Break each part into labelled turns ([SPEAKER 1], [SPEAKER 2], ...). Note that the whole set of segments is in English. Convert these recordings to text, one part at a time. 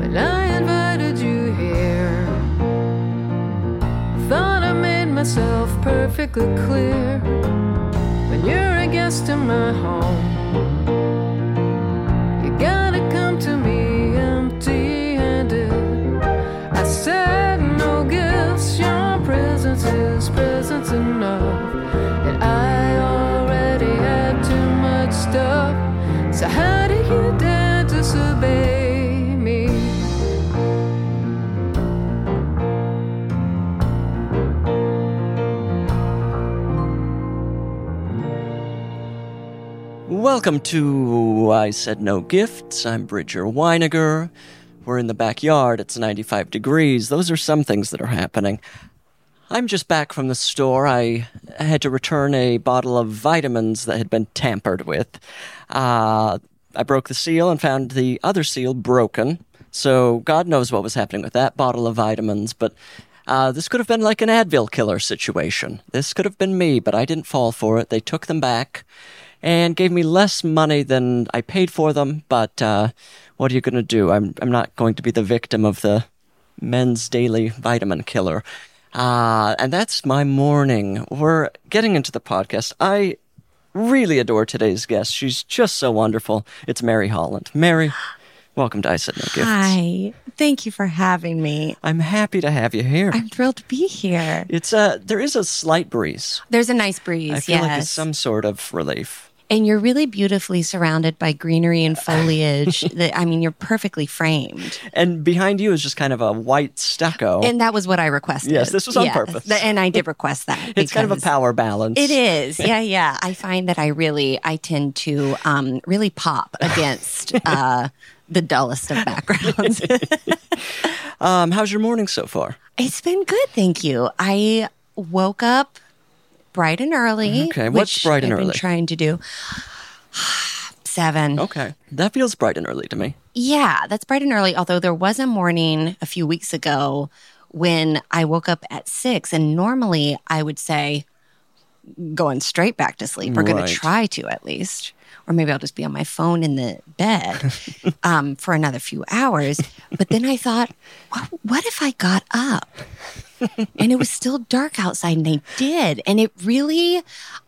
[SPEAKER 1] When I invited you here, thought I made myself perfectly clear. When you're a guest in my home, you gotta come to me empty handed. I said, No gifts, your presence is presence enough. And I already had too much stuff. So, how do you dare disobey me?
[SPEAKER 2] Welcome to I Said No Gifts. I'm Bridger Weiniger. We're in the backyard. It's 95 degrees. Those are some things that are happening. I'm just back from the store. I had to return a bottle of vitamins that had been tampered with. Uh, I broke the seal and found the other seal broken. So God knows what was happening with that bottle of vitamins. But uh, this could have been like an Advil killer situation. This could have been me, but I didn't fall for it. They took them back and gave me less money than I paid for them. But uh, what are you going to do? I'm I'm not going to be the victim of the men's daily vitamin killer. Uh, and that's my morning. We're getting into the podcast. I really adore today's guest. She's just so wonderful. It's Mary Holland. Mary, welcome to I Said No Gifts.
[SPEAKER 3] Hi. Thank you for having me.
[SPEAKER 2] I'm happy to have you here.
[SPEAKER 3] I'm thrilled to be here.
[SPEAKER 2] it's uh there is a slight breeze.
[SPEAKER 3] There's a nice breeze,
[SPEAKER 2] I feel
[SPEAKER 3] yes.
[SPEAKER 2] like it's some sort of relief.
[SPEAKER 3] and you're really beautifully surrounded by greenery and foliage. that, I mean, you're perfectly framed.
[SPEAKER 2] And behind you is just kind of a white stucco.
[SPEAKER 3] And that was what I requested.
[SPEAKER 2] Yes, this was on purpose.
[SPEAKER 3] th- and I did request that.
[SPEAKER 2] it's kind of a
[SPEAKER 3] because-
[SPEAKER 2] power balance.
[SPEAKER 3] It is. Yeah, yeah. I find that I really, I tend to um, really pop against uh, the dullest of backgrounds.
[SPEAKER 2] Um, how's your morning so far?
[SPEAKER 3] It's been good, thank you. I woke up bright and early.
[SPEAKER 2] Okay, what's
[SPEAKER 3] which
[SPEAKER 2] bright and
[SPEAKER 3] I've been
[SPEAKER 2] early? Oh.
[SPEAKER 3] trying to do seven.
[SPEAKER 2] Okay, that feels bright and early to me.
[SPEAKER 3] Yeah, that's bright and early. Although there was a morning a few weeks ago when I woke up at six, and normally I would say going straight back to sleep, or going
[SPEAKER 2] Right.
[SPEAKER 3] to try to at least, or maybe I'll just be on my phone in the bed um, for another few hours. But then I thought, what, what if I got up? and it was still dark outside, and I did, and it really,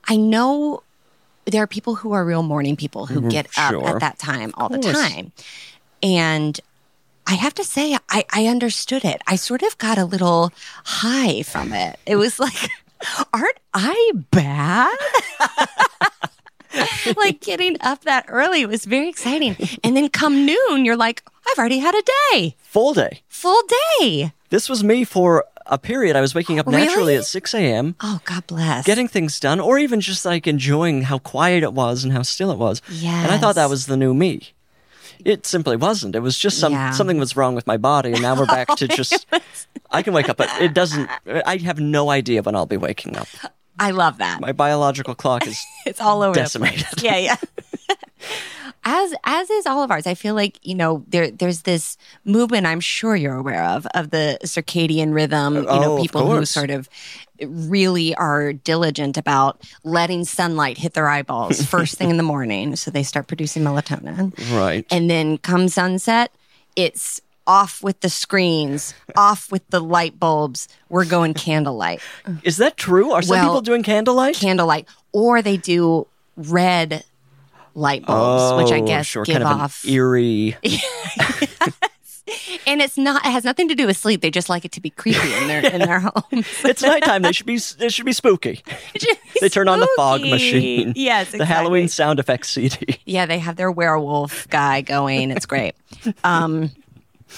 [SPEAKER 3] I know. There are people who are real morning people who get
[SPEAKER 2] Mm-hmm.
[SPEAKER 3] up
[SPEAKER 2] sure.
[SPEAKER 3] at that time all the
[SPEAKER 2] course.
[SPEAKER 3] time. And I have to say, I, I understood it. I sort of got a little high from it. It was like, aren't I bad? like getting up that early was very exciting. And then come noon, you're like, I've already had a day,
[SPEAKER 2] Full day.
[SPEAKER 3] full day.
[SPEAKER 2] This was me for a period. I was waking up naturally
[SPEAKER 3] Really?
[SPEAKER 2] at 6 a.m.,
[SPEAKER 3] Oh, God bless.
[SPEAKER 2] getting things done, or even just like enjoying how quiet it was and how still it was. And I thought that
[SPEAKER 3] Yes.
[SPEAKER 2] was the new me. It simply wasn't. It was just some
[SPEAKER 3] Yeah.
[SPEAKER 2] something was wrong with my body, and now we're back to just. I can wake up, but it doesn't. I have no idea when I'll be waking up.
[SPEAKER 3] I love that.
[SPEAKER 2] My biological clock is
[SPEAKER 3] it's all over
[SPEAKER 2] Decimated.
[SPEAKER 3] the place. Yeah, yeah. as as is all of ours, I feel like you know there there's this movement. I'm sure you're aware of of the circadian rhythm. You
[SPEAKER 2] Oh,
[SPEAKER 3] know,
[SPEAKER 2] of
[SPEAKER 3] people who
[SPEAKER 2] course.
[SPEAKER 3] sort of really are diligent about letting sunlight hit their eyeballs first thing in the morning, so they start producing melatonin.
[SPEAKER 2] right.
[SPEAKER 3] And then come sunset, it's off with the screens, off with the light bulbs. We're going candlelight
[SPEAKER 2] Is that true? Are some
[SPEAKER 3] Well,
[SPEAKER 2] people doing candlelight?
[SPEAKER 3] candlelight, or they do red light bulbs, which I
[SPEAKER 2] Oh,
[SPEAKER 3] guess
[SPEAKER 2] sure,
[SPEAKER 3] give
[SPEAKER 2] kind of
[SPEAKER 3] off.
[SPEAKER 2] an eerie.
[SPEAKER 3] and it's not. It has nothing to do with sleep. They just like it to be creepy in their in their homes.
[SPEAKER 2] It's nighttime. They should be. They should be spooky. They turn on the fog
[SPEAKER 3] Spooky.
[SPEAKER 2] machine.
[SPEAKER 3] Yes,
[SPEAKER 2] The Halloween
[SPEAKER 3] exactly.
[SPEAKER 2] sound effects CD.
[SPEAKER 3] Yeah, they have their werewolf guy going. It's great. Um,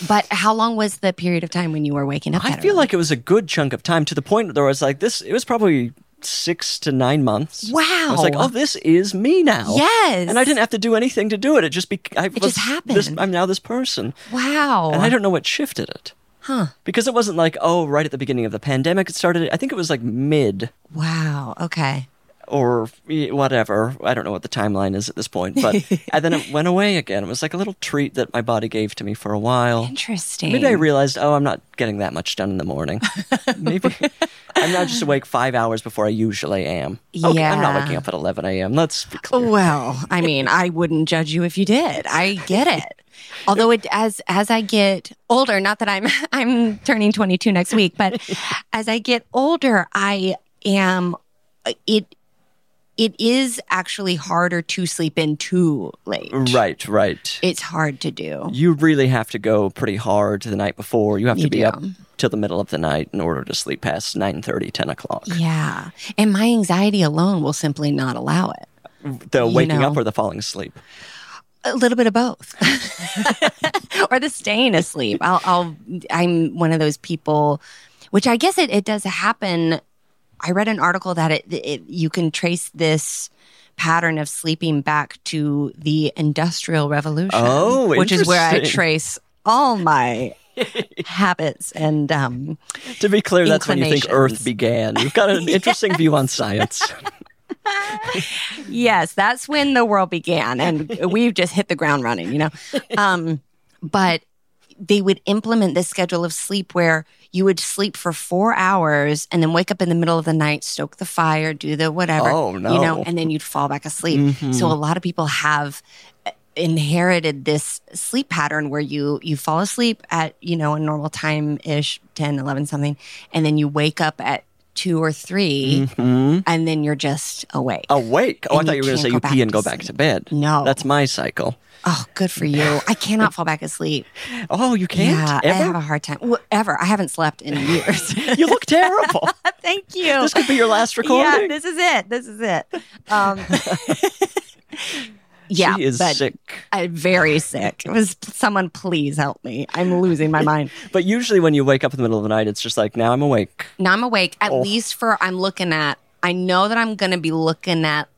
[SPEAKER 3] but how long was the period of time when you were waking up?
[SPEAKER 2] I
[SPEAKER 3] that
[SPEAKER 2] feel
[SPEAKER 3] early?
[SPEAKER 2] like it was a good chunk of time to the point where I was like, this, it was probably six to nine months.
[SPEAKER 3] Wow.
[SPEAKER 2] I was like, oh, this is me now.
[SPEAKER 3] Yes.
[SPEAKER 2] And I didn't have to do anything to do it. It just, be- I was,
[SPEAKER 3] just
[SPEAKER 2] This,
[SPEAKER 3] happened.
[SPEAKER 2] I'm now this person.
[SPEAKER 3] wow.
[SPEAKER 2] And I don't know what shifted it.
[SPEAKER 3] Huh.
[SPEAKER 2] Because it wasn't like, oh, right at the beginning of the pandemic, it started. I think it was like mid
[SPEAKER 3] Wow. Okay.
[SPEAKER 2] or eh, whatever. I don't know what the timeline is at this point. But and then it went away again. It was like a little treat that my body gave to me for a while.
[SPEAKER 3] Interesting.
[SPEAKER 2] Maybe I realized, oh, I'm not getting that much done in the morning. Maybe I'm now just awake five hours before I usually am. Okay, I'm not
[SPEAKER 3] Yeah.
[SPEAKER 2] waking up at 11 a.m. Let's be clear.
[SPEAKER 3] Well, I mean, I wouldn't judge you if you did. I get it. Although it as as I get older, not that I'm I'm turning 22 next week, but as I get older, I am it it is actually harder to sleep in too late.
[SPEAKER 2] Right, right.
[SPEAKER 3] It's hard to do.
[SPEAKER 2] you really have to go pretty hard the night before. You have to
[SPEAKER 3] You
[SPEAKER 2] be
[SPEAKER 3] do.
[SPEAKER 2] up till the middle of the night in order to sleep past 9.30, 10 o'clock.
[SPEAKER 3] Yeah. And my anxiety alone will simply not allow it.
[SPEAKER 2] The waking
[SPEAKER 3] know.
[SPEAKER 2] up or the falling asleep.
[SPEAKER 3] A little bit of both, or the staying asleep. I'll, I'll, I'm one of those people, which I guess it, it does happen. I read an article that it, it you can trace this pattern of sleeping back to the Industrial Revolution,
[SPEAKER 2] Oh,
[SPEAKER 3] which is where I
[SPEAKER 2] interesting.
[SPEAKER 3] trace all my habits and um,
[SPEAKER 2] To be clear, that's when you think Earth
[SPEAKER 3] Inclinations.
[SPEAKER 2] began. You've got an interesting view on science.
[SPEAKER 3] Yes, that's when the world began, and we've just hit the ground running, you know. Um, but they would implement this schedule of sleep where you would sleep for four hours and then wake up in the middle of the night, stoke the fire, do the whatever,
[SPEAKER 2] Oh,
[SPEAKER 3] you
[SPEAKER 2] no. Mm-hmm.
[SPEAKER 3] know, and then you'd fall back asleep. So a lot of people have uh, inherited this sleep pattern where you you fall asleep at you know a normal time ish 10 11 something and then you wake up at 2 or 3 and then you're just awake
[SPEAKER 2] Mm-hmm. Awake. Oh,
[SPEAKER 3] And
[SPEAKER 2] I thought you
[SPEAKER 3] you
[SPEAKER 2] were going to
[SPEAKER 3] can't
[SPEAKER 2] say
[SPEAKER 3] go
[SPEAKER 2] you
[SPEAKER 3] back
[SPEAKER 2] pee and
[SPEAKER 3] to
[SPEAKER 2] go back
[SPEAKER 3] sleep.
[SPEAKER 2] to bed.
[SPEAKER 3] No.
[SPEAKER 2] That's my cycle.
[SPEAKER 3] Oh, good for you. I cannot fall back asleep.
[SPEAKER 2] Oh, you can't?
[SPEAKER 3] yeah, I
[SPEAKER 2] ever?
[SPEAKER 3] have a hard time. Well, ever. I haven't slept in years.
[SPEAKER 2] you look terrible.
[SPEAKER 3] Thank you.
[SPEAKER 2] this could be your last recording.
[SPEAKER 3] yeah, this is it. This is it. Um, yeah,
[SPEAKER 2] she is
[SPEAKER 3] but
[SPEAKER 2] sick.
[SPEAKER 3] I'm very sick. It was someone please help me. I'm losing my mind.
[SPEAKER 2] But usually when you wake up in the middle of the night, it's just like, now I'm awake.
[SPEAKER 3] Now I'm awake. At least for I'm looking at. I know that I'm going to be looking at.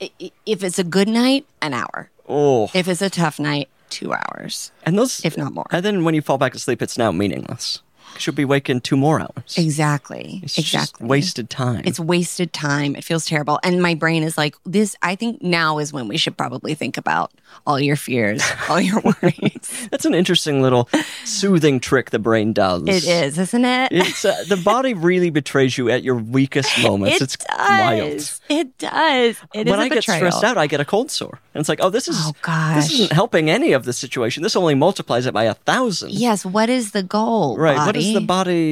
[SPEAKER 3] i- i- If it's a good night, an hour.
[SPEAKER 2] Oh.
[SPEAKER 3] If it's a tough night, two hours,
[SPEAKER 2] And those,
[SPEAKER 3] if not more.
[SPEAKER 2] and then when you fall back asleep, it's now meaningless. 'Cause You'll be waking two more hours.
[SPEAKER 3] Exactly.
[SPEAKER 2] It's just
[SPEAKER 3] exactly.
[SPEAKER 2] wasted time.
[SPEAKER 3] It's wasted time. It feels terrible. And my brain is like, this, I think now is when we should probably think about all your fears, all your worries.
[SPEAKER 2] That's an interesting little soothing trick the brain does.
[SPEAKER 3] it is, isn't it?
[SPEAKER 2] It's uh, the body really betrays you at your weakest moments.
[SPEAKER 3] It
[SPEAKER 2] it's
[SPEAKER 3] does.
[SPEAKER 2] wild.
[SPEAKER 3] It does. It is
[SPEAKER 2] when
[SPEAKER 3] a
[SPEAKER 2] I get
[SPEAKER 3] betrayal.
[SPEAKER 2] stressed out, I get a cold sore, and it's like, oh, this is
[SPEAKER 3] Oh, gosh.
[SPEAKER 2] this isn't helping any of the situation. This only multiplies it by a thousand.
[SPEAKER 3] Yes. What is the goal?
[SPEAKER 2] right. What is the
[SPEAKER 3] body?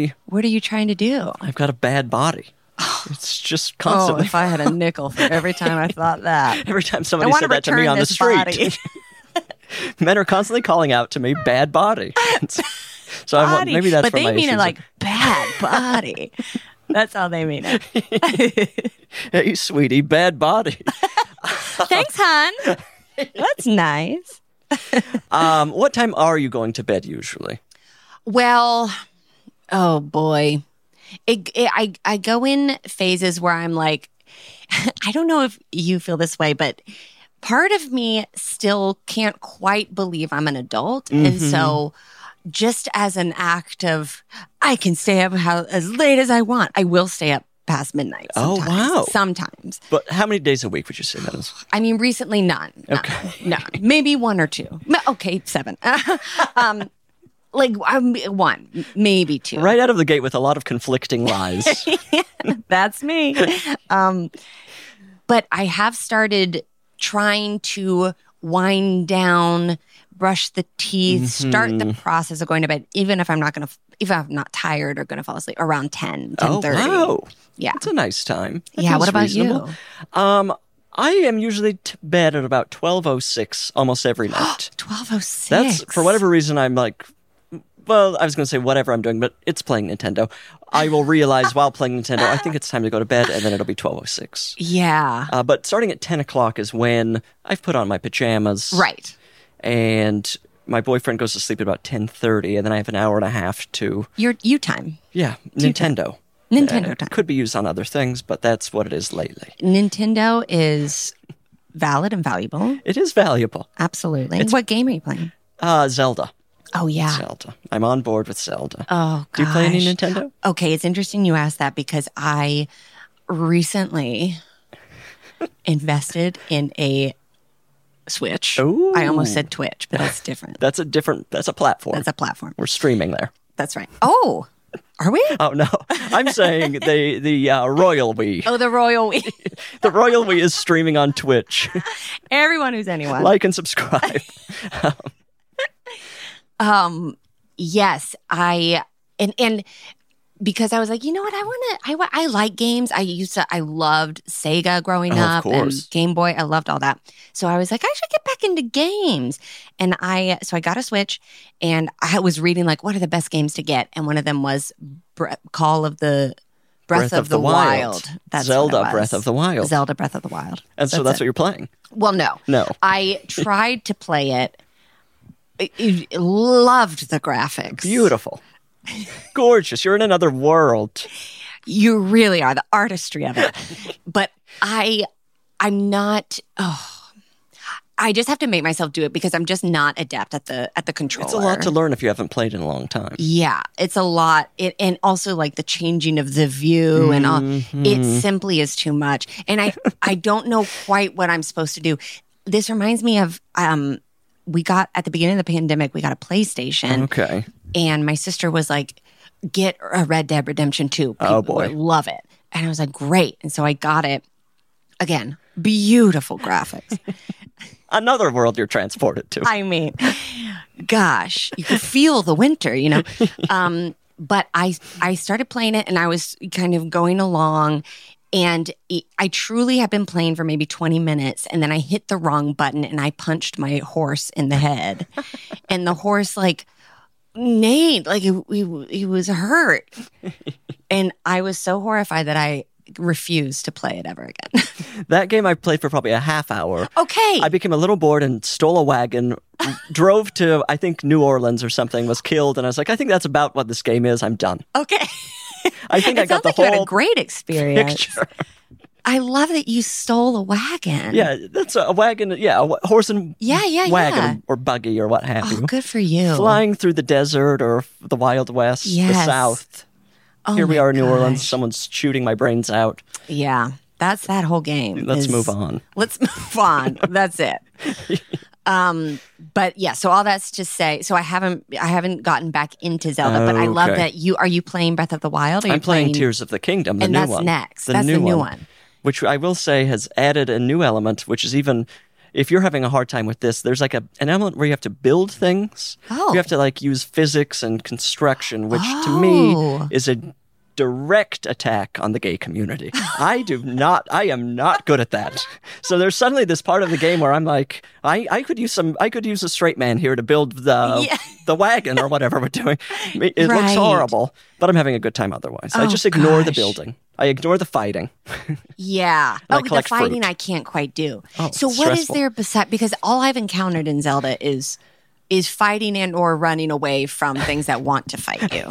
[SPEAKER 2] body?
[SPEAKER 3] What are you trying to do?
[SPEAKER 2] I've got a bad body. It's just
[SPEAKER 3] Oh,
[SPEAKER 2] constantly.
[SPEAKER 3] if I had a nickel for every time I thought that.
[SPEAKER 2] Every time
[SPEAKER 3] I
[SPEAKER 2] somebody
[SPEAKER 3] want
[SPEAKER 2] said
[SPEAKER 3] to
[SPEAKER 2] that to me
[SPEAKER 3] return
[SPEAKER 2] on the
[SPEAKER 3] this
[SPEAKER 2] street,
[SPEAKER 3] body.
[SPEAKER 2] men are constantly calling out to me, "Bad body." so I want
[SPEAKER 3] body.
[SPEAKER 2] maybe that's
[SPEAKER 3] but
[SPEAKER 2] where
[SPEAKER 3] they
[SPEAKER 2] my
[SPEAKER 3] mean
[SPEAKER 2] issues
[SPEAKER 3] it
[SPEAKER 2] are.
[SPEAKER 3] like bad body. That's how they mean it.
[SPEAKER 2] hey, sweetie, bad body.
[SPEAKER 3] Thanks, hon. That's nice.
[SPEAKER 2] Um, what time are you going to bed usually?
[SPEAKER 3] Well, oh boy, it, it, I I go in phases where I'm like, I don't know if you feel this way, but part of me still can't quite believe I'm an adult, and so. Just as an act of, I can stay up how, as late as I want. I will stay up past midnight.
[SPEAKER 2] Oh,
[SPEAKER 3] Sometimes.
[SPEAKER 2] wow.
[SPEAKER 3] Sometimes.
[SPEAKER 2] But how many days a week would you say that is?
[SPEAKER 3] I mean, recently none.
[SPEAKER 2] Okay.
[SPEAKER 3] No, maybe one or two. M- Okay, seven. um, like um, one, m- maybe two.
[SPEAKER 2] Right out of the gate with a lot of conflicting lies.
[SPEAKER 3] That's me. um, but I have started trying to wind down, brush the teeth, start the
[SPEAKER 2] Mm-hmm.
[SPEAKER 3] process of going to bed, even if I'm not going to, if I'm not tired or going to fall asleep around 10, 10
[SPEAKER 2] oh wow,
[SPEAKER 3] Yeah.
[SPEAKER 2] that's a nice time. That
[SPEAKER 3] yeah.
[SPEAKER 2] feels
[SPEAKER 3] What about
[SPEAKER 2] reasonable.
[SPEAKER 3] you?
[SPEAKER 2] Um, I am usually to bed at about 12.06 almost every night.
[SPEAKER 3] 1206.
[SPEAKER 2] That's for whatever reason I'm like, well, I was going to say whatever I'm doing, but it's playing Nintendo. I will realize while playing Nintendo, I think it's time to go to bed, and then it'll be 12.06.
[SPEAKER 3] Yeah.
[SPEAKER 2] Uh, but starting at 10 o'clock is when I've put on my pajamas.
[SPEAKER 3] right.
[SPEAKER 2] And my boyfriend goes to sleep at about 10.30, and then I have an hour and a half to,
[SPEAKER 3] Your you time.
[SPEAKER 2] yeah, Nintendo. Uh,
[SPEAKER 3] Nintendo time.
[SPEAKER 2] Could be used on other things, but that's what it is lately.
[SPEAKER 3] Nintendo is valid and valuable.
[SPEAKER 2] It is valuable.
[SPEAKER 3] Absolutely. what game are you playing?
[SPEAKER 2] Uh, Zelda.
[SPEAKER 3] Oh yeah.
[SPEAKER 2] Zelda. I'm on board with Zelda.
[SPEAKER 3] Oh gosh.
[SPEAKER 2] Do you play any Nintendo?
[SPEAKER 3] Okay, it's interesting you asked that because I recently invested in a Switch.
[SPEAKER 2] Ooh.
[SPEAKER 3] I almost said Twitch, but that's different.
[SPEAKER 2] That's a different. That's a platform.
[SPEAKER 3] That's a platform.
[SPEAKER 2] We're streaming there.
[SPEAKER 3] That's right. Oh, are we?
[SPEAKER 2] Oh no! I'm saying the the uh, royal we.
[SPEAKER 3] Oh, the Royal We.
[SPEAKER 2] The royal we is streaming on Twitch.
[SPEAKER 3] Everyone who's anyone.
[SPEAKER 2] like and subscribe.
[SPEAKER 3] Um, yes, I and and because I was like, you know what, I want to. I wa- I like games. I used to. I loved Sega growing
[SPEAKER 2] Oh, of
[SPEAKER 3] up and
[SPEAKER 2] course.
[SPEAKER 3] Game Boy. I loved all that. So I was like, I should get back into games. And I so I got a Switch, and I was reading like, what are the best games to get? And one of them was Bre- Call of the Breath, of, the, Wild. That's what it
[SPEAKER 2] Zelda
[SPEAKER 3] was.
[SPEAKER 2] Breath of the Wild.
[SPEAKER 3] Zelda Breath of the Wild.
[SPEAKER 2] and so that's
[SPEAKER 3] it.
[SPEAKER 2] what you're playing.
[SPEAKER 3] well, no,
[SPEAKER 2] No.
[SPEAKER 3] I tried to play it. I- I loved the graphics.
[SPEAKER 2] Beautiful. Gorgeous. You're in another world.
[SPEAKER 3] You really are the artistry of it. but I I'm not oh I just have to make myself do it because I'm just not adept at the at the controller.
[SPEAKER 2] It's a lot to learn if you haven't played in a long time.
[SPEAKER 3] Yeah, it's a lot. It, and also like the changing of the view and all.
[SPEAKER 2] Mm-hmm.
[SPEAKER 3] It simply is too much. And I I don't know quite what I'm supposed to do. This reminds me of um we got at the beginning of the pandemic, we got a PlayStation
[SPEAKER 2] Okay.
[SPEAKER 3] and my sister was like, "Get a Red Dead Redemption 2.
[SPEAKER 2] Oh,
[SPEAKER 3] People
[SPEAKER 2] boy.
[SPEAKER 3] would love it." And I was like, "Great!" And so I got it. Again, beautiful graphics.
[SPEAKER 2] Another world you're transported to.
[SPEAKER 3] I mean, gosh, you could feel the winter, you know. Um, but I I started playing it, and I was kind of going along. And it- I truly have been playing for maybe 20 minutes, and then I hit the wrong button and I punched my horse in the head. and the horse, like, neighed, like, he, he, he was hurt. and I was so horrified that I refused to play it ever again.
[SPEAKER 2] that game I played for probably a half hour.
[SPEAKER 3] okay.
[SPEAKER 2] I became a little bored and stole a wagon, drove to I think New Orleans or something, was killed, and I was like, I think that's about what this game is. I'm done.
[SPEAKER 3] okay.
[SPEAKER 2] I think I
[SPEAKER 3] it
[SPEAKER 2] got
[SPEAKER 3] sounds
[SPEAKER 2] the
[SPEAKER 3] like you had a
[SPEAKER 2] whole
[SPEAKER 3] great experience.
[SPEAKER 2] picture.
[SPEAKER 3] I love that you stole a wagon.
[SPEAKER 2] Yeah, that's a, a wagon. Yeah, a wa- horse and
[SPEAKER 3] Yeah, yeah,
[SPEAKER 2] wagon
[SPEAKER 3] yeah.
[SPEAKER 2] or buggy or what have
[SPEAKER 3] Oh,
[SPEAKER 2] you.
[SPEAKER 3] good for you.
[SPEAKER 2] Flying through the desert or f- the Wild West, the
[SPEAKER 3] Yes.
[SPEAKER 2] South.
[SPEAKER 3] Oh
[SPEAKER 2] Here we
[SPEAKER 3] my
[SPEAKER 2] are in New Orleans.
[SPEAKER 3] gosh.
[SPEAKER 2] Someone's shooting my brains out.
[SPEAKER 3] Yeah. That's that whole game.
[SPEAKER 2] Let's
[SPEAKER 3] is-
[SPEAKER 2] move on.
[SPEAKER 3] Let's move on. That's it. Um, but yeah, so all that's to say, so I haven't I haven't gotten back into Zelda, but I love
[SPEAKER 2] Okay.
[SPEAKER 3] that you are you playing Breath of the Wild? Are you
[SPEAKER 2] I'm playing Tears of the Kingdom, the
[SPEAKER 3] and
[SPEAKER 2] new
[SPEAKER 3] that's
[SPEAKER 2] one.
[SPEAKER 3] next. That's the new one.
[SPEAKER 2] Which I will say has added a new element, which is even if you're having a hard time with this, there's like a, an element where you have to build things.
[SPEAKER 3] Oh.
[SPEAKER 2] You have to like use physics and construction, which to me
[SPEAKER 3] Oh.
[SPEAKER 2] is a direct attack on the gay community. I do not I am not good at that. So there's suddenly this part of the game where I'm like, I, I could use some I could use a straight man here to build the
[SPEAKER 3] Yeah.
[SPEAKER 2] the wagon or whatever we're doing. It it looks
[SPEAKER 3] Right.
[SPEAKER 2] horrible, but I'm having a good time otherwise. I
[SPEAKER 3] Oh,
[SPEAKER 2] just ignore the
[SPEAKER 3] gosh.
[SPEAKER 2] building. I ignore the fighting.
[SPEAKER 3] Yeah.
[SPEAKER 2] And I
[SPEAKER 3] oh, the
[SPEAKER 2] collect fruit.
[SPEAKER 3] fighting I can't quite do.
[SPEAKER 2] Oh,
[SPEAKER 3] so what is
[SPEAKER 2] stressful.
[SPEAKER 3] there beside because all I've encountered in Zelda is is fighting and or running away from things that want to fight you.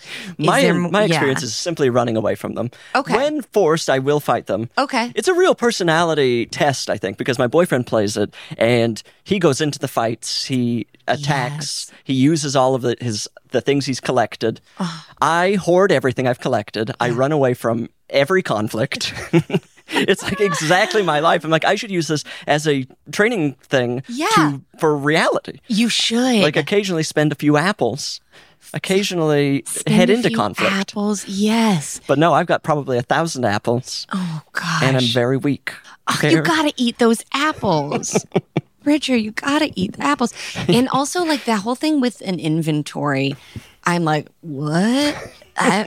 [SPEAKER 3] Is
[SPEAKER 2] My
[SPEAKER 3] there-
[SPEAKER 2] my
[SPEAKER 3] yeah.
[SPEAKER 2] experience is simply running away from them.
[SPEAKER 3] Okay.
[SPEAKER 2] When forced, I will fight them.
[SPEAKER 3] Okay.
[SPEAKER 2] It's a real personality test, I think, because my boyfriend plays it and he goes into the fights, he attacks, he uses all of the, his the things he's collected. I hoard everything I've collected. I run away from every conflict. it's like exactly my life. I'm like I should use this as a training thing
[SPEAKER 3] Yeah.
[SPEAKER 2] to for reality.
[SPEAKER 3] You should.
[SPEAKER 2] Like occasionally spend a few apples, occasionally
[SPEAKER 3] Spend
[SPEAKER 2] head
[SPEAKER 3] a
[SPEAKER 2] into
[SPEAKER 3] few
[SPEAKER 2] conflict.
[SPEAKER 3] Apples, yes.
[SPEAKER 2] But no, I've got probably a thousand apples,
[SPEAKER 3] Oh gosh.
[SPEAKER 2] and I'm very weak.
[SPEAKER 3] Oh, you gotta eat those apples. Richard, you gotta eat the apples. And also like that whole thing with an inventory, I'm like, what? I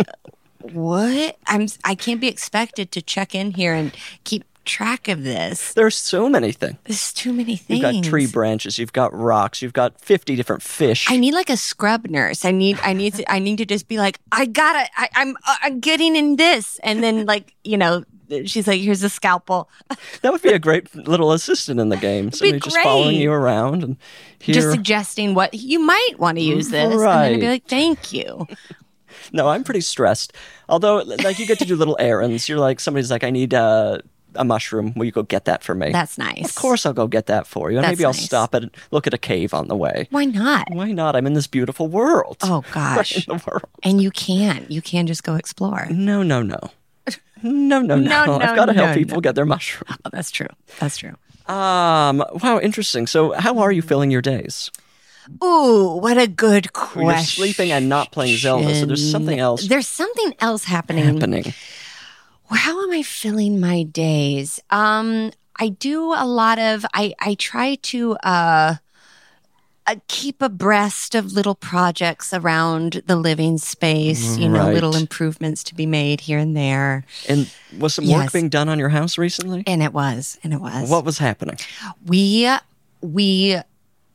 [SPEAKER 3] what? I'm I can't be expected to check in here and keep track of this.
[SPEAKER 2] There's so many things.
[SPEAKER 3] There's too many things.
[SPEAKER 2] You've got tree branches, you've got rocks, you've got 50 different fish.
[SPEAKER 3] I need like a scrub nurse. I need I need to I need to just be like I gotta I, I'm uh, I'm getting in this, and then like you know she's like here's a scalpel.
[SPEAKER 2] that would be a great little assistant in the game. Somebody just following
[SPEAKER 3] great.
[SPEAKER 2] you around and here.
[SPEAKER 3] just suggesting what you might want to use this, and then I'd be
[SPEAKER 2] Right.
[SPEAKER 3] like thank you.
[SPEAKER 2] No, I'm pretty stressed. Although, like, you get to do little errands. You're like, somebody's like, I need uh, a mushroom. Will you go get that for me?
[SPEAKER 3] That's nice.
[SPEAKER 2] Of course, I'll go get that for you. And
[SPEAKER 3] That's
[SPEAKER 2] maybe I'll
[SPEAKER 3] nice.
[SPEAKER 2] stop and look at a cave on the way.
[SPEAKER 3] Why not?
[SPEAKER 2] Why not? I'm in this beautiful world.
[SPEAKER 3] Oh
[SPEAKER 2] Right in
[SPEAKER 3] gosh.
[SPEAKER 2] the world.
[SPEAKER 3] And you can. You can just go explore.
[SPEAKER 2] No, no, no. No, no, no.
[SPEAKER 3] No, no,
[SPEAKER 2] I've got to help
[SPEAKER 3] no,
[SPEAKER 2] people
[SPEAKER 3] no.
[SPEAKER 2] get their mushroom.
[SPEAKER 3] Oh, that's true. That's true.
[SPEAKER 2] Um, wow, interesting. So, how are you filling your days?
[SPEAKER 3] Ooh, what a good question.
[SPEAKER 2] Well, You're sleeping and not playing Zelda, so there's something else
[SPEAKER 3] There's something else happening.
[SPEAKER 2] happening.
[SPEAKER 3] How am I filling my days? Um, I do a lot of I I try to uh, uh keep abreast of little projects around the living space, you know,
[SPEAKER 2] Right.
[SPEAKER 3] little improvements to be made here and there.
[SPEAKER 2] And was some
[SPEAKER 3] Yes.
[SPEAKER 2] work being done on your house recently?
[SPEAKER 3] And it was, and it was.
[SPEAKER 2] What was happening?
[SPEAKER 3] we we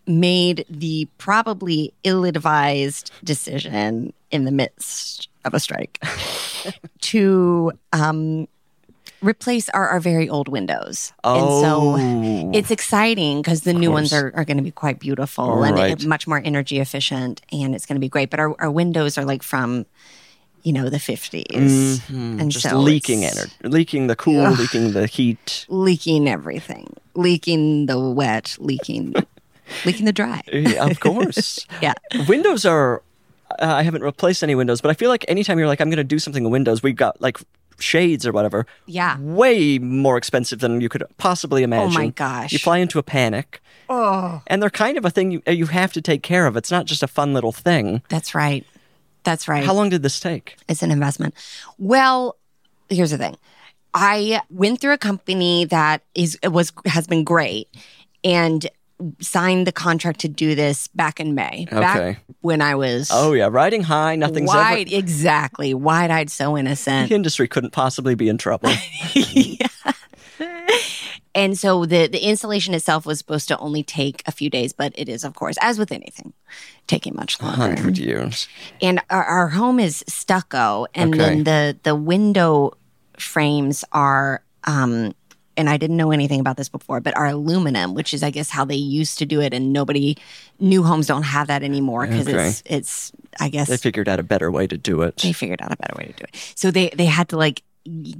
[SPEAKER 3] made the probably ill-advised decision in the midst of a strike to um, replace our, our very old windows
[SPEAKER 2] Oh.
[SPEAKER 3] and so it's exciting because the new ones are, are going to be quite beautiful and
[SPEAKER 2] Right.
[SPEAKER 3] it- much more energy efficient and it's going to be great but our, our windows are like from you know the 50s and
[SPEAKER 2] Mm-hmm. Just
[SPEAKER 3] so
[SPEAKER 2] leaking
[SPEAKER 3] it's-
[SPEAKER 2] energy, leaking the cool, leaking the heat.
[SPEAKER 3] leaking everything, leaking the wet, leaking, leaking the dry.
[SPEAKER 2] Yeah, of course.
[SPEAKER 3] Yeah.
[SPEAKER 2] Windows are. Uh, I haven't replaced any windows, but I feel like anytime you're like, I'm going to do something in Windows, we've got like shades or whatever.
[SPEAKER 3] Yeah. Oh
[SPEAKER 2] Way more expensive than you could possibly imagine.
[SPEAKER 3] gosh.
[SPEAKER 2] You fly into a panic. Oh. And they're kind of a thing you, uh, you have to take care of. It's not just a fun little thing.
[SPEAKER 3] That's right. That's right.
[SPEAKER 2] How long did this take?
[SPEAKER 3] It's an investment. Well, here's the thing. I went through a company that is it was has been great and signed the contract to do this back in May.
[SPEAKER 2] Okay.
[SPEAKER 3] Back when I was
[SPEAKER 2] Oh, yeah. Riding high, nothing's
[SPEAKER 3] wide
[SPEAKER 2] ever.
[SPEAKER 3] exactly, wide eyed, so innocent.
[SPEAKER 2] The industry couldn't possibly be in trouble.
[SPEAKER 3] And so the the installation itself was supposed to only take a few days, but it is, of course, as with anything, taking much longer.
[SPEAKER 2] 100 years.
[SPEAKER 3] And our, our home is stucco, and
[SPEAKER 2] Okay.
[SPEAKER 3] then the the window frames are. Um, and I didn't know anything about this before, but are aluminum, which is, I guess, how they used to do it, and nobody, new homes don't have that anymore because it's, it's, I guess,
[SPEAKER 2] They figured out a better way to do it.
[SPEAKER 3] they figured out a better way to do it. So they they had to like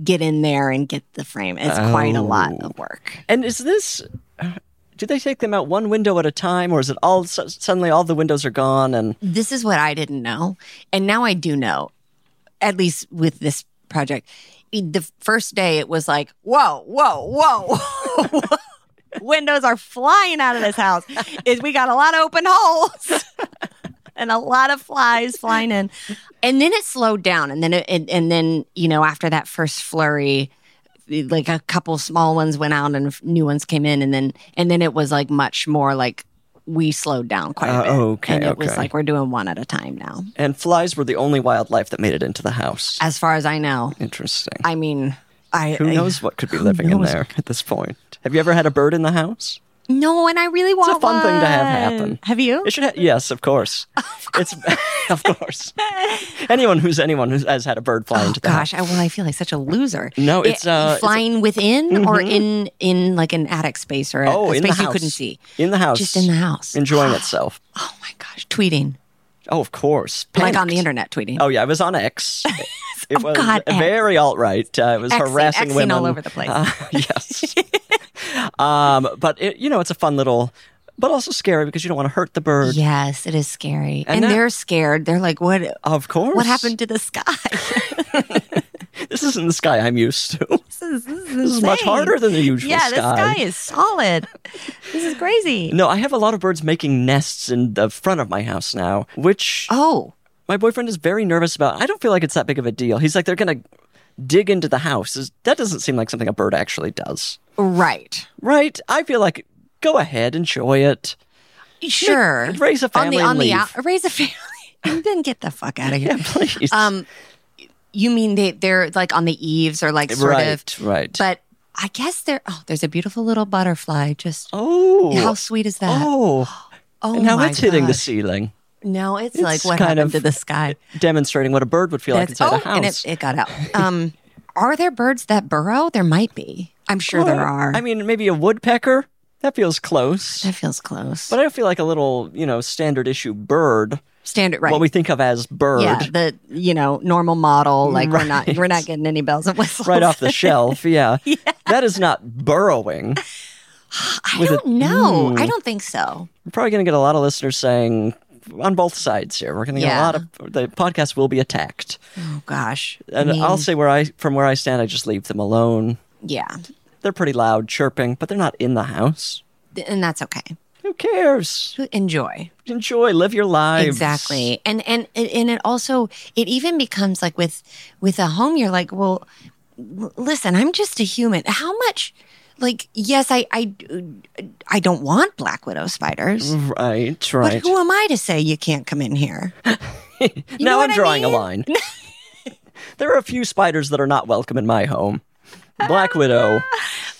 [SPEAKER 3] get in there and get the frame. It's quite a lot of
[SPEAKER 2] Oh.
[SPEAKER 3] work.
[SPEAKER 2] And is this? uh, Do they take them out one window at a time, or is it all su- suddenly all the windows are gone? And
[SPEAKER 3] this is what I didn't know. And now I do know, at least with this project. The first day it was like, whoa, whoa, whoa. Windows are flying out of this house. Is we got a lot of open holes and a lot of flies flying in. And then it slowed down. And then, it, and, and then, you know, after that first flurry, like a couple small ones went out and f- new ones came in and then and then it was like much more like we slowed down quite
[SPEAKER 2] Uh,
[SPEAKER 3] a bit
[SPEAKER 2] okay,
[SPEAKER 3] and it was
[SPEAKER 2] okay.
[SPEAKER 3] like we're doing one at a time now
[SPEAKER 2] and flies were the only wildlife that made it into the house.
[SPEAKER 3] as far as i know
[SPEAKER 2] Interesting.
[SPEAKER 3] i mean i
[SPEAKER 2] Who
[SPEAKER 3] I-
[SPEAKER 2] knows what could be living in there at this point? Have you ever had a bird in the house?
[SPEAKER 3] no and i really want
[SPEAKER 2] It's a fun thing to have happen.
[SPEAKER 3] one. Oh, have you
[SPEAKER 2] It should. Ha- yes, of course. It's of course. Anyone who's anyone who has had a bird fly
[SPEAKER 3] Oh
[SPEAKER 2] into the
[SPEAKER 3] gosh!
[SPEAKER 2] house.
[SPEAKER 3] I, well, I feel like such a loser.
[SPEAKER 2] No, it's, uh, it's a- Mm-hmm.
[SPEAKER 3] flying within or in in like an attic space or a,
[SPEAKER 2] Oh,
[SPEAKER 3] a
[SPEAKER 2] in
[SPEAKER 3] space
[SPEAKER 2] the house.
[SPEAKER 3] you couldn't see.
[SPEAKER 2] In the house.
[SPEAKER 3] Just in the house.
[SPEAKER 2] Enjoying itself.
[SPEAKER 3] Oh my gosh! Tweeting
[SPEAKER 2] Oh, of course.
[SPEAKER 3] like on the
[SPEAKER 2] Panicked.
[SPEAKER 3] internet, tweeting.
[SPEAKER 2] Oh yeah, I was on X. It was
[SPEAKER 3] Oh, God, X.
[SPEAKER 2] very alt right. Uh, it was
[SPEAKER 3] Xing-
[SPEAKER 2] harassing
[SPEAKER 3] Xing
[SPEAKER 2] women
[SPEAKER 3] all over the place.
[SPEAKER 2] Uh, yes. um, but it, you know, it's a fun little, but also scary because you don't want to hurt the bird.
[SPEAKER 3] Yes, it is scary,
[SPEAKER 2] And
[SPEAKER 3] and,
[SPEAKER 2] that-
[SPEAKER 3] they're scared. They're like, "What?
[SPEAKER 2] Of course.
[SPEAKER 3] What happened to the sky?"
[SPEAKER 2] This isn't the sky I'm used to.
[SPEAKER 3] this is, this is
[SPEAKER 2] This is much
[SPEAKER 3] insane.
[SPEAKER 2] harder than the usual
[SPEAKER 3] Yeah,
[SPEAKER 2] sky.
[SPEAKER 3] this sky is solid. this is crazy.
[SPEAKER 2] No, I have a lot of birds making nests in the front of my house now, which
[SPEAKER 3] Oh,
[SPEAKER 2] my boyfriend is very nervous about. I don't feel like it's that big of a deal. He's like, they're going to dig into the house. Is- That doesn't seem like something a bird actually does.
[SPEAKER 3] right.
[SPEAKER 2] Right? I feel like go ahead, enjoy it.
[SPEAKER 3] Sure.
[SPEAKER 2] raise a family
[SPEAKER 3] on the on
[SPEAKER 2] and
[SPEAKER 3] the
[SPEAKER 2] leave.
[SPEAKER 3] out, raise a family and then get the fuck out of here.
[SPEAKER 2] Yeah, please.
[SPEAKER 3] Um, you mean they they're like on the eaves or like sort
[SPEAKER 2] right,
[SPEAKER 3] of,
[SPEAKER 2] right.
[SPEAKER 3] but I guess there. Oh, there's a beautiful little butterfly. Just
[SPEAKER 2] Oh.
[SPEAKER 3] how sweet is that?
[SPEAKER 2] Oh.
[SPEAKER 3] Oh,
[SPEAKER 2] and now
[SPEAKER 3] my
[SPEAKER 2] it's hitting the
[SPEAKER 3] gosh.
[SPEAKER 2] ceiling,
[SPEAKER 3] No, it's,
[SPEAKER 2] It's
[SPEAKER 3] like what
[SPEAKER 2] kind
[SPEAKER 3] happened
[SPEAKER 2] of-
[SPEAKER 3] to the sky.
[SPEAKER 2] demonstrating what a bird would feel like
[SPEAKER 3] That's-
[SPEAKER 2] inside a
[SPEAKER 3] oh, and
[SPEAKER 2] house.
[SPEAKER 3] it, it got out. Um, are there birds that burrow? There might be. I'm sure there
[SPEAKER 2] Well,
[SPEAKER 3] are.
[SPEAKER 2] I mean, maybe a woodpecker. That feels close.
[SPEAKER 3] that feels close.
[SPEAKER 2] But I don't feel like a little, you know, standard issue bird,
[SPEAKER 3] Standard, right?
[SPEAKER 2] what we think of as bird,
[SPEAKER 3] yeah, the you know normal model. Like we're not
[SPEAKER 2] Right.
[SPEAKER 3] we're not getting any bells and whistles.
[SPEAKER 2] right off the shelf. Yeah. That is not burrowing.
[SPEAKER 3] I
[SPEAKER 2] with a-
[SPEAKER 3] don't know.
[SPEAKER 2] Mm.
[SPEAKER 3] I don't think so.
[SPEAKER 2] We're probably going to get a lot of listeners saying on both sides here. We're going to get a
[SPEAKER 3] Yeah.
[SPEAKER 2] lot of the podcast will be attacked.
[SPEAKER 3] Oh gosh. I
[SPEAKER 2] And
[SPEAKER 3] mean,
[SPEAKER 2] I'll say where I from where I stand, I just leave them alone.
[SPEAKER 3] yeah,
[SPEAKER 2] They're pretty loud chirping, but they're not in the house.
[SPEAKER 3] Th- and that's okay.
[SPEAKER 2] Who cares?
[SPEAKER 3] Enjoy.
[SPEAKER 2] Enjoy, live your lives.
[SPEAKER 3] exactly and and and it also it even becomes like with with a home you're like well l- listen i'm just a human how much like yes i i i don't want black widow spiders
[SPEAKER 2] Right,
[SPEAKER 3] but
[SPEAKER 2] right.
[SPEAKER 3] who am i to say you can't come in here know
[SPEAKER 2] now
[SPEAKER 3] what
[SPEAKER 2] I'm
[SPEAKER 3] I
[SPEAKER 2] drawing
[SPEAKER 3] mean?
[SPEAKER 2] a line. there are a few spiders that are not welcome in my home. Black Widow.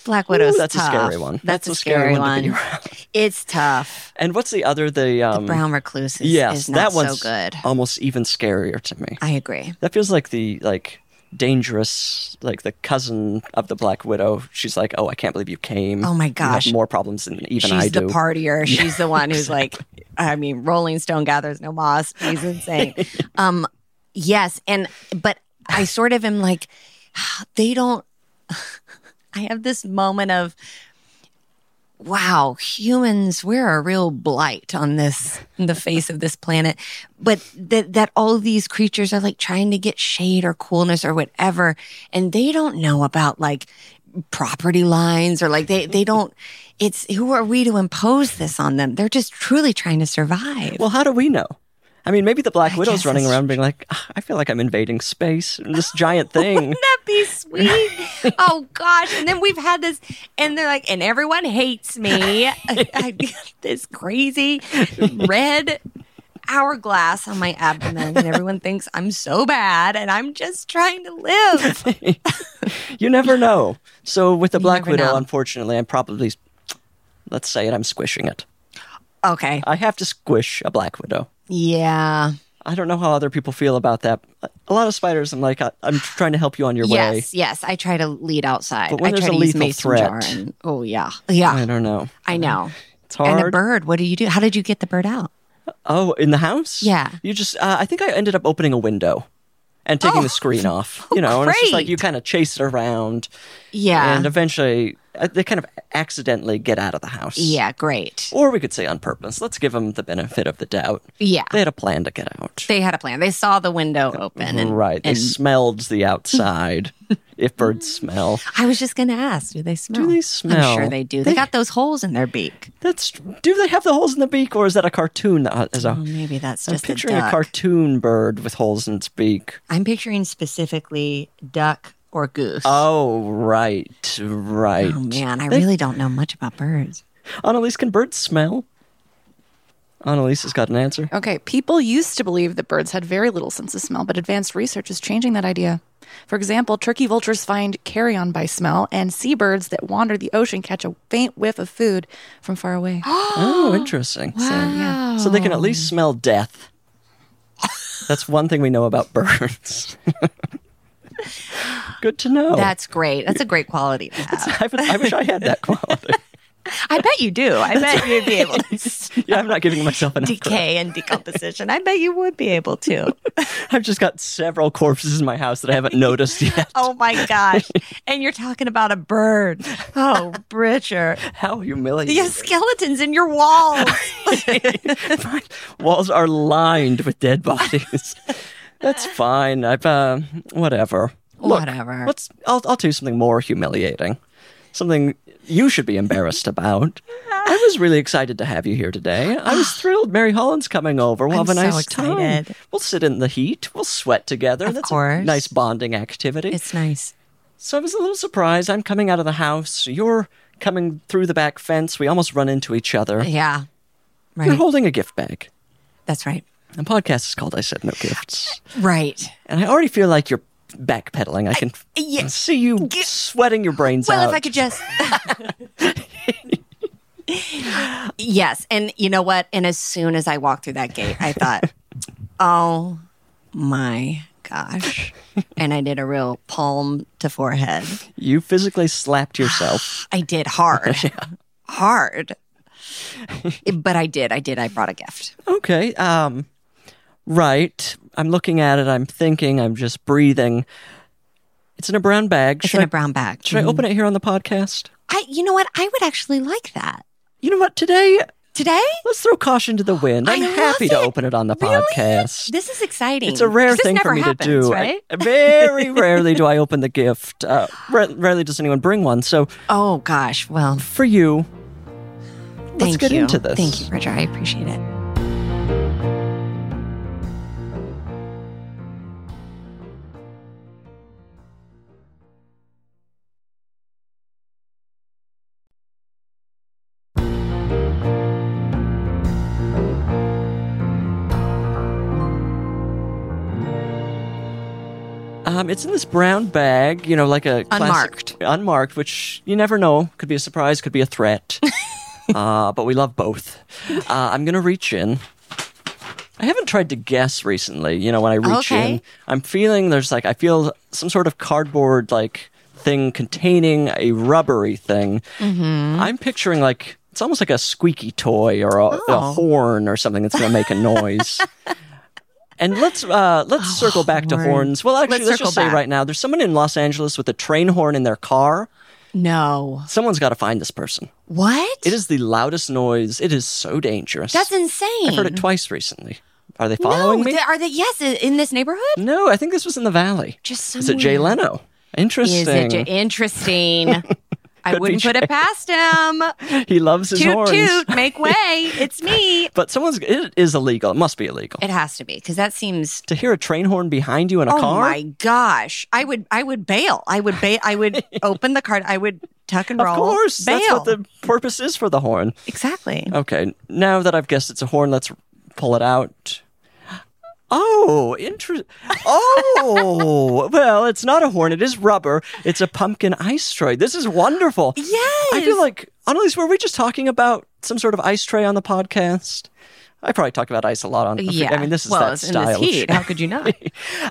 [SPEAKER 3] black widow's
[SPEAKER 2] Ooh, that's
[SPEAKER 3] tough.
[SPEAKER 2] a scary one.
[SPEAKER 3] that's, a scary,
[SPEAKER 2] to be
[SPEAKER 3] one
[SPEAKER 2] around.
[SPEAKER 3] it's tough
[SPEAKER 2] And what's the other? The, um,
[SPEAKER 3] brown recluse is,
[SPEAKER 2] Yes,
[SPEAKER 3] is
[SPEAKER 2] that
[SPEAKER 3] not
[SPEAKER 2] one's
[SPEAKER 3] so good
[SPEAKER 2] almost even scarier to me.
[SPEAKER 3] i agree
[SPEAKER 2] That feels like the like dangerous, like the cousin of the Black Widow. She's like, oh, I can't believe you came.
[SPEAKER 3] Oh my
[SPEAKER 2] You have
[SPEAKER 3] gosh.
[SPEAKER 2] more problems than even
[SPEAKER 3] She's
[SPEAKER 2] I
[SPEAKER 3] the
[SPEAKER 2] do.
[SPEAKER 3] partier. She's the one who's like, I mean, Rolling Stone gathers no moss. He's insane. um, yes, and but I sort of am like, they don't. I have this moment of, wow, humans, we're a real blight on this, the face of this planet. But that that all of these creatures are like trying to get shade or coolness or whatever, and they don't know about like property lines or like they they don't. It's who are we to impose this on them? They're just truly trying to survive.
[SPEAKER 2] Well, how do we know? I mean, maybe the Black
[SPEAKER 3] I
[SPEAKER 2] Widow's
[SPEAKER 3] guess
[SPEAKER 2] running
[SPEAKER 3] that's
[SPEAKER 2] around being like, "Ah, I feel like I'm invading space. and This giant
[SPEAKER 3] Oh,
[SPEAKER 2] thing.
[SPEAKER 3] Wouldn't that be sweet? oh gosh! And then we've had this, and they're like, and everyone hates me. I, I- this crazy red hourglass on my abdomen, and everyone thinks I'm so bad, and I'm just trying to live.
[SPEAKER 2] You never know. So with the Black
[SPEAKER 3] never
[SPEAKER 2] Widow,
[SPEAKER 3] know.
[SPEAKER 2] unfortunately, I'm probably, let's say it, I'm squishing it.
[SPEAKER 3] Okay,
[SPEAKER 2] I have to squish a Black Widow.
[SPEAKER 3] yeah,
[SPEAKER 2] I don't know how other people feel about that. A lot of spiders, I'm like, I- I'm trying to help you on your way.
[SPEAKER 3] yes, yes. I try to lead outside.
[SPEAKER 2] But when
[SPEAKER 3] I try
[SPEAKER 2] there's a
[SPEAKER 3] to use
[SPEAKER 2] lethal
[SPEAKER 3] mason
[SPEAKER 2] threat-
[SPEAKER 3] jar and- oh yeah,
[SPEAKER 2] I
[SPEAKER 3] yeah,
[SPEAKER 2] don't know.
[SPEAKER 3] I know.
[SPEAKER 2] It's
[SPEAKER 3] And the
[SPEAKER 2] hard.
[SPEAKER 3] bird. What do you do? How did you get the bird out?
[SPEAKER 2] Oh, in the house?
[SPEAKER 3] Yeah.
[SPEAKER 2] You just, uh, I think I ended up opening a window and taking the screen off. You know, and it's just like
[SPEAKER 3] Oh. great.
[SPEAKER 2] you kind of chase it around
[SPEAKER 3] Yeah,
[SPEAKER 2] and eventually uh, they kind of accidentally get out of the house.
[SPEAKER 3] yeah, great.
[SPEAKER 2] Or we could say on purpose. Let's give them the benefit of the doubt.
[SPEAKER 3] Yeah.
[SPEAKER 2] They had a plan to get out.
[SPEAKER 3] They had a plan. They saw the window open. And,
[SPEAKER 2] right. They
[SPEAKER 3] and
[SPEAKER 2] smelled the outside. if birds smell.
[SPEAKER 3] I was just going to ask, do they smell?
[SPEAKER 2] they
[SPEAKER 3] I'm
[SPEAKER 2] smell?
[SPEAKER 3] sure they do. They,
[SPEAKER 2] They-
[SPEAKER 3] got those holes in their beak.
[SPEAKER 2] That's do they have the holes in the beak or is that a cartoon that has a
[SPEAKER 3] Oh, maybe that's
[SPEAKER 2] I'm
[SPEAKER 3] just a
[SPEAKER 2] picturing a,
[SPEAKER 3] duck.
[SPEAKER 2] cartoon bird with holes in its beak.
[SPEAKER 3] I'm picturing specifically duck or goose.
[SPEAKER 2] Oh, right, right.
[SPEAKER 3] Oh, man, I really don't know much about birds.
[SPEAKER 2] Annalise, can birds smell? Annalise has got an answer.
[SPEAKER 1] Okay, people used to believe that birds had very little sense of smell, but advanced research is changing that idea. For example, turkey vultures find carrion by smell, and seabirds that wander the ocean catch a faint whiff of food from far away.
[SPEAKER 2] Oh, interesting. So, yeah. so they can at least smell death. That's one thing we know about birds. Good to know.
[SPEAKER 3] That's great. That's a great quality to have.
[SPEAKER 2] I, I wish I had that quality.
[SPEAKER 3] I bet you do. I bet you'd be able to
[SPEAKER 2] yeah, I'm not giving myself an
[SPEAKER 3] decay and decomposition. I bet you would be able to.
[SPEAKER 2] I've just got several corpses in my house that I haven't noticed yet.
[SPEAKER 3] Oh my gosh. And you're talking about a bird. Oh, Richard.
[SPEAKER 2] How humiliating.
[SPEAKER 3] You have skeletons in your walls.
[SPEAKER 2] My walls are lined with dead bodies. That's fine. I've uh, whatever. Look,
[SPEAKER 3] Whatever.
[SPEAKER 2] Let's. I'll. I'll do something more humiliating. Something you should be embarrassed about. I was really excited to have you here today. I was thrilled. Mary Holland's coming over. We'll
[SPEAKER 3] I'm
[SPEAKER 2] have a
[SPEAKER 3] so
[SPEAKER 2] nice time.
[SPEAKER 3] excited.
[SPEAKER 2] We'll sit in the heat. We'll sweat together.
[SPEAKER 3] Of
[SPEAKER 2] That's a
[SPEAKER 3] course.
[SPEAKER 2] nice bonding activity.
[SPEAKER 3] It's nice.
[SPEAKER 2] So I was a little surprised. I'm coming out of the house. You're coming through the back fence. We almost run into each other.
[SPEAKER 3] Yeah.
[SPEAKER 2] You're
[SPEAKER 3] Right.
[SPEAKER 2] holding a gift bag.
[SPEAKER 3] That's right.
[SPEAKER 2] The podcast is called I Said No Gifts.
[SPEAKER 3] Right.
[SPEAKER 2] And I already feel like you're backpedaling. I can
[SPEAKER 3] yeah.
[SPEAKER 2] see you sweating your brains
[SPEAKER 3] Well,
[SPEAKER 2] out.
[SPEAKER 3] if I could just. yes. And you know what? And as soon as I walked through that gate, I thought, oh my gosh. And I did a real palm to forehead.
[SPEAKER 2] You physically slapped yourself.
[SPEAKER 3] I did hard. Hard. but I did. I did. I brought a gift.
[SPEAKER 2] okay. Um, right. I'm looking at it. I'm thinking. I'm just breathing. It's in a brown bag.
[SPEAKER 3] It's
[SPEAKER 2] Should,
[SPEAKER 3] in
[SPEAKER 2] I,
[SPEAKER 3] a brown bag.
[SPEAKER 2] should I open it here on the podcast?
[SPEAKER 3] I, you know what? I would actually like that.
[SPEAKER 2] You know what? Today,
[SPEAKER 3] Today?
[SPEAKER 2] let's throw caution to the wind.
[SPEAKER 3] I
[SPEAKER 2] I'm
[SPEAKER 3] love
[SPEAKER 2] happy to
[SPEAKER 3] it.
[SPEAKER 2] open it on the
[SPEAKER 3] Really?
[SPEAKER 2] podcast.
[SPEAKER 3] This is exciting.
[SPEAKER 2] It's a rare
[SPEAKER 3] This
[SPEAKER 2] thing for
[SPEAKER 3] never
[SPEAKER 2] me
[SPEAKER 3] happens,
[SPEAKER 2] to do. I-
[SPEAKER 3] Right?
[SPEAKER 2] very rarely do I open the gift. Uh, ra- rarely does anyone bring one. So
[SPEAKER 3] oh gosh. Well,
[SPEAKER 2] for you, let's
[SPEAKER 3] Thank
[SPEAKER 2] get
[SPEAKER 3] you.
[SPEAKER 2] into this.
[SPEAKER 3] Thank you, Roger. I appreciate it.
[SPEAKER 2] Um, it's in this brown bag, you know, like a classic-
[SPEAKER 3] Unmarked.
[SPEAKER 2] unmarked, which you never know. Could be a surprise, could be a threat. uh, but we love both. Uh, I'm gonna reach in. I haven't tried to guess recently. You know, when I reach
[SPEAKER 3] Okay.
[SPEAKER 2] in, I'm feeling there's like I feel some sort of cardboard like thing containing a rubbery thing.
[SPEAKER 3] Mm-hmm.
[SPEAKER 2] I'm picturing like it's almost like a squeaky toy or a, a
[SPEAKER 3] Oh.
[SPEAKER 2] horn or something that's gonna make a noise. And let's uh, let's circle back to
[SPEAKER 3] horn.
[SPEAKER 2] horns. Well, actually,
[SPEAKER 3] Let's
[SPEAKER 2] let's, just
[SPEAKER 3] circle
[SPEAKER 2] say
[SPEAKER 3] back.
[SPEAKER 2] right now, there's someone in Los Angeles with a train horn in their car.
[SPEAKER 3] No.
[SPEAKER 2] Someone's got to find this person.
[SPEAKER 3] What?
[SPEAKER 2] It is the loudest noise. It is so dangerous.
[SPEAKER 3] That's insane.
[SPEAKER 2] I've heard it twice recently. Are they
[SPEAKER 3] No,
[SPEAKER 2] following me?
[SPEAKER 3] th- are they? Yes, i- in this neighborhood.
[SPEAKER 2] no, I think this was in the valley.
[SPEAKER 3] Just
[SPEAKER 2] is it Jay
[SPEAKER 3] somewhere.
[SPEAKER 2] Leno? Interesting.
[SPEAKER 3] Is it j- interesting? I
[SPEAKER 2] Could be
[SPEAKER 3] wouldn't put it past him.
[SPEAKER 2] he loves his
[SPEAKER 3] toot
[SPEAKER 2] horns.
[SPEAKER 3] toot, make way! It's me.
[SPEAKER 2] But someone's. It is illegal. It must be illegal
[SPEAKER 3] It has to be because that seems.
[SPEAKER 2] to hear a train horn behind you in a
[SPEAKER 3] Oh
[SPEAKER 2] car.
[SPEAKER 3] my gosh! I would I would bail. I would bail. I would open the card. I would tuck and
[SPEAKER 2] of
[SPEAKER 3] roll.
[SPEAKER 2] course,
[SPEAKER 3] bail.
[SPEAKER 2] that's what the purpose is for the horn.
[SPEAKER 3] exactly.
[SPEAKER 2] Okay, now that I've guessed it's a horn, let's pull it out. Oh, interesting. Oh, well, it's not a horn. It is rubber. It's a pumpkin ice tray. This is wonderful.
[SPEAKER 3] Yes.
[SPEAKER 2] I feel like, Annalise, were we just talking about some sort of ice tray on the podcast? I probably talk about ice a lot on.
[SPEAKER 3] yeah.
[SPEAKER 2] I mean, this is
[SPEAKER 3] well,
[SPEAKER 2] that
[SPEAKER 3] it's
[SPEAKER 2] style.
[SPEAKER 3] In
[SPEAKER 2] of
[SPEAKER 3] this heat.
[SPEAKER 2] show.
[SPEAKER 3] How could you not?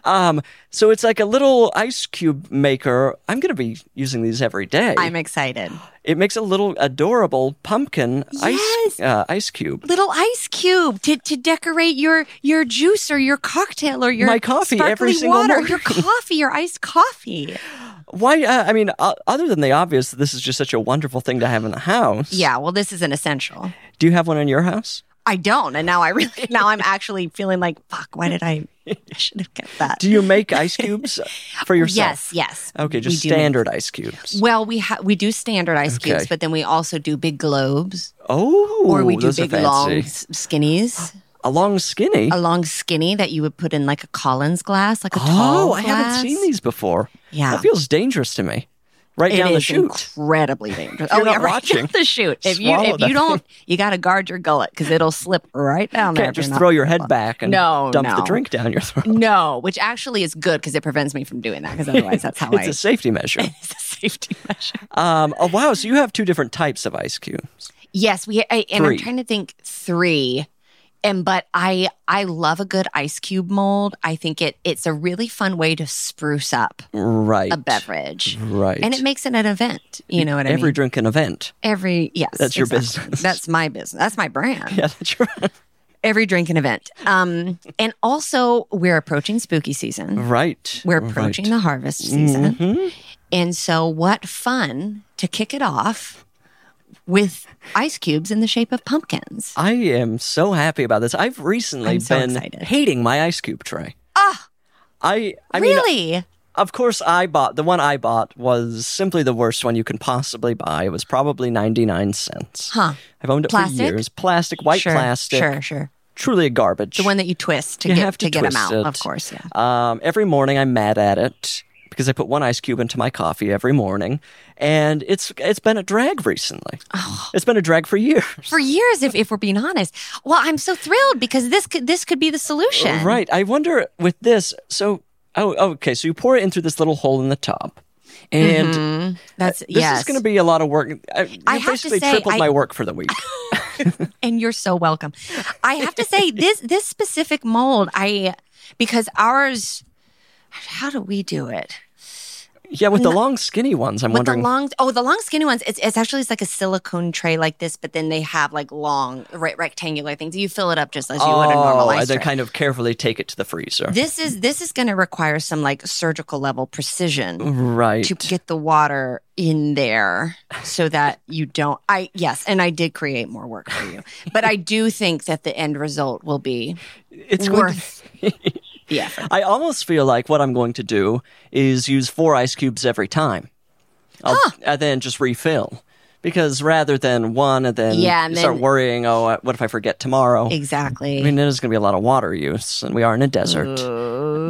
[SPEAKER 2] Um, so it's like a little ice cube maker. I'm going to be using these every day.
[SPEAKER 3] I'm excited.
[SPEAKER 2] it makes a little adorable pumpkin
[SPEAKER 3] Yes.
[SPEAKER 2] ice uh, ice cube.
[SPEAKER 3] little ice cube to, to decorate your your juice or your cocktail or your
[SPEAKER 2] My coffee
[SPEAKER 3] sparkling
[SPEAKER 2] every single
[SPEAKER 3] water,
[SPEAKER 2] morning.
[SPEAKER 3] your coffee, your iced coffee.
[SPEAKER 2] Why? Uh, I mean, uh, other than the obvious, that this is just such a wonderful thing to have in the house.
[SPEAKER 3] Yeah, well, this is an essential.
[SPEAKER 2] Do you have one in your house?
[SPEAKER 3] I don't, and now I really now I'm actually feeling like fuck. Why did I? I should have kept that.
[SPEAKER 2] Do you make ice cubes for yourself?
[SPEAKER 3] Yes, yes.
[SPEAKER 2] Okay, just
[SPEAKER 3] We do make-
[SPEAKER 2] standard ice cubes.
[SPEAKER 3] Well, we ha- we do standard ice
[SPEAKER 2] Okay.
[SPEAKER 3] cubes, but then we also do big globes,
[SPEAKER 2] Oh,
[SPEAKER 3] or we do
[SPEAKER 2] those are
[SPEAKER 3] big long
[SPEAKER 2] fancy.
[SPEAKER 3] s- skinnies,
[SPEAKER 2] A long skinny.
[SPEAKER 3] a long skinny that you would put in like a Collins glass, like a tall
[SPEAKER 2] oh, I haven't
[SPEAKER 3] glass.
[SPEAKER 2] seen these before.
[SPEAKER 3] Yeah.
[SPEAKER 2] that feels dangerous to me. Right
[SPEAKER 3] It is
[SPEAKER 2] down the chute.
[SPEAKER 3] incredibly dangerous. Oh,
[SPEAKER 2] You're not
[SPEAKER 3] yeah, right
[SPEAKER 2] watching.
[SPEAKER 3] down the chute. If you
[SPEAKER 2] Swallow
[SPEAKER 3] if you
[SPEAKER 2] that.
[SPEAKER 3] don't, you got to guard your gullet because it'll slip right down
[SPEAKER 2] You
[SPEAKER 3] there.
[SPEAKER 2] can't
[SPEAKER 3] if you're
[SPEAKER 2] just
[SPEAKER 3] not
[SPEAKER 2] throw your head
[SPEAKER 3] careful.
[SPEAKER 2] back and
[SPEAKER 3] No,
[SPEAKER 2] dump the
[SPEAKER 3] no.
[SPEAKER 2] drink down your throat.
[SPEAKER 3] No, which actually is good because it prevents me from doing that. Because otherwise, that's how I.
[SPEAKER 2] It's a safety measure.
[SPEAKER 3] it's a safety measure.
[SPEAKER 2] Um, oh wow! So you have two different types of ice cubes.
[SPEAKER 3] Yes, we I, and
[SPEAKER 2] Three.
[SPEAKER 3] I'm trying to think three, and but I I love a good ice cube mold. I think it it's a really fun way to spruce up
[SPEAKER 2] Right.
[SPEAKER 3] a beverage,
[SPEAKER 2] Right. E
[SPEAKER 3] and it makes it an event. You know what I
[SPEAKER 2] every
[SPEAKER 3] mean?
[SPEAKER 2] drink an event.
[SPEAKER 3] Every yes,
[SPEAKER 2] That's your
[SPEAKER 3] exactly.
[SPEAKER 2] business.
[SPEAKER 3] That's my business. That's my brand.
[SPEAKER 2] Yeah, that's right.
[SPEAKER 3] every drinking event. Um, and also, we're approaching spooky season.
[SPEAKER 2] Right. Mm-hmm.
[SPEAKER 3] We're approaching the harvest season. And so, what fun to kick it off with ice cubes in the shape of pumpkins.
[SPEAKER 2] I am so happy about this. I've recently
[SPEAKER 3] I'm so
[SPEAKER 2] been
[SPEAKER 3] excited.
[SPEAKER 2] hating my ice cube tray. Ah. I I mean,
[SPEAKER 3] really?
[SPEAKER 2] of course, I bought the one I bought was simply the worst one you can possibly buy. It was probably ninety nine cents.
[SPEAKER 3] Huh.
[SPEAKER 2] I've owned it
[SPEAKER 3] Plastic?
[SPEAKER 2] for years. Plastic, white
[SPEAKER 3] sure,
[SPEAKER 2] plastic,
[SPEAKER 3] Sure, sure.
[SPEAKER 2] truly a garbage.
[SPEAKER 3] The one that you twist to
[SPEAKER 2] You
[SPEAKER 3] get
[SPEAKER 2] have to
[SPEAKER 3] get them
[SPEAKER 2] twist
[SPEAKER 3] out,
[SPEAKER 2] it.
[SPEAKER 3] of course. Yeah.
[SPEAKER 2] Um, every morning I'm mad at it because I put one ice cube into my coffee every morning, and it's it's been a drag recently.
[SPEAKER 3] Oh.
[SPEAKER 2] It's been a drag for years.
[SPEAKER 3] For years, if, if we're being honest.
[SPEAKER 2] Uh,
[SPEAKER 3] Well, I'm so thrilled because this could this could be the solution.
[SPEAKER 2] Right. I wonder with this. So Oh, okay. So you pour it in through this little hole in the top, and
[SPEAKER 3] That's
[SPEAKER 2] this
[SPEAKER 3] Mm-hmm. yes.
[SPEAKER 2] is going to be a lot of work. I, you
[SPEAKER 3] I have to
[SPEAKER 2] basically
[SPEAKER 3] say,
[SPEAKER 2] tripled
[SPEAKER 3] I-
[SPEAKER 2] my work for the week.
[SPEAKER 3] and you're so welcome. I have to say this this specific mold, I because ours how do we do it?
[SPEAKER 2] yeah, with the long, skinny ones, I'm
[SPEAKER 3] With
[SPEAKER 2] wondering.
[SPEAKER 3] the long oh the long skinny ones, it's, it's actually it's like a silicone tray like this, but then they have like long re- rectangular things. You fill it up just as you would a normal
[SPEAKER 2] oh,
[SPEAKER 3] ice
[SPEAKER 2] and then
[SPEAKER 3] tray.
[SPEAKER 2] kind of carefully take it to the freezer.
[SPEAKER 3] this is this is going to require some like surgical level precision
[SPEAKER 2] right.
[SPEAKER 3] to get the water in there so that you don't I yes and I did create more work for you but I do think that the end result will be
[SPEAKER 2] it's going to-
[SPEAKER 3] worth the effort
[SPEAKER 2] I almost feel like what I'm going to do is use four ice cubes every time. I'll, And then just refill. Because rather than one and then
[SPEAKER 3] Yeah, and
[SPEAKER 2] you start
[SPEAKER 3] then-
[SPEAKER 2] worrying, oh, uh, what if I forget tomorrow?
[SPEAKER 3] exactly
[SPEAKER 2] I mean, there's going to be a lot of water use, and we are in a desert.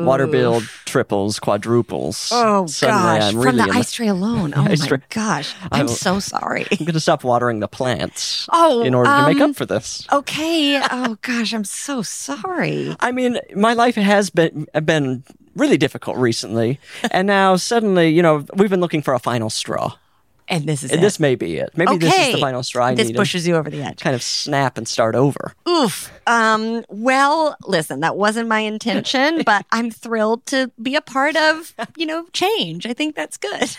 [SPEAKER 2] Water bill triples, quadruples.
[SPEAKER 3] oh
[SPEAKER 2] Suddenly,
[SPEAKER 3] gosh
[SPEAKER 2] I'm
[SPEAKER 3] from
[SPEAKER 2] really
[SPEAKER 3] the
[SPEAKER 2] in
[SPEAKER 3] ice tray alone oh my
[SPEAKER 2] ice tray.
[SPEAKER 3] gosh I'm so sorry
[SPEAKER 2] I'm going to stop watering the plants
[SPEAKER 3] Oh,
[SPEAKER 2] in order to make
[SPEAKER 3] um,
[SPEAKER 2] up for this.
[SPEAKER 3] okay oh gosh I'm so sorry
[SPEAKER 2] I mean, my life has been been really difficult recently, and now suddenly, you know, we've been looking for a final straw.
[SPEAKER 3] and this is
[SPEAKER 2] And
[SPEAKER 3] it.
[SPEAKER 2] this may be it. Maybe
[SPEAKER 3] okay
[SPEAKER 2] this is the final straw I
[SPEAKER 3] this
[SPEAKER 2] need. and
[SPEAKER 3] pushes you over the edge
[SPEAKER 2] Kind of snap and start over.
[SPEAKER 3] Oof. Um, well, listen, that wasn't my intention, but I'm thrilled to be a part of, you know, change. I think that's good.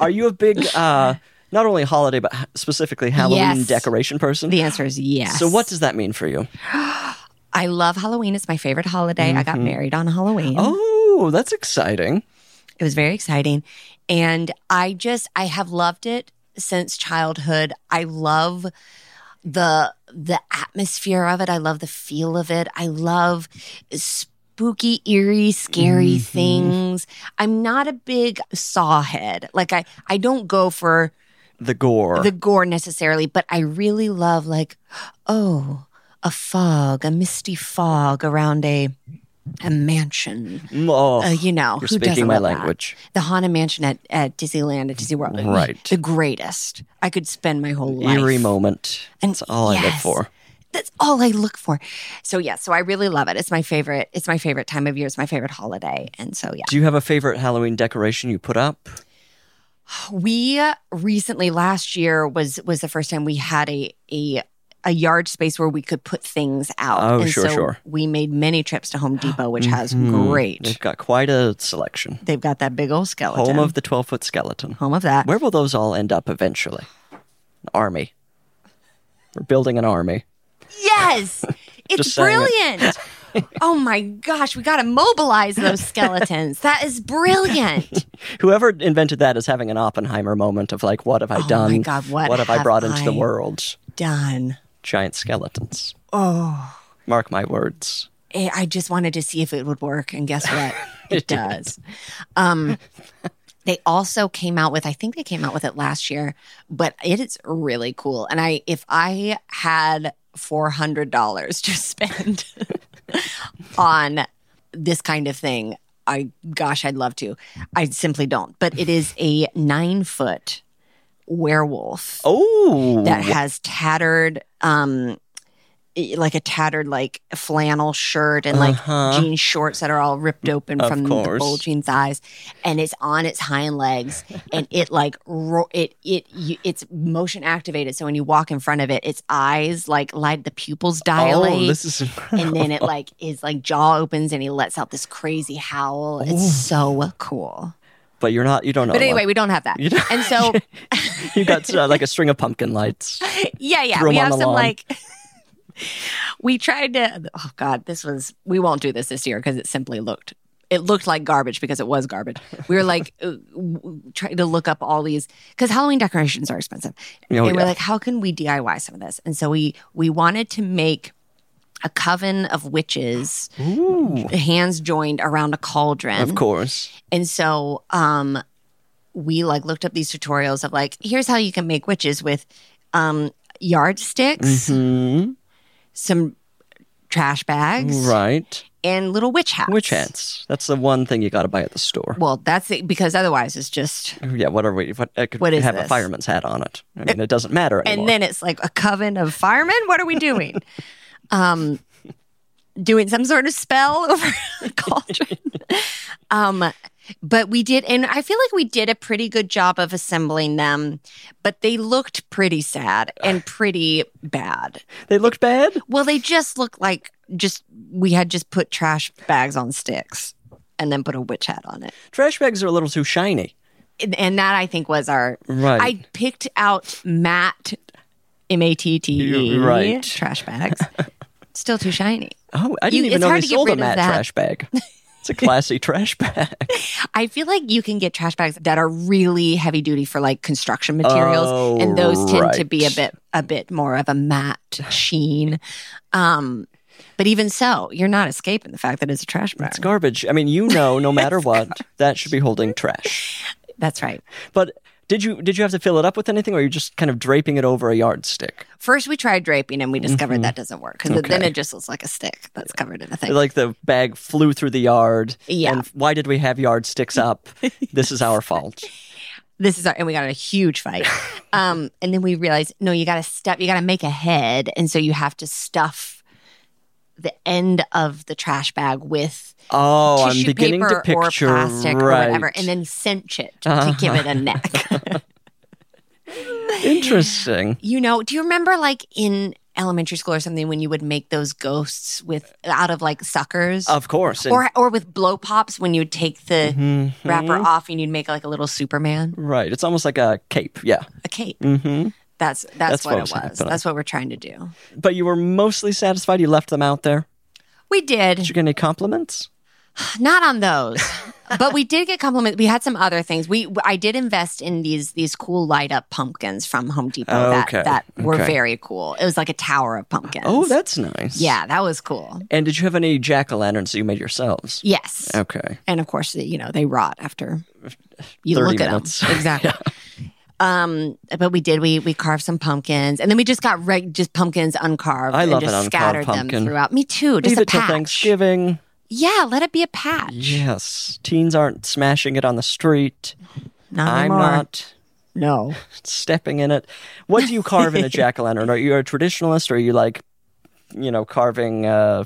[SPEAKER 2] Are you a big, uh, not only holiday but h- specifically Halloween
[SPEAKER 3] Yes.
[SPEAKER 2] decoration person?
[SPEAKER 3] The answer is yes.
[SPEAKER 2] So what does that mean for you?
[SPEAKER 3] I love Halloween. It's my favorite holiday. I
[SPEAKER 2] Mm-hmm.
[SPEAKER 3] got married on Halloween.
[SPEAKER 2] Oh, that's exciting.
[SPEAKER 3] It was very exciting. And I just I have loved it since childhood. I love the the atmosphere of it. I love the feel of it. I love spooky, eerie, scary things. I'm not a big saw head. Like I I don't go for
[SPEAKER 2] The gore.
[SPEAKER 3] the gore necessarily, but I really love like, oh, a fog, a misty fog around a a mansion.
[SPEAKER 2] Mm, oh,
[SPEAKER 3] Uh, you know,
[SPEAKER 2] you're
[SPEAKER 3] who doesn't
[SPEAKER 2] speaking my
[SPEAKER 3] love that?
[SPEAKER 2] language.
[SPEAKER 3] The Haunted Mansion at, at Disneyland at Disney World,
[SPEAKER 2] Right.
[SPEAKER 3] The greatest. I could spend my whole life.
[SPEAKER 2] Eerie moment.
[SPEAKER 3] And
[SPEAKER 2] That's all I look
[SPEAKER 3] yes.
[SPEAKER 2] for.
[SPEAKER 3] That's all I look for. So yeah, so I really love it. It's my favorite. It's my favorite time of year. It's my favorite holiday. And so yeah.
[SPEAKER 2] Do you have a favorite Halloween decoration you put up?
[SPEAKER 3] we recently last year was was the first time we had a a a yard space where we could put things out.
[SPEAKER 2] Oh,
[SPEAKER 3] and
[SPEAKER 2] sure,
[SPEAKER 3] so
[SPEAKER 2] sure.
[SPEAKER 3] We made many trips to Home Depot, which has
[SPEAKER 2] Hmm,
[SPEAKER 3] great.
[SPEAKER 2] They've got quite a selection.
[SPEAKER 3] They've got that big old skeleton.
[SPEAKER 2] Home of the 12 foot skeleton.
[SPEAKER 3] home of that.
[SPEAKER 2] Where will those all end up eventually? An army. We're building an army.
[SPEAKER 3] Yes, it's
[SPEAKER 2] Just saying it.
[SPEAKER 3] brilliant. oh my gosh, we got to mobilize those skeletons. that is brilliant.
[SPEAKER 2] Whoever invented that is having an Oppenheimer moment of like, what have I
[SPEAKER 3] Oh my
[SPEAKER 2] done?
[SPEAKER 3] God, what
[SPEAKER 2] have I
[SPEAKER 3] have
[SPEAKER 2] brought into the
[SPEAKER 3] I-
[SPEAKER 2] world?
[SPEAKER 3] Done.
[SPEAKER 2] Giant skeletons. Oh. Mark my words.
[SPEAKER 3] I Eh, I just wanted to see if it would work, and guess what? It
[SPEAKER 2] It did.
[SPEAKER 3] does. Um, they also came out with, I think they came out with it last year, but it is really cool. And I, if I had four hundred dollars to spend on this kind of thing, I gosh, I'd love to. I simply don't. But it is a nine foot werewolf
[SPEAKER 2] Oh.
[SPEAKER 3] that has tattered um i- like a tattered like flannel shirt and like
[SPEAKER 2] Uh-huh. Mm,
[SPEAKER 3] jean shorts that are all ripped open
[SPEAKER 2] Of
[SPEAKER 3] from the
[SPEAKER 2] course.
[SPEAKER 3] bulging thighs and it's on its hind legs and it like ro- it it you, it's motion activated so when you walk in front of it its eyes like light the pupils dilate
[SPEAKER 2] oh, this is
[SPEAKER 3] and then it like is like jaw opens and he lets out this crazy howl it's so cool
[SPEAKER 2] But you're not, you don't know.
[SPEAKER 3] but
[SPEAKER 2] that
[SPEAKER 3] anyway we don't have that
[SPEAKER 2] Oh, You don't-
[SPEAKER 3] and so
[SPEAKER 2] one. you got uh, like a string of pumpkin lights.
[SPEAKER 3] yeah, yeah.
[SPEAKER 2] Throw 'em
[SPEAKER 3] we
[SPEAKER 2] on
[SPEAKER 3] have
[SPEAKER 2] the
[SPEAKER 3] some
[SPEAKER 2] lawn.
[SPEAKER 3] like. we tried to. Oh God, this was. We won't do this this year because it simply looked. It looked like garbage because it was garbage. We were like uh, w- trying to look up all these because Halloween decorations are expensive,
[SPEAKER 2] Oh,
[SPEAKER 3] and we're
[SPEAKER 2] yeah.
[SPEAKER 3] like, how can we DIY some of this? And so we we wanted to make a coven of witches, hands joined around a cauldron,
[SPEAKER 2] Of course.
[SPEAKER 3] and so um we like looked up these tutorials of like here's how you can make witches with um yardsticks, some trash bags,
[SPEAKER 2] Mm-hmm. Right.
[SPEAKER 3] and little witch hats.
[SPEAKER 2] Witch hats. That's the one thing you got to buy at the store.
[SPEAKER 3] Well, that's it because otherwise it's just
[SPEAKER 2] Yeah, what are we? What, I could
[SPEAKER 3] What is
[SPEAKER 2] have
[SPEAKER 3] this?
[SPEAKER 2] a fireman's hat on it. I mean, it doesn't matter anymore.
[SPEAKER 3] and then it's like a coven of firemen. What are we doing? um doing some sort of spell over the cauldron. um, but we did, and I feel like we did a pretty good job of assembling them, but they looked pretty sad and pretty bad.
[SPEAKER 2] They looked bad.
[SPEAKER 3] Well, they just looked like just we had just put trash bags on sticks and then put a witch hat on it.
[SPEAKER 2] Trash bags are a little too shiny.
[SPEAKER 3] And, and that I think was our
[SPEAKER 2] Right.
[SPEAKER 3] I picked out matte M A T T E
[SPEAKER 2] You're right.
[SPEAKER 3] trash bags. Still too shiny.
[SPEAKER 2] Oh, I didn't
[SPEAKER 3] You-
[SPEAKER 2] even
[SPEAKER 3] it's
[SPEAKER 2] know
[SPEAKER 3] hard
[SPEAKER 2] they
[SPEAKER 3] to get
[SPEAKER 2] sold a
[SPEAKER 3] rid of
[SPEAKER 2] matte
[SPEAKER 3] that.
[SPEAKER 2] trash bag. It's a classy trash bag.
[SPEAKER 3] I feel like you can get trash bags that are really heavy duty for like construction materials,
[SPEAKER 2] Oh,
[SPEAKER 3] and those tend to be a
[SPEAKER 2] right.
[SPEAKER 3] bit a bit more of a matte sheen. Um, but even so, you're not escaping the fact that it's a trash bag.
[SPEAKER 2] It's garbage. I mean, you know, no matter what, that should be holding trash.
[SPEAKER 3] That's right.
[SPEAKER 2] But did you did you have to fill it up with anything, or you just kind of draping it over a yardstick,
[SPEAKER 3] First, we tried draping, and we discovered that doesn't work because then
[SPEAKER 2] Mm-hmm. Okay.
[SPEAKER 3] it just looks like a stick that's covered in a thing.
[SPEAKER 2] like the bag flew through the yard?
[SPEAKER 3] Yeah.
[SPEAKER 2] And why did we have yardsticks up? this is our fault.
[SPEAKER 3] this is our and we got in a huge fight um and then we realized no you gotta step you gotta make a head and so you have to stuff the end of the trash bag with
[SPEAKER 2] Oh, I'm
[SPEAKER 3] tissue
[SPEAKER 2] beginning
[SPEAKER 3] paper
[SPEAKER 2] to picture
[SPEAKER 3] or plastic
[SPEAKER 2] right. Uh-huh.
[SPEAKER 3] or whatever and then cinch it to give it a neck
[SPEAKER 2] Interesting.
[SPEAKER 3] you know do you remember like in elementary school or something when you would make those ghosts with out of like suckers
[SPEAKER 2] Of course. and- Mm-hmm.
[SPEAKER 3] or, or with blow pops when you would take the wrapper off and you'd make like a little Superman,
[SPEAKER 2] right. It's almost like a cape. Yeah.
[SPEAKER 3] a cape.
[SPEAKER 2] hmm
[SPEAKER 3] That's that's,
[SPEAKER 2] That's
[SPEAKER 3] what
[SPEAKER 2] what
[SPEAKER 3] it
[SPEAKER 2] was
[SPEAKER 3] was.
[SPEAKER 2] happening.
[SPEAKER 3] That's what we're trying to do.
[SPEAKER 2] But you were mostly satisfied. You left them out there.
[SPEAKER 3] We did.
[SPEAKER 2] Did you get any compliments?
[SPEAKER 3] not on those but we did get compliments we had some other things we i did invest in these these cool light up pumpkins from home depot
[SPEAKER 2] Okay,
[SPEAKER 3] that that were
[SPEAKER 2] okay.
[SPEAKER 3] very cool it was like a tower of pumpkins
[SPEAKER 2] Oh, that's nice.
[SPEAKER 3] yeah that was cool
[SPEAKER 2] And did you have any jack o' lanterns that you made yourselves?
[SPEAKER 3] yes
[SPEAKER 2] Okay.
[SPEAKER 3] and of course you know they rot after you
[SPEAKER 2] 30
[SPEAKER 3] look at
[SPEAKER 2] minutes.
[SPEAKER 3] them exactly um but we did we we carved some pumpkins and then we just got reg- just pumpkins uncarved
[SPEAKER 2] I
[SPEAKER 3] and
[SPEAKER 2] love
[SPEAKER 3] just
[SPEAKER 2] an uncarved
[SPEAKER 3] scattered
[SPEAKER 2] pumpkin.
[SPEAKER 3] them throughout me too just
[SPEAKER 2] Leave
[SPEAKER 3] a
[SPEAKER 2] it till
[SPEAKER 3] patch
[SPEAKER 2] Thanksgiving.
[SPEAKER 3] yeah let it be a patch
[SPEAKER 2] Yes. Teens aren't smashing it on the street.
[SPEAKER 3] not
[SPEAKER 2] I'm
[SPEAKER 3] anymore.
[SPEAKER 2] not
[SPEAKER 3] no
[SPEAKER 2] stepping in it. What do you carve in a jack o' lantern? Are you a traditionalist or are you like, you know, carving uh,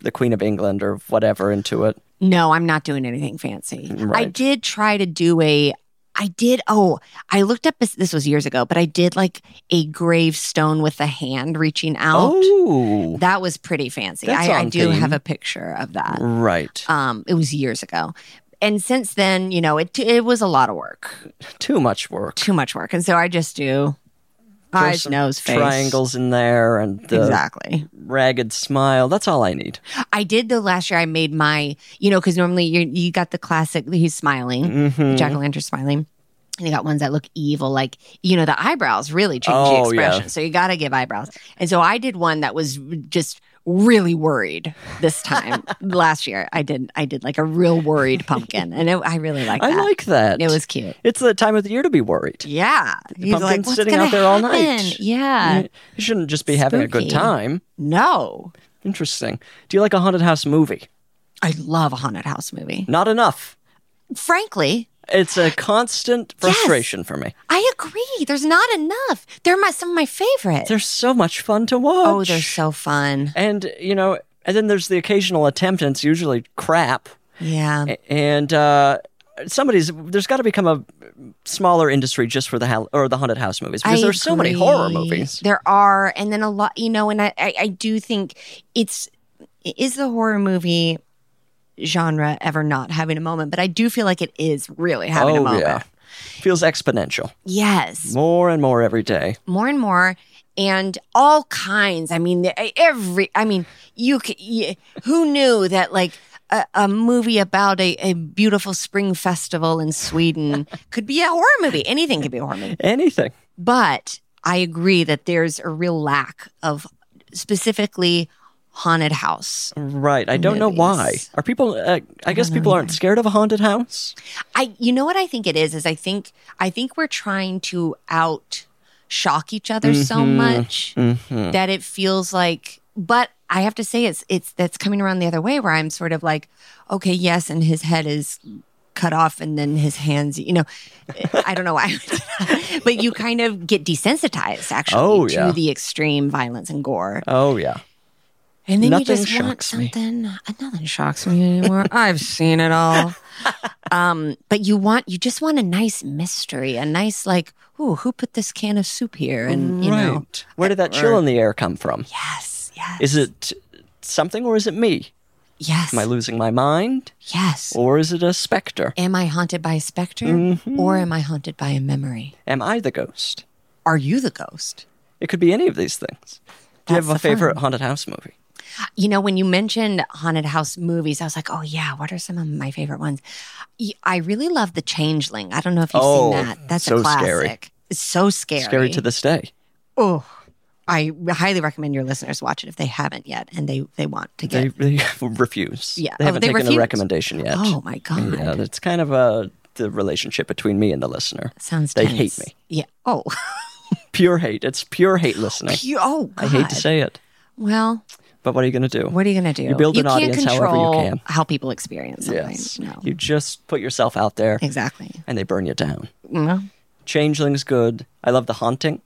[SPEAKER 2] the Queen of England or whatever into it?
[SPEAKER 3] No, I'm not doing anything fancy. I
[SPEAKER 2] Right.
[SPEAKER 3] did try to do a I did oh, I looked up this this was years ago, but I did like a gravestone with a hand reaching out.
[SPEAKER 2] Oh,
[SPEAKER 3] That was pretty fancy.
[SPEAKER 2] That's
[SPEAKER 3] I, I
[SPEAKER 2] on
[SPEAKER 3] do
[SPEAKER 2] theme.
[SPEAKER 3] have a picture of that.
[SPEAKER 2] right.
[SPEAKER 3] Um it was years ago. And since then, you know, it it was a lot of work.
[SPEAKER 2] Too much work.
[SPEAKER 3] Too much work. And so I just do
[SPEAKER 2] Throw
[SPEAKER 3] eyes,
[SPEAKER 2] some
[SPEAKER 3] nose, face.
[SPEAKER 2] Triangles in there and the
[SPEAKER 3] Exactly.
[SPEAKER 2] ragged smile. That's all I need.
[SPEAKER 3] I did though last year. I made my, you know, because normally you you got the classic. He's smiling,
[SPEAKER 2] Mm-hmm.
[SPEAKER 3] jack o' lantern smiling, and you got ones that look evil, like you know the eyebrows really change the
[SPEAKER 2] Oh, yeah.
[SPEAKER 3] expression. So you got to give eyebrows. And so I did one that was just really worried this time last year. I did I did like a real worried pumpkin, and it, I really like that.
[SPEAKER 2] I like that.
[SPEAKER 3] It was cute.
[SPEAKER 2] It's the time of the year to be worried.
[SPEAKER 3] Yeah, he's
[SPEAKER 2] pumpkin's
[SPEAKER 3] "What's
[SPEAKER 2] sitting
[SPEAKER 3] gonna
[SPEAKER 2] out there all night."
[SPEAKER 3] happen?" Yeah,
[SPEAKER 2] You you shouldn't just be having a good
[SPEAKER 3] Spooky.
[SPEAKER 2] time.
[SPEAKER 3] no,
[SPEAKER 2] Interesting. Do you like a haunted house movie?
[SPEAKER 3] I love a haunted house movie.
[SPEAKER 2] Not enough.
[SPEAKER 3] Frankly,
[SPEAKER 2] It's a constant frustration for me.
[SPEAKER 3] I agree. There's not enough. They're my, some of my favorites.
[SPEAKER 2] They're so much fun to watch.
[SPEAKER 3] oh, they're so fun.
[SPEAKER 2] and you know, and then there's the occasional attempt, and it's usually crap.
[SPEAKER 3] Yeah.
[SPEAKER 2] A- And uh, somebody's there's got to become a smaller industry just for the hal- or the haunted house movies because
[SPEAKER 3] I
[SPEAKER 2] there's so many
[SPEAKER 3] agree.
[SPEAKER 2] horror movies.
[SPEAKER 3] There are. And then a lot, you know, and I, I, I do think it's, is the horror movie genre ever not having a moment? But I do feel like it is really having a
[SPEAKER 2] oh
[SPEAKER 3] moment.
[SPEAKER 2] yeah, feels exponential.
[SPEAKER 3] Yes.
[SPEAKER 2] More and more every day.
[SPEAKER 3] more and more and all kinds i mean the- every i mean you, c- y who knew that like a, a movie about a, a beautiful spring festival in sweden could be a horror movie anything could be a horror movie
[SPEAKER 2] Anything.
[SPEAKER 3] but i agree that there's a real lack of specifically haunted house
[SPEAKER 2] Right. I don't know why.
[SPEAKER 3] Movies.
[SPEAKER 2] Are people? Uh, I guess people aren't scared of a haunted house.
[SPEAKER 3] I you know what I think it is is I think I think we're trying to out shock each other so
[SPEAKER 2] Mm-hmm.
[SPEAKER 3] much that it feels like but I have to say it's it's that's coming around the other way where I'm sort of like okay yes and his head is cut off and then his hands you know I don't know why but you kind of get desensitized actually
[SPEAKER 2] Oh,
[SPEAKER 3] to
[SPEAKER 2] yeah.
[SPEAKER 3] the extreme violence and gore
[SPEAKER 2] Oh yeah.
[SPEAKER 3] And then
[SPEAKER 2] Nothing
[SPEAKER 3] you just want
[SPEAKER 2] shocks me.
[SPEAKER 3] something. uh, Nothing shocks me anymore. I've seen it all. Um, but you want, you just want a nice mystery, a nice like, ooh, who put this can of soup here? And you know,
[SPEAKER 2] Where did that chill in the air come from?
[SPEAKER 3] yes, yes,
[SPEAKER 2] Is it something or is it me?
[SPEAKER 3] yes,
[SPEAKER 2] Am I losing my mind
[SPEAKER 3] yes?
[SPEAKER 2] or Mm-hmm. is it a specter?
[SPEAKER 3] Am I haunted by a specter, or am I haunted by a memory?
[SPEAKER 2] Am I the ghost?
[SPEAKER 3] Are you the ghost?
[SPEAKER 2] It could be any of these things. Do you
[SPEAKER 3] That's
[SPEAKER 2] have a
[SPEAKER 3] the
[SPEAKER 2] favorite
[SPEAKER 3] fun.
[SPEAKER 2] haunted house movie?
[SPEAKER 3] Uh, You know, when you mentioned haunted house movies, I was like, oh yeah, what are some of my favorite ones? Y- I really love The Changeling. I don't know if you've
[SPEAKER 2] Oh,
[SPEAKER 3] seen that. That's
[SPEAKER 2] so
[SPEAKER 3] a classic.
[SPEAKER 2] scary.
[SPEAKER 3] It's so scary.
[SPEAKER 2] Scary to this day.
[SPEAKER 3] Oh, I highly recommend your listeners watch it if they haven't yet and they they want to get.
[SPEAKER 2] They, they refuse.
[SPEAKER 3] Yeah.
[SPEAKER 2] They
[SPEAKER 3] Oh,
[SPEAKER 2] haven't
[SPEAKER 3] they
[SPEAKER 2] taken the
[SPEAKER 3] refuse?
[SPEAKER 2] recommendation yet.
[SPEAKER 3] oh my god,
[SPEAKER 2] Yeah, it's kind of a the relationship between me and the listener.
[SPEAKER 3] sounds.
[SPEAKER 2] They
[SPEAKER 3] tense.
[SPEAKER 2] hate me.
[SPEAKER 3] Yeah. Oh.
[SPEAKER 2] Pure hate. It's pure hate listening.
[SPEAKER 3] You- oh.
[SPEAKER 2] I hate
[SPEAKER 3] God.
[SPEAKER 2] to say it,
[SPEAKER 3] Well,
[SPEAKER 2] but what are you going to do?
[SPEAKER 3] what are you going to do?
[SPEAKER 2] You build an
[SPEAKER 3] can't
[SPEAKER 2] audience however you
[SPEAKER 3] control
[SPEAKER 2] can.
[SPEAKER 3] How people experience something.
[SPEAKER 2] Yes.
[SPEAKER 3] No.
[SPEAKER 2] You just put yourself out there
[SPEAKER 3] exactly.
[SPEAKER 2] and they burn you down.
[SPEAKER 3] Well,
[SPEAKER 2] Changeling's good. I love The Haunting.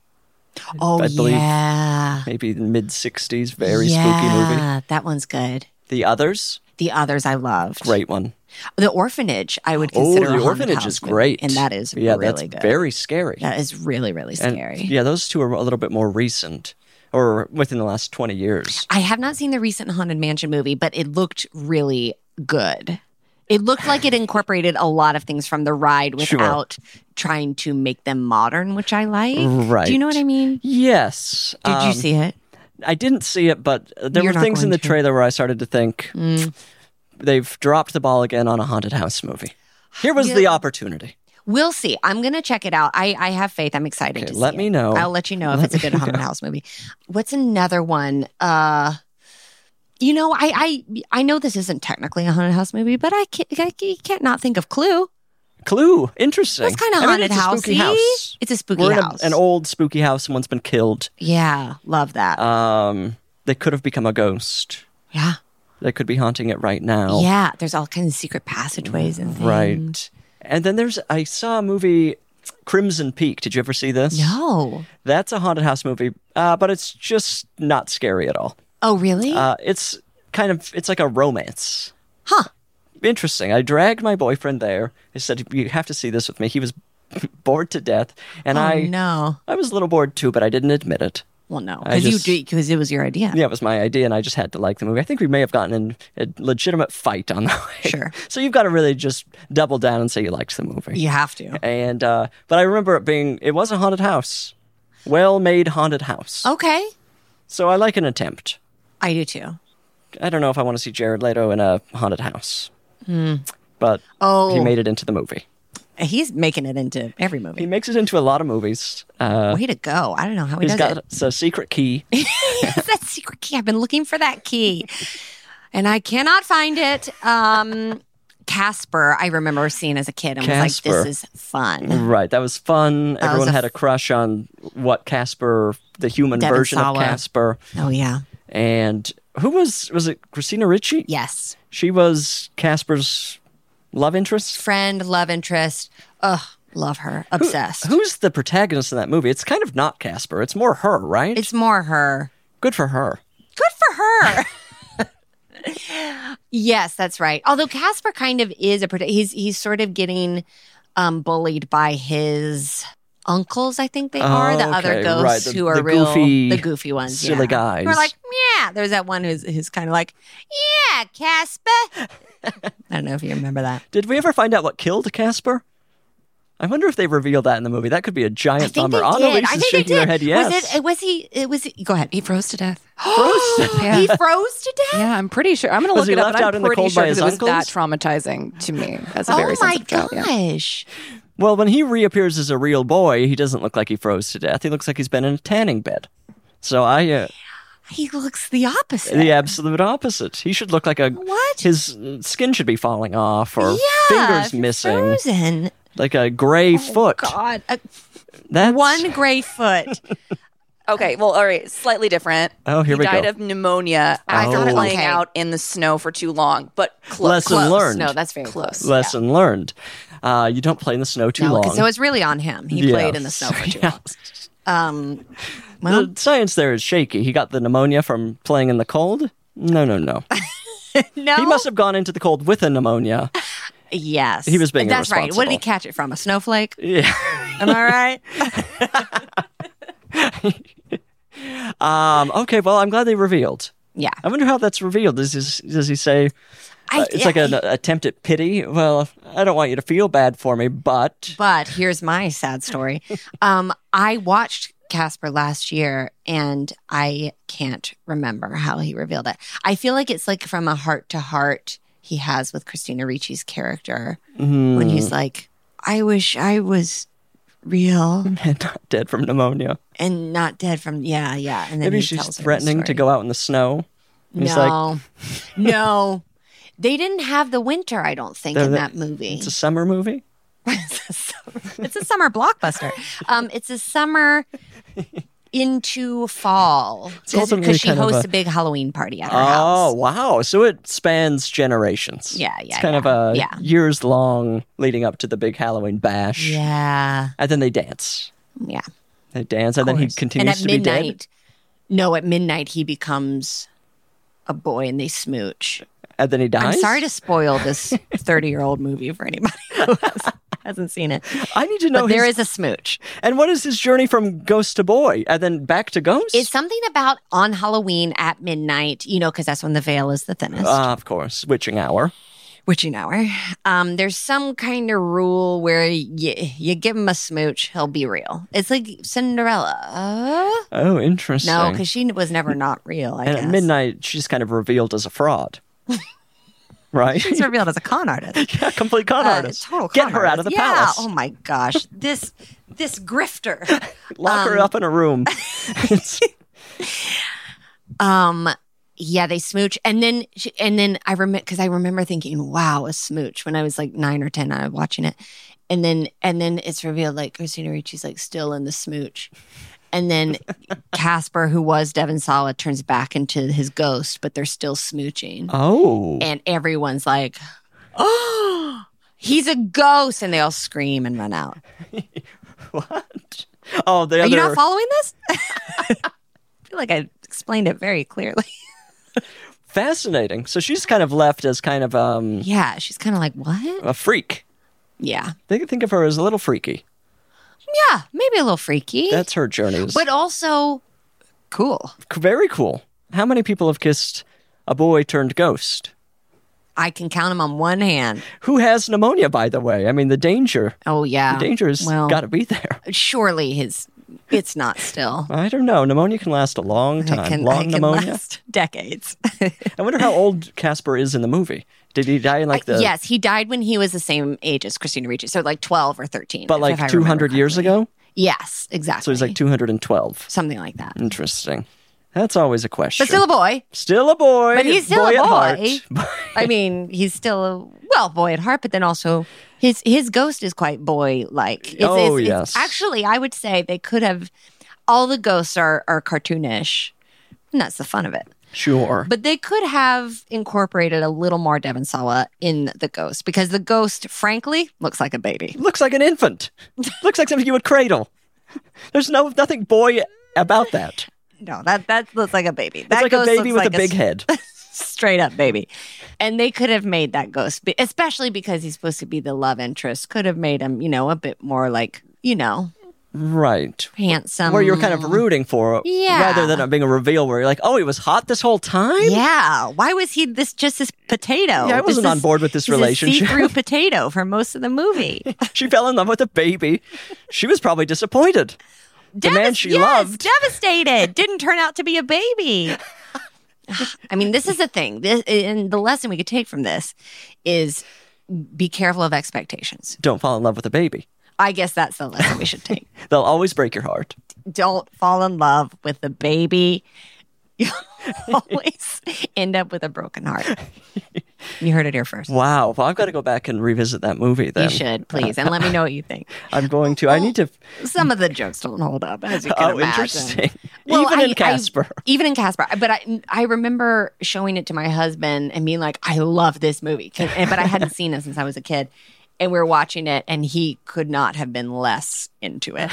[SPEAKER 3] oh
[SPEAKER 2] I believe-
[SPEAKER 3] yeah.
[SPEAKER 2] Maybe the mid 60s, very spooky movie.
[SPEAKER 3] yeah, That one's good.
[SPEAKER 2] The Others,
[SPEAKER 3] The others I loved.
[SPEAKER 2] great one.
[SPEAKER 3] The orphanage I would
[SPEAKER 2] Oh,
[SPEAKER 3] consider. a
[SPEAKER 2] The
[SPEAKER 3] haunted
[SPEAKER 2] Orphanage
[SPEAKER 3] house
[SPEAKER 2] is
[SPEAKER 3] movie,
[SPEAKER 2] great.
[SPEAKER 3] and that is
[SPEAKER 2] yeah,
[SPEAKER 3] really
[SPEAKER 2] that's
[SPEAKER 3] good.
[SPEAKER 2] very scary.
[SPEAKER 3] that is really really
[SPEAKER 2] And,
[SPEAKER 3] scary.
[SPEAKER 2] Yeah, those two are a little bit more recent or within the last 20 years.
[SPEAKER 3] I have not seen the recent Haunted Mansion movie, but it looked really good. It looked like it incorporated a lot of things from the ride
[SPEAKER 2] Sure.
[SPEAKER 3] without trying to make them modern, which I like.
[SPEAKER 2] Right.
[SPEAKER 3] Do you know what I mean?
[SPEAKER 2] Yes.
[SPEAKER 3] Did
[SPEAKER 2] um,
[SPEAKER 3] you see it?
[SPEAKER 2] I didn't see it, but uh, there
[SPEAKER 3] You're
[SPEAKER 2] were
[SPEAKER 3] not
[SPEAKER 2] things in
[SPEAKER 3] going
[SPEAKER 2] the
[SPEAKER 3] to. Mm.
[SPEAKER 2] trailer where I started to think they've dropped the ball again on a haunted house movie. Here was the
[SPEAKER 3] Yeah.
[SPEAKER 2] opportunity.
[SPEAKER 3] We'll see. I'm gonna check it out. I, I have faith. I'm excited
[SPEAKER 2] Okay,
[SPEAKER 3] to
[SPEAKER 2] let
[SPEAKER 3] see
[SPEAKER 2] me
[SPEAKER 3] it.
[SPEAKER 2] know.
[SPEAKER 3] I'll let you know if it's a good haunted house movie. What's another one? Uh you know, I I I know this isn't technically a haunted house movie, but I can't, I can't not think of Clue.
[SPEAKER 2] Clue, interesting.
[SPEAKER 3] That's kind
[SPEAKER 2] I
[SPEAKER 3] of
[SPEAKER 2] mean,
[SPEAKER 3] haunted
[SPEAKER 2] it's a
[SPEAKER 3] housey.
[SPEAKER 2] spooky house.
[SPEAKER 3] It's a spooky
[SPEAKER 2] We're in a-
[SPEAKER 3] house.
[SPEAKER 2] an old spooky house. Someone's been killed.
[SPEAKER 3] yeah, love that.
[SPEAKER 2] Um, they could have become a ghost.
[SPEAKER 3] yeah.
[SPEAKER 2] They could be haunting it right now.
[SPEAKER 3] Yeah, there's all kinds of secret passageways and things.
[SPEAKER 2] Oh. Right. And then there's I saw a movie, Crimson Peak. Did you ever see this?
[SPEAKER 3] No.
[SPEAKER 2] That's a haunted house movie, uh, but it's just not scary at all.
[SPEAKER 3] Oh, really?
[SPEAKER 2] Uh, it's kind of it's like a romance.
[SPEAKER 3] huh.
[SPEAKER 2] Interesting. I dragged my boyfriend there. I said, "You have to see this with me." He was bored to death, and
[SPEAKER 3] Oh,
[SPEAKER 2] I
[SPEAKER 3] no.
[SPEAKER 2] I was a little bored too, but I didn't admit it.
[SPEAKER 3] Well, no,
[SPEAKER 2] I
[SPEAKER 3] because you
[SPEAKER 2] just-
[SPEAKER 3] do because it was your idea.
[SPEAKER 2] Yeah, it was my idea, and I just had to like the movie. I think we may have gotten in a legitimate fight on the way.
[SPEAKER 3] Sure.
[SPEAKER 2] So you've got to really just double down and say you liked the movie.
[SPEAKER 3] You have to.
[SPEAKER 2] And uh, but I remember it being it was a haunted house, well made haunted house.
[SPEAKER 3] Okay,
[SPEAKER 2] So I like an attempt.
[SPEAKER 3] I do too.
[SPEAKER 2] I don't know if I want to see Jared Leto in a haunted house, but
[SPEAKER 3] Hmm. Oh.
[SPEAKER 2] he made it into the movie.
[SPEAKER 3] He's making it into every movie.
[SPEAKER 2] He makes it into a lot of movies. Uh,
[SPEAKER 3] Way to go! I don't know how he
[SPEAKER 2] he's
[SPEAKER 3] does
[SPEAKER 2] got
[SPEAKER 3] it.
[SPEAKER 2] a secret key.
[SPEAKER 3] It's that secret key. I've been looking for that key, and I cannot find it. Um, Casper, I remember seeing as a kid and was
[SPEAKER 2] Casper.
[SPEAKER 3] like, "This is fun."
[SPEAKER 2] right, that was fun.
[SPEAKER 3] was
[SPEAKER 2] Everyone
[SPEAKER 3] a
[SPEAKER 2] had a crush on what Casper, the human
[SPEAKER 3] Devon
[SPEAKER 2] version
[SPEAKER 3] Sawa.
[SPEAKER 2] of Casper,
[SPEAKER 3] Oh yeah,
[SPEAKER 2] and who was was it? Christina Ricci.
[SPEAKER 3] yes.
[SPEAKER 2] She was Casper's love interest.
[SPEAKER 3] Friend, love interest. Ugh, love her. Obsessed.
[SPEAKER 2] Who's the protagonist in that movie? It's kind of not Casper. It's more her, right?
[SPEAKER 3] It's more her.
[SPEAKER 2] good for her.
[SPEAKER 3] good for her. yes, that's right. Although Casper kind of is a prote- he's he's sort of getting um bullied by his uncles, I think they are the other
[SPEAKER 2] Oh, okay,
[SPEAKER 3] ghosts
[SPEAKER 2] right, the-
[SPEAKER 3] who are
[SPEAKER 2] the
[SPEAKER 3] real
[SPEAKER 2] goofy,
[SPEAKER 3] the goofy ones,
[SPEAKER 2] silly
[SPEAKER 3] yeah.
[SPEAKER 2] guys.
[SPEAKER 3] Who are like, yeah. There's that one who's who's kind of like, yeah, Casper. I don't know if you remember that.
[SPEAKER 2] Did we ever find out what killed Casper? I wonder if they revealed that in the movie. That could be a giant
[SPEAKER 3] I think
[SPEAKER 2] bummer.
[SPEAKER 3] they
[SPEAKER 2] oh,
[SPEAKER 3] did.
[SPEAKER 2] no, Lisa's
[SPEAKER 3] I think they
[SPEAKER 2] shaking
[SPEAKER 3] did.
[SPEAKER 2] her head yes.
[SPEAKER 3] Was it? Was he? It was. Go ahead.
[SPEAKER 1] He froze to death.
[SPEAKER 2] Gross.
[SPEAKER 3] He froze to death.
[SPEAKER 4] Yeah, I'm pretty sure. I'm going to
[SPEAKER 2] Was
[SPEAKER 4] look
[SPEAKER 2] he
[SPEAKER 4] it up.
[SPEAKER 2] left
[SPEAKER 4] but
[SPEAKER 2] out
[SPEAKER 4] I'm
[SPEAKER 2] in the
[SPEAKER 4] pretty
[SPEAKER 2] cold
[SPEAKER 4] sure
[SPEAKER 2] by
[SPEAKER 4] 'cause
[SPEAKER 2] his
[SPEAKER 4] it was that
[SPEAKER 2] uncles?
[SPEAKER 4] traumatizing to me as a
[SPEAKER 3] Oh
[SPEAKER 4] very
[SPEAKER 3] my
[SPEAKER 4] sensitive child. yeah.
[SPEAKER 3] gosh.
[SPEAKER 2] well, when he reappears as a real boy, he doesn't look like he froze to death. He looks like he's been in a tanning bed. So I, uh,
[SPEAKER 3] He looks the opposite.
[SPEAKER 2] the absolute opposite. He should look like a
[SPEAKER 3] What?
[SPEAKER 2] His uh, skin should be falling off or
[SPEAKER 3] Yeah,
[SPEAKER 2] fingers missing,
[SPEAKER 3] Frozen.
[SPEAKER 2] like a gray foot.
[SPEAKER 3] Oh, God, a,
[SPEAKER 2] That's
[SPEAKER 3] one gray foot.
[SPEAKER 5] Okay, well, all right, slightly different.
[SPEAKER 2] Oh, here
[SPEAKER 5] he
[SPEAKER 2] we
[SPEAKER 5] died
[SPEAKER 2] go.
[SPEAKER 5] of pneumonia
[SPEAKER 2] I
[SPEAKER 5] after
[SPEAKER 2] thought it-
[SPEAKER 5] playing
[SPEAKER 3] okay.
[SPEAKER 5] out in the snow for too long, but clo-
[SPEAKER 2] Lesson
[SPEAKER 5] close.
[SPEAKER 2] learned.
[SPEAKER 4] No, that's very close.
[SPEAKER 5] Close.
[SPEAKER 2] Lesson learned. Uh, you don't play in the snow too
[SPEAKER 3] No, 'cause-
[SPEAKER 2] long.
[SPEAKER 3] so it's really on him. He played in the
[SPEAKER 2] Yes.
[SPEAKER 3] snow for too
[SPEAKER 2] Yeah.
[SPEAKER 3] long. Um, well,
[SPEAKER 2] The science there is shaky. He got the pneumonia from playing in the cold. No, no, no.
[SPEAKER 3] No.
[SPEAKER 2] He must have gone into the cold with a pneumonia.
[SPEAKER 3] Yes.
[SPEAKER 2] He was being
[SPEAKER 3] That's right. What did he
[SPEAKER 2] irresponsible.
[SPEAKER 3] catch it from? A snowflake?
[SPEAKER 2] Yeah.
[SPEAKER 3] Am I right?
[SPEAKER 2] Um, okay, well, I'm glad they revealed.
[SPEAKER 3] yeah.
[SPEAKER 2] I wonder how that's revealed. Does he, does he say
[SPEAKER 3] I,
[SPEAKER 2] uh, it's like an attempt at pity? Well, I don't want you to feel bad for me, but
[SPEAKER 3] But here's my sad story. Um, I watched Casper last year and I can't remember how he revealed it. I feel like it's like from a heart to heart he has with Christina Ricci's character when he's
[SPEAKER 2] Mm-hmm.
[SPEAKER 3] like, I wish I was real
[SPEAKER 2] not dead from pneumonia.
[SPEAKER 3] and not dead from, yeah, yeah. And then
[SPEAKER 2] Maybe
[SPEAKER 3] he
[SPEAKER 2] she's
[SPEAKER 3] tells her the
[SPEAKER 2] threatening to
[SPEAKER 3] story.
[SPEAKER 2] go out in the snow. And He's like,
[SPEAKER 3] No, no. They didn't have the winter, I don't think,
[SPEAKER 2] They're
[SPEAKER 3] in
[SPEAKER 2] the-
[SPEAKER 3] that movie.
[SPEAKER 2] it's a summer movie?
[SPEAKER 3] it's a summer, it's a summer blockbuster. Um, it's a summer into fall
[SPEAKER 2] ultimately
[SPEAKER 3] because she
[SPEAKER 2] kind of
[SPEAKER 3] hosts
[SPEAKER 2] a-
[SPEAKER 3] a, big Halloween party at her
[SPEAKER 2] Oh,
[SPEAKER 3] house.
[SPEAKER 2] wow. So it spans generations.
[SPEAKER 3] Yeah, yeah,
[SPEAKER 2] It's kind of a
[SPEAKER 3] yeah. Yeah.
[SPEAKER 2] years long leading up to the big Halloween bash.
[SPEAKER 3] Yeah,
[SPEAKER 2] And then they dance.
[SPEAKER 3] yeah.
[SPEAKER 2] They dance, and then he
[SPEAKER 3] And
[SPEAKER 2] continues
[SPEAKER 3] at
[SPEAKER 2] to be dead.
[SPEAKER 3] midnight, no, at midnight he becomes a boy and they smooch.
[SPEAKER 2] And then he dies.
[SPEAKER 3] I'm sorry to spoil this 30 year old movie for anybody who has- hasn't seen it,
[SPEAKER 2] I need to
[SPEAKER 3] but
[SPEAKER 2] know.
[SPEAKER 3] there
[SPEAKER 2] his-
[SPEAKER 3] is a smooch.
[SPEAKER 2] And what is his journey from ghost to boy, and then back to ghost?
[SPEAKER 3] It's something about on Halloween at midnight, you know, because that's when the veil is the thinnest.
[SPEAKER 2] Ah, of course, witching hour.
[SPEAKER 3] witching hour. Um, there's some kind of rule where you, you give him a smooch, he'll be real. It's like Cinderella. Uh,
[SPEAKER 2] Oh, interesting.
[SPEAKER 3] no, because she was never not real. I
[SPEAKER 2] and
[SPEAKER 3] guess.
[SPEAKER 2] at midnight, she's kind of revealed as a fraud, right?
[SPEAKER 3] she's revealed as a con artist.
[SPEAKER 2] yeah, complete con
[SPEAKER 3] Uh,
[SPEAKER 2] artist.
[SPEAKER 3] total
[SPEAKER 2] Get
[SPEAKER 3] con
[SPEAKER 2] her out of
[SPEAKER 3] artist.
[SPEAKER 2] the
[SPEAKER 3] yeah.
[SPEAKER 2] palace.
[SPEAKER 3] Oh my gosh, this this grifter.
[SPEAKER 2] Lock her up in a room. It's-
[SPEAKER 3] Um, yeah, they smooch, and then she, and then I remember because I remember thinking, "Wow, a smooch!" When I was like nine or ten, I was watching it, and then and then it's revealed like Christina Ricci's like still in the smooch, and then Casper, who was Devon Sawa, turns back into his ghost, but they're still smooching,
[SPEAKER 2] oh,
[SPEAKER 3] and everyone's like, "Oh, he's a ghost!" and they all scream and run out.
[SPEAKER 2] what? Oh, the
[SPEAKER 3] Are
[SPEAKER 2] other.
[SPEAKER 3] you not following this? I feel like I explained it very clearly.
[SPEAKER 2] fascinating. So she's kind of left as kind of um,
[SPEAKER 3] Yeah, she's kind of like, "What?"
[SPEAKER 2] a freak.
[SPEAKER 3] Yeah.
[SPEAKER 2] They could think of her as a little freaky.
[SPEAKER 3] Yeah, maybe a little freaky,
[SPEAKER 2] That's her journey. It was
[SPEAKER 3] but also cool.
[SPEAKER 2] c- very cool. How many people have kissed a boy turned ghost?
[SPEAKER 3] I can count them on one hand.
[SPEAKER 2] Who has pneumonia, by the way? I mean, the danger.
[SPEAKER 3] Oh yeah,
[SPEAKER 2] The danger has
[SPEAKER 3] Well,
[SPEAKER 2] got to be there.
[SPEAKER 3] surely his. It's not still.
[SPEAKER 2] I don't know. Pneumonia can last a long
[SPEAKER 3] It
[SPEAKER 2] time.
[SPEAKER 3] can,
[SPEAKER 2] long
[SPEAKER 3] it can
[SPEAKER 2] pneumonia.
[SPEAKER 3] last decades.
[SPEAKER 2] I wonder how old Casper is in the movie. Did he die in like the
[SPEAKER 3] Uh, yes, he died when he was the same age as Christina Ricci, so like twelve or thirteen.
[SPEAKER 2] but
[SPEAKER 3] if I
[SPEAKER 2] like
[SPEAKER 3] remember
[SPEAKER 2] 200 years
[SPEAKER 3] correctly.
[SPEAKER 2] ago?
[SPEAKER 3] Yes, exactly.
[SPEAKER 2] So he's like Mm, 212.
[SPEAKER 3] something like that.
[SPEAKER 2] Interesting. That's always a question.
[SPEAKER 3] But still a boy.
[SPEAKER 2] Still a boy.
[SPEAKER 3] But he's still
[SPEAKER 2] boy
[SPEAKER 3] a
[SPEAKER 2] At
[SPEAKER 3] boy.
[SPEAKER 2] heart.
[SPEAKER 3] I mean, he's still a well boy at heart, but then also his his ghost is quite boy like.
[SPEAKER 2] Oh, yes.
[SPEAKER 3] actually, I would say they could have. All the ghosts are are cartoonish, and that's the fun of it.
[SPEAKER 2] sure.
[SPEAKER 3] But they could have incorporated a little more Devon Sawa in the ghost because the ghost, frankly, looks like a baby.
[SPEAKER 2] Looks like an infant. Looks like something you would cradle. There's no nothing boy about that.
[SPEAKER 3] No, that that looks like a baby. That
[SPEAKER 2] It's like a
[SPEAKER 3] ghost
[SPEAKER 2] baby
[SPEAKER 3] looks
[SPEAKER 2] with
[SPEAKER 3] like
[SPEAKER 2] a big
[SPEAKER 3] s-
[SPEAKER 2] head.
[SPEAKER 3] straight up baby. And they could have made that ghost, be- especially because he's supposed to be the love interest, could have made him, you know, a bit more like, you know,
[SPEAKER 2] Right.
[SPEAKER 3] handsome.
[SPEAKER 2] where you're kind of rooting for it,
[SPEAKER 3] Mm. Yeah.
[SPEAKER 2] rather than it being a reveal where you're like, oh, he was hot this whole time?
[SPEAKER 3] Yeah. Why was he this just this potato?
[SPEAKER 2] Yeah, I wasn't on board with this relationship.
[SPEAKER 3] See through potato for most of the movie.
[SPEAKER 2] She fell in love with a baby. She was probably disappointed. the man
[SPEAKER 3] Devas-
[SPEAKER 2] she
[SPEAKER 3] yes,
[SPEAKER 2] loved.
[SPEAKER 3] devastated. Didn't turn out to be a baby. I mean, this is the thing. This and the lesson we could take from this is be careful of expectations.
[SPEAKER 2] Don't fall in love with a baby.
[SPEAKER 3] I guess that's the lesson we should take.
[SPEAKER 2] They'll always break your heart.
[SPEAKER 3] don't fall in love with the baby. You always end up with a broken heart. You heard it here first.
[SPEAKER 2] Wow. Well, I've got to go back and revisit that movie then.
[SPEAKER 3] You should please, and let me know what you think.
[SPEAKER 2] I'm going to. I need to.
[SPEAKER 3] Some of the jokes don't hold up, as you can
[SPEAKER 2] Oh,
[SPEAKER 3] imagine.
[SPEAKER 2] interesting.
[SPEAKER 3] Well,
[SPEAKER 2] Even
[SPEAKER 3] I-
[SPEAKER 2] in Casper.
[SPEAKER 3] I, even in Casper, but I I remember showing it to my husband and being like, "I love this movie," 'Cause- and- but I hadn't seen it since I was a kid, and we were watching it, and he could not have been less into it.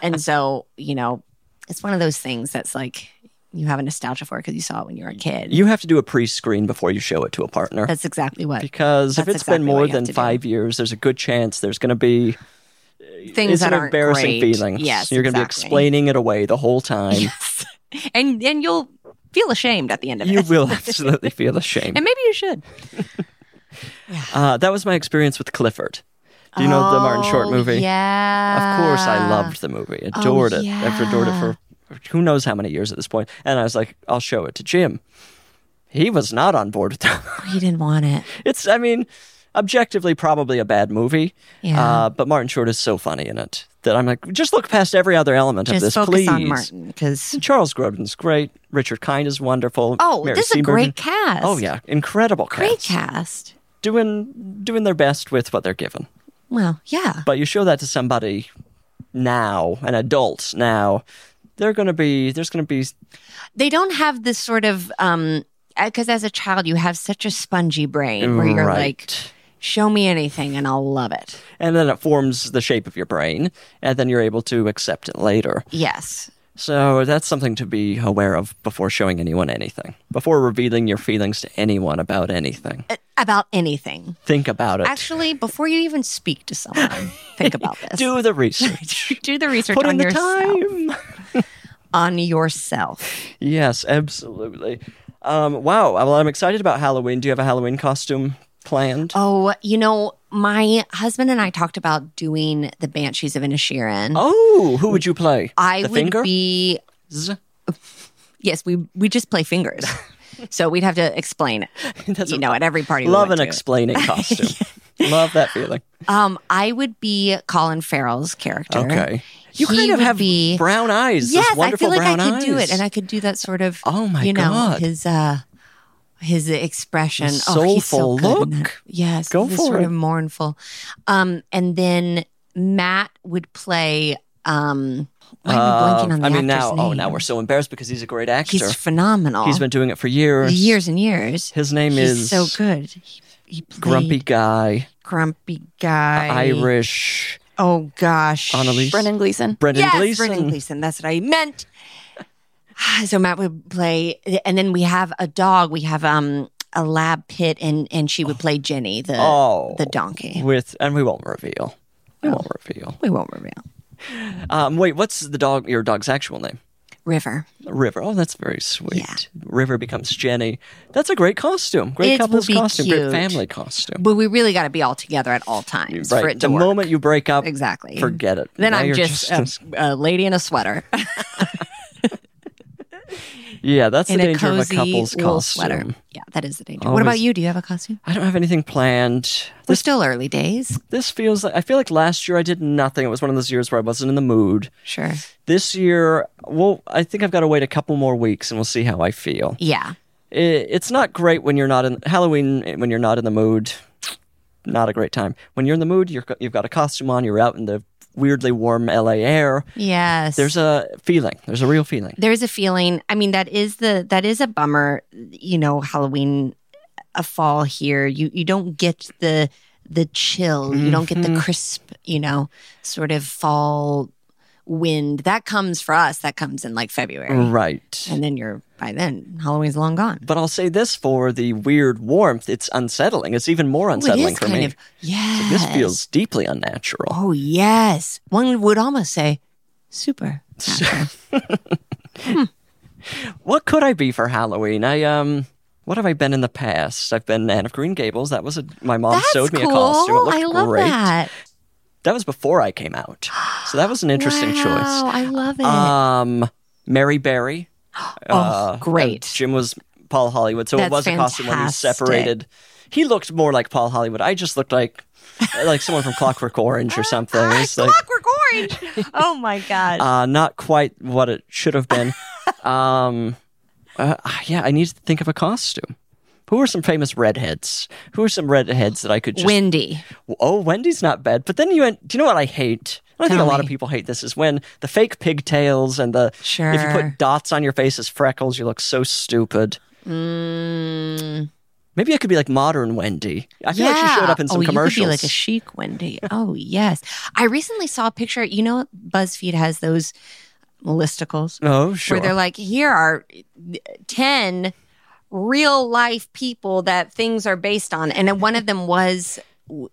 [SPEAKER 3] and so, you know, it's one of those things that's like you have a nostalgia for because you saw it when you were a kid.
[SPEAKER 2] You have to do a pre screen before you show it to a partner.
[SPEAKER 3] That's exactly what
[SPEAKER 2] because if
[SPEAKER 3] that's
[SPEAKER 2] it's
[SPEAKER 3] exactly
[SPEAKER 2] been
[SPEAKER 3] what
[SPEAKER 2] more
[SPEAKER 3] you have
[SPEAKER 2] than
[SPEAKER 3] to do.
[SPEAKER 2] five years, there's a good chance there's going to be
[SPEAKER 3] things
[SPEAKER 2] it's
[SPEAKER 3] that
[SPEAKER 2] an
[SPEAKER 3] aren't
[SPEAKER 2] embarrassing
[SPEAKER 3] great.
[SPEAKER 2] feelings.
[SPEAKER 3] Yes,
[SPEAKER 2] You're going to be
[SPEAKER 3] exactly.
[SPEAKER 2] explaining it away the whole time.
[SPEAKER 3] Yes. and and you'll feel ashamed at the end of
[SPEAKER 2] you
[SPEAKER 3] it.
[SPEAKER 2] will absolutely feel ashamed.
[SPEAKER 3] and maybe you should.
[SPEAKER 2] Uh, that was my experience with Clifford. Do you know the Martin Short
[SPEAKER 3] Oh,
[SPEAKER 2] movie?
[SPEAKER 3] Yeah. Oh,
[SPEAKER 2] Of course, I loved the movie. Adored it. I've adored it
[SPEAKER 3] yeah.
[SPEAKER 2] for who knows how many years at this point. And I was like, I'll show it to Jim. He was not on board with that.
[SPEAKER 3] He didn't want it.
[SPEAKER 2] It's, I mean, objectively probably a bad movie.
[SPEAKER 3] Yeah.
[SPEAKER 2] Uh, but Martin Short is so funny in it that I'm like, just look past every other element of
[SPEAKER 3] Just
[SPEAKER 2] this,
[SPEAKER 3] focus
[SPEAKER 2] please.
[SPEAKER 3] on Martin because
[SPEAKER 2] Charles Grodin's great. Richard Kind is wonderful.
[SPEAKER 3] oh,
[SPEAKER 2] Mary
[SPEAKER 3] this is a
[SPEAKER 2] Seaburn.
[SPEAKER 3] great cast.
[SPEAKER 2] Oh yeah, incredible
[SPEAKER 3] great
[SPEAKER 2] cast.
[SPEAKER 3] cast.
[SPEAKER 2] Doing doing their best with what they're given.
[SPEAKER 3] Well, yeah,
[SPEAKER 2] But you show that to somebody now, an adult now, they're going to be there's going to be
[SPEAKER 3] they don't have this sort of um because as a child you have such a spongy brain where you're
[SPEAKER 2] right.
[SPEAKER 3] like, show me anything and I'll love it.
[SPEAKER 2] and then it forms the shape of your brain, and then you're able to accept it later.
[SPEAKER 3] Yes,
[SPEAKER 2] So that's something to be aware of before showing anyone anything, before revealing your feelings to anyone about anything.
[SPEAKER 3] A- about anything.
[SPEAKER 2] Think about it.
[SPEAKER 3] Uh, Actually, before you even speak to someone, think about this.
[SPEAKER 2] do the research.
[SPEAKER 3] Do the research
[SPEAKER 2] Put
[SPEAKER 3] on
[SPEAKER 2] in the
[SPEAKER 3] yourself.
[SPEAKER 2] time.
[SPEAKER 3] On yourself.
[SPEAKER 2] Yes, absolutely. Um, wow. Well, I'm excited about Halloween. Do you have a Halloween costume planned?
[SPEAKER 3] Oh, you know, my husband and I talked about doing the Banshees of Inisherin.
[SPEAKER 2] Oh, who would you play?
[SPEAKER 3] I
[SPEAKER 2] the
[SPEAKER 3] would
[SPEAKER 2] finger?
[SPEAKER 3] be yes. We we just play fingers, so we'd have to explain it.
[SPEAKER 2] That's
[SPEAKER 3] you
[SPEAKER 2] a-
[SPEAKER 3] know, at every party. we
[SPEAKER 2] Love
[SPEAKER 3] went
[SPEAKER 2] an
[SPEAKER 3] to.
[SPEAKER 2] explaining costume. Love that feeling.
[SPEAKER 3] Um, I would be Colin Farrell's character.
[SPEAKER 2] Okay. You
[SPEAKER 3] He
[SPEAKER 2] kind of
[SPEAKER 3] would
[SPEAKER 2] have
[SPEAKER 3] be-
[SPEAKER 2] brown eyes.
[SPEAKER 3] Yes,
[SPEAKER 2] those
[SPEAKER 3] I
[SPEAKER 2] wonderful
[SPEAKER 3] feel like I
[SPEAKER 2] brown
[SPEAKER 3] could do
[SPEAKER 2] eyes.
[SPEAKER 3] it, and I could do that sort of.
[SPEAKER 2] Oh my
[SPEAKER 3] you know,
[SPEAKER 2] God.
[SPEAKER 3] His uh, his expression,
[SPEAKER 2] His
[SPEAKER 3] oh, he's so
[SPEAKER 2] soulful
[SPEAKER 3] good in that.
[SPEAKER 2] look.
[SPEAKER 3] Yes,
[SPEAKER 2] Go
[SPEAKER 3] this
[SPEAKER 2] for
[SPEAKER 3] sort
[SPEAKER 2] it.
[SPEAKER 3] of mournful. Um, and then Matt would play. Um, why am I
[SPEAKER 2] Uh,
[SPEAKER 3] blanking on the
[SPEAKER 2] I mean, now,
[SPEAKER 3] actor's
[SPEAKER 2] oh,
[SPEAKER 3] name?
[SPEAKER 2] now we're so embarrassed because he's a great actor.
[SPEAKER 3] He's phenomenal.
[SPEAKER 2] he's been doing it for years.
[SPEAKER 3] years and years.
[SPEAKER 2] His name
[SPEAKER 3] He's
[SPEAKER 2] is
[SPEAKER 3] so good. He, he played
[SPEAKER 2] Grumpy guy,
[SPEAKER 3] grumpy guy.
[SPEAKER 2] Irish,
[SPEAKER 3] Oh gosh,
[SPEAKER 2] Annalise,
[SPEAKER 4] Brendan Gleeson.
[SPEAKER 2] Brendan
[SPEAKER 3] yes,
[SPEAKER 2] Gleeson.
[SPEAKER 3] Brendan Gleeson. That's what I meant. so Matt would play, and then we have a dog. We have um a lab pit, and and she would play Jenny, the
[SPEAKER 2] Oh.
[SPEAKER 3] the donkey.
[SPEAKER 2] with and we won't reveal. We
[SPEAKER 3] Oh.
[SPEAKER 2] won't reveal.
[SPEAKER 3] We won't reveal
[SPEAKER 2] Um, wait, what's the dog? Your dog's actual name?
[SPEAKER 3] River.
[SPEAKER 2] River. Oh, that's very sweet.
[SPEAKER 3] Yeah.
[SPEAKER 2] River becomes Jenny. That's a great costume. Great
[SPEAKER 3] It
[SPEAKER 2] couple's
[SPEAKER 3] would be
[SPEAKER 2] costume.
[SPEAKER 3] cute.
[SPEAKER 2] Great family costume.
[SPEAKER 3] But we really got to be all together at all times for it to
[SPEAKER 2] The
[SPEAKER 3] work.
[SPEAKER 2] moment you break up,
[SPEAKER 3] exactly.
[SPEAKER 2] Forget it.
[SPEAKER 3] Then
[SPEAKER 2] Now
[SPEAKER 3] I'm
[SPEAKER 2] you're
[SPEAKER 3] just, a, a lady in a sweater.
[SPEAKER 2] yeah. That's the
[SPEAKER 3] in a
[SPEAKER 2] danger of a
[SPEAKER 3] cozy
[SPEAKER 2] couple's
[SPEAKER 3] wool
[SPEAKER 2] costume.
[SPEAKER 3] sweater. Yeah, that is the danger. What
[SPEAKER 2] Always-
[SPEAKER 3] about you? Do you have a costume?
[SPEAKER 2] I don't have anything planned.
[SPEAKER 3] We're
[SPEAKER 2] This
[SPEAKER 3] still early days.
[SPEAKER 2] this feels like I feel like last year I did nothing. It was one of those years where I wasn't in the mood.
[SPEAKER 3] Sure.
[SPEAKER 2] This year, well, I think I've got to wait a couple more weeks and we'll see how I feel.
[SPEAKER 3] Yeah.
[SPEAKER 2] it, it's not great when you're not in Halloween when you're not in the mood. Not a great time. When you're in the mood, you're, you've got a costume on. You're out in the weirdly warm LA air.
[SPEAKER 3] Yes.
[SPEAKER 2] There's a feeling. There's a real feeling.
[SPEAKER 3] there is a feeling i mean that is the that is a bummer you know halloween a fall here you you don't get the the chill you don't
[SPEAKER 2] Mm-hmm.
[SPEAKER 3] get the crisp you know sort of fall wind that comes for us that comes in like february
[SPEAKER 2] Mm. Right.
[SPEAKER 3] and then you're by then halloween's long gone
[SPEAKER 2] But I'll say this for the weird warmth. It's unsettling. It's even more
[SPEAKER 3] Ooh, it
[SPEAKER 2] unsettling
[SPEAKER 3] is
[SPEAKER 2] for
[SPEAKER 3] kind
[SPEAKER 2] me.
[SPEAKER 3] of yeah
[SPEAKER 2] This feels deeply unnatural.
[SPEAKER 3] oh yes one would almost say super
[SPEAKER 2] What could I be for Halloween? I um. What have I been in the past? I've been Anne of Green Gables. That was a, my mom
[SPEAKER 3] that's
[SPEAKER 2] sewed me
[SPEAKER 3] cool
[SPEAKER 2] a costume. It looked
[SPEAKER 3] i love
[SPEAKER 2] great.
[SPEAKER 3] that
[SPEAKER 2] That was before I came out, so that was an interesting
[SPEAKER 3] wow,
[SPEAKER 2] choice.
[SPEAKER 3] Oh, i love it
[SPEAKER 2] Um, Mary Berry.
[SPEAKER 3] oh
[SPEAKER 2] Uh, and
[SPEAKER 3] great
[SPEAKER 2] Jim was Paul Hollywood, so
[SPEAKER 3] That's
[SPEAKER 2] it was a costume when he
[SPEAKER 3] fantastic.
[SPEAKER 2] separated. He looked more like Paul Hollywood. I just looked like like someone from Clockwork Orange or something. It's like
[SPEAKER 3] Ah, Clockwork Orange. Oh my god.
[SPEAKER 2] uh, not quite what it should have been. um, uh, yeah, I need to think of a costume. Who are some famous redheads? Who are some redheads that I could just?
[SPEAKER 3] Windy.
[SPEAKER 2] Oh, Wendy's not bad. But then you went. Do you know what I hate? And I think
[SPEAKER 3] Tell
[SPEAKER 2] a lot
[SPEAKER 3] me.
[SPEAKER 2] of people hate this is when the fake pigtails and the if you
[SPEAKER 3] Sure.
[SPEAKER 2] put dots on your face as freckles, you look so stupid.
[SPEAKER 3] Mm,
[SPEAKER 2] Maybe I could be like modern Wendy. I feel like she showed
[SPEAKER 3] yeah.
[SPEAKER 2] up in some
[SPEAKER 3] oh,
[SPEAKER 2] commercials.
[SPEAKER 3] You could be like a chic Wendy. Oh yes. I recently saw a picture. You know, BuzzFeed has those listicles
[SPEAKER 2] Oh, sure.
[SPEAKER 3] where they're like, here are 10 real life people that things are based on. And then one of them was,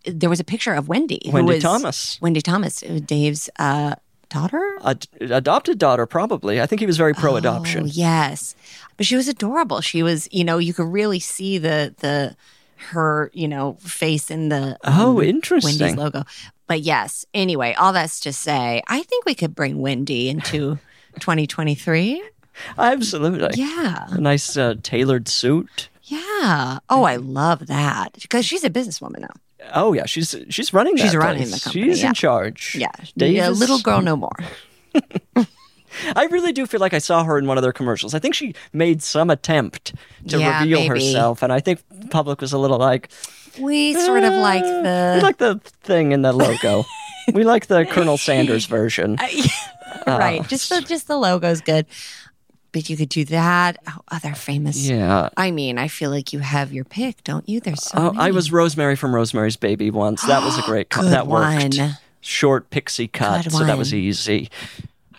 [SPEAKER 3] there was a picture of Wendy. who
[SPEAKER 2] Wendy
[SPEAKER 3] was-
[SPEAKER 2] Thomas.
[SPEAKER 3] Wendy Thomas, uh, Dave's uh, daughter.
[SPEAKER 2] Ad- adopted daughter, probably. I think he was very pro
[SPEAKER 3] Oh,
[SPEAKER 2] adoption.
[SPEAKER 3] yes. But she was adorable. She was, you know, you could really see the, the, her, you know, face in the
[SPEAKER 2] Oh,
[SPEAKER 3] um,
[SPEAKER 2] interesting.
[SPEAKER 3] Wendy's logo. But yes, anyway, all that's to say, I think we could bring Wendy into 2023.
[SPEAKER 2] Absolutely.
[SPEAKER 3] Yeah.
[SPEAKER 2] A nice uh, tailored suit.
[SPEAKER 3] Yeah. Oh, I love that because she's a businesswoman now.
[SPEAKER 2] Oh yeah, she's she's running.
[SPEAKER 3] She's
[SPEAKER 2] that
[SPEAKER 3] running
[SPEAKER 2] place.
[SPEAKER 3] the company,
[SPEAKER 2] She's
[SPEAKER 3] yeah.
[SPEAKER 2] in charge.
[SPEAKER 3] Yeah.
[SPEAKER 2] Dave
[SPEAKER 3] Yeah,
[SPEAKER 2] is-
[SPEAKER 3] little girl no more.
[SPEAKER 2] I really do feel like I saw her in one of their commercials. I think she made some attempt to
[SPEAKER 3] Yeah,
[SPEAKER 2] reveal
[SPEAKER 3] maybe.
[SPEAKER 2] herself, and I think the public was a little like,
[SPEAKER 3] We sort of like
[SPEAKER 2] "Eh,
[SPEAKER 3] the
[SPEAKER 2] we like the thing in the logo. we like the Colonel Sanders version.
[SPEAKER 3] right. Just the just the logo's good. But you could do that. Oh, other famous.
[SPEAKER 2] yeah.
[SPEAKER 3] I mean, I feel like you have your pick, don't you? There's so
[SPEAKER 2] Oh, I
[SPEAKER 3] many.
[SPEAKER 2] was Rosemary from Rosemary's Baby once. That was a great cut. that worked.
[SPEAKER 3] one.
[SPEAKER 2] Short pixie cut,
[SPEAKER 3] Good
[SPEAKER 2] so that was
[SPEAKER 3] one.
[SPEAKER 2] easy.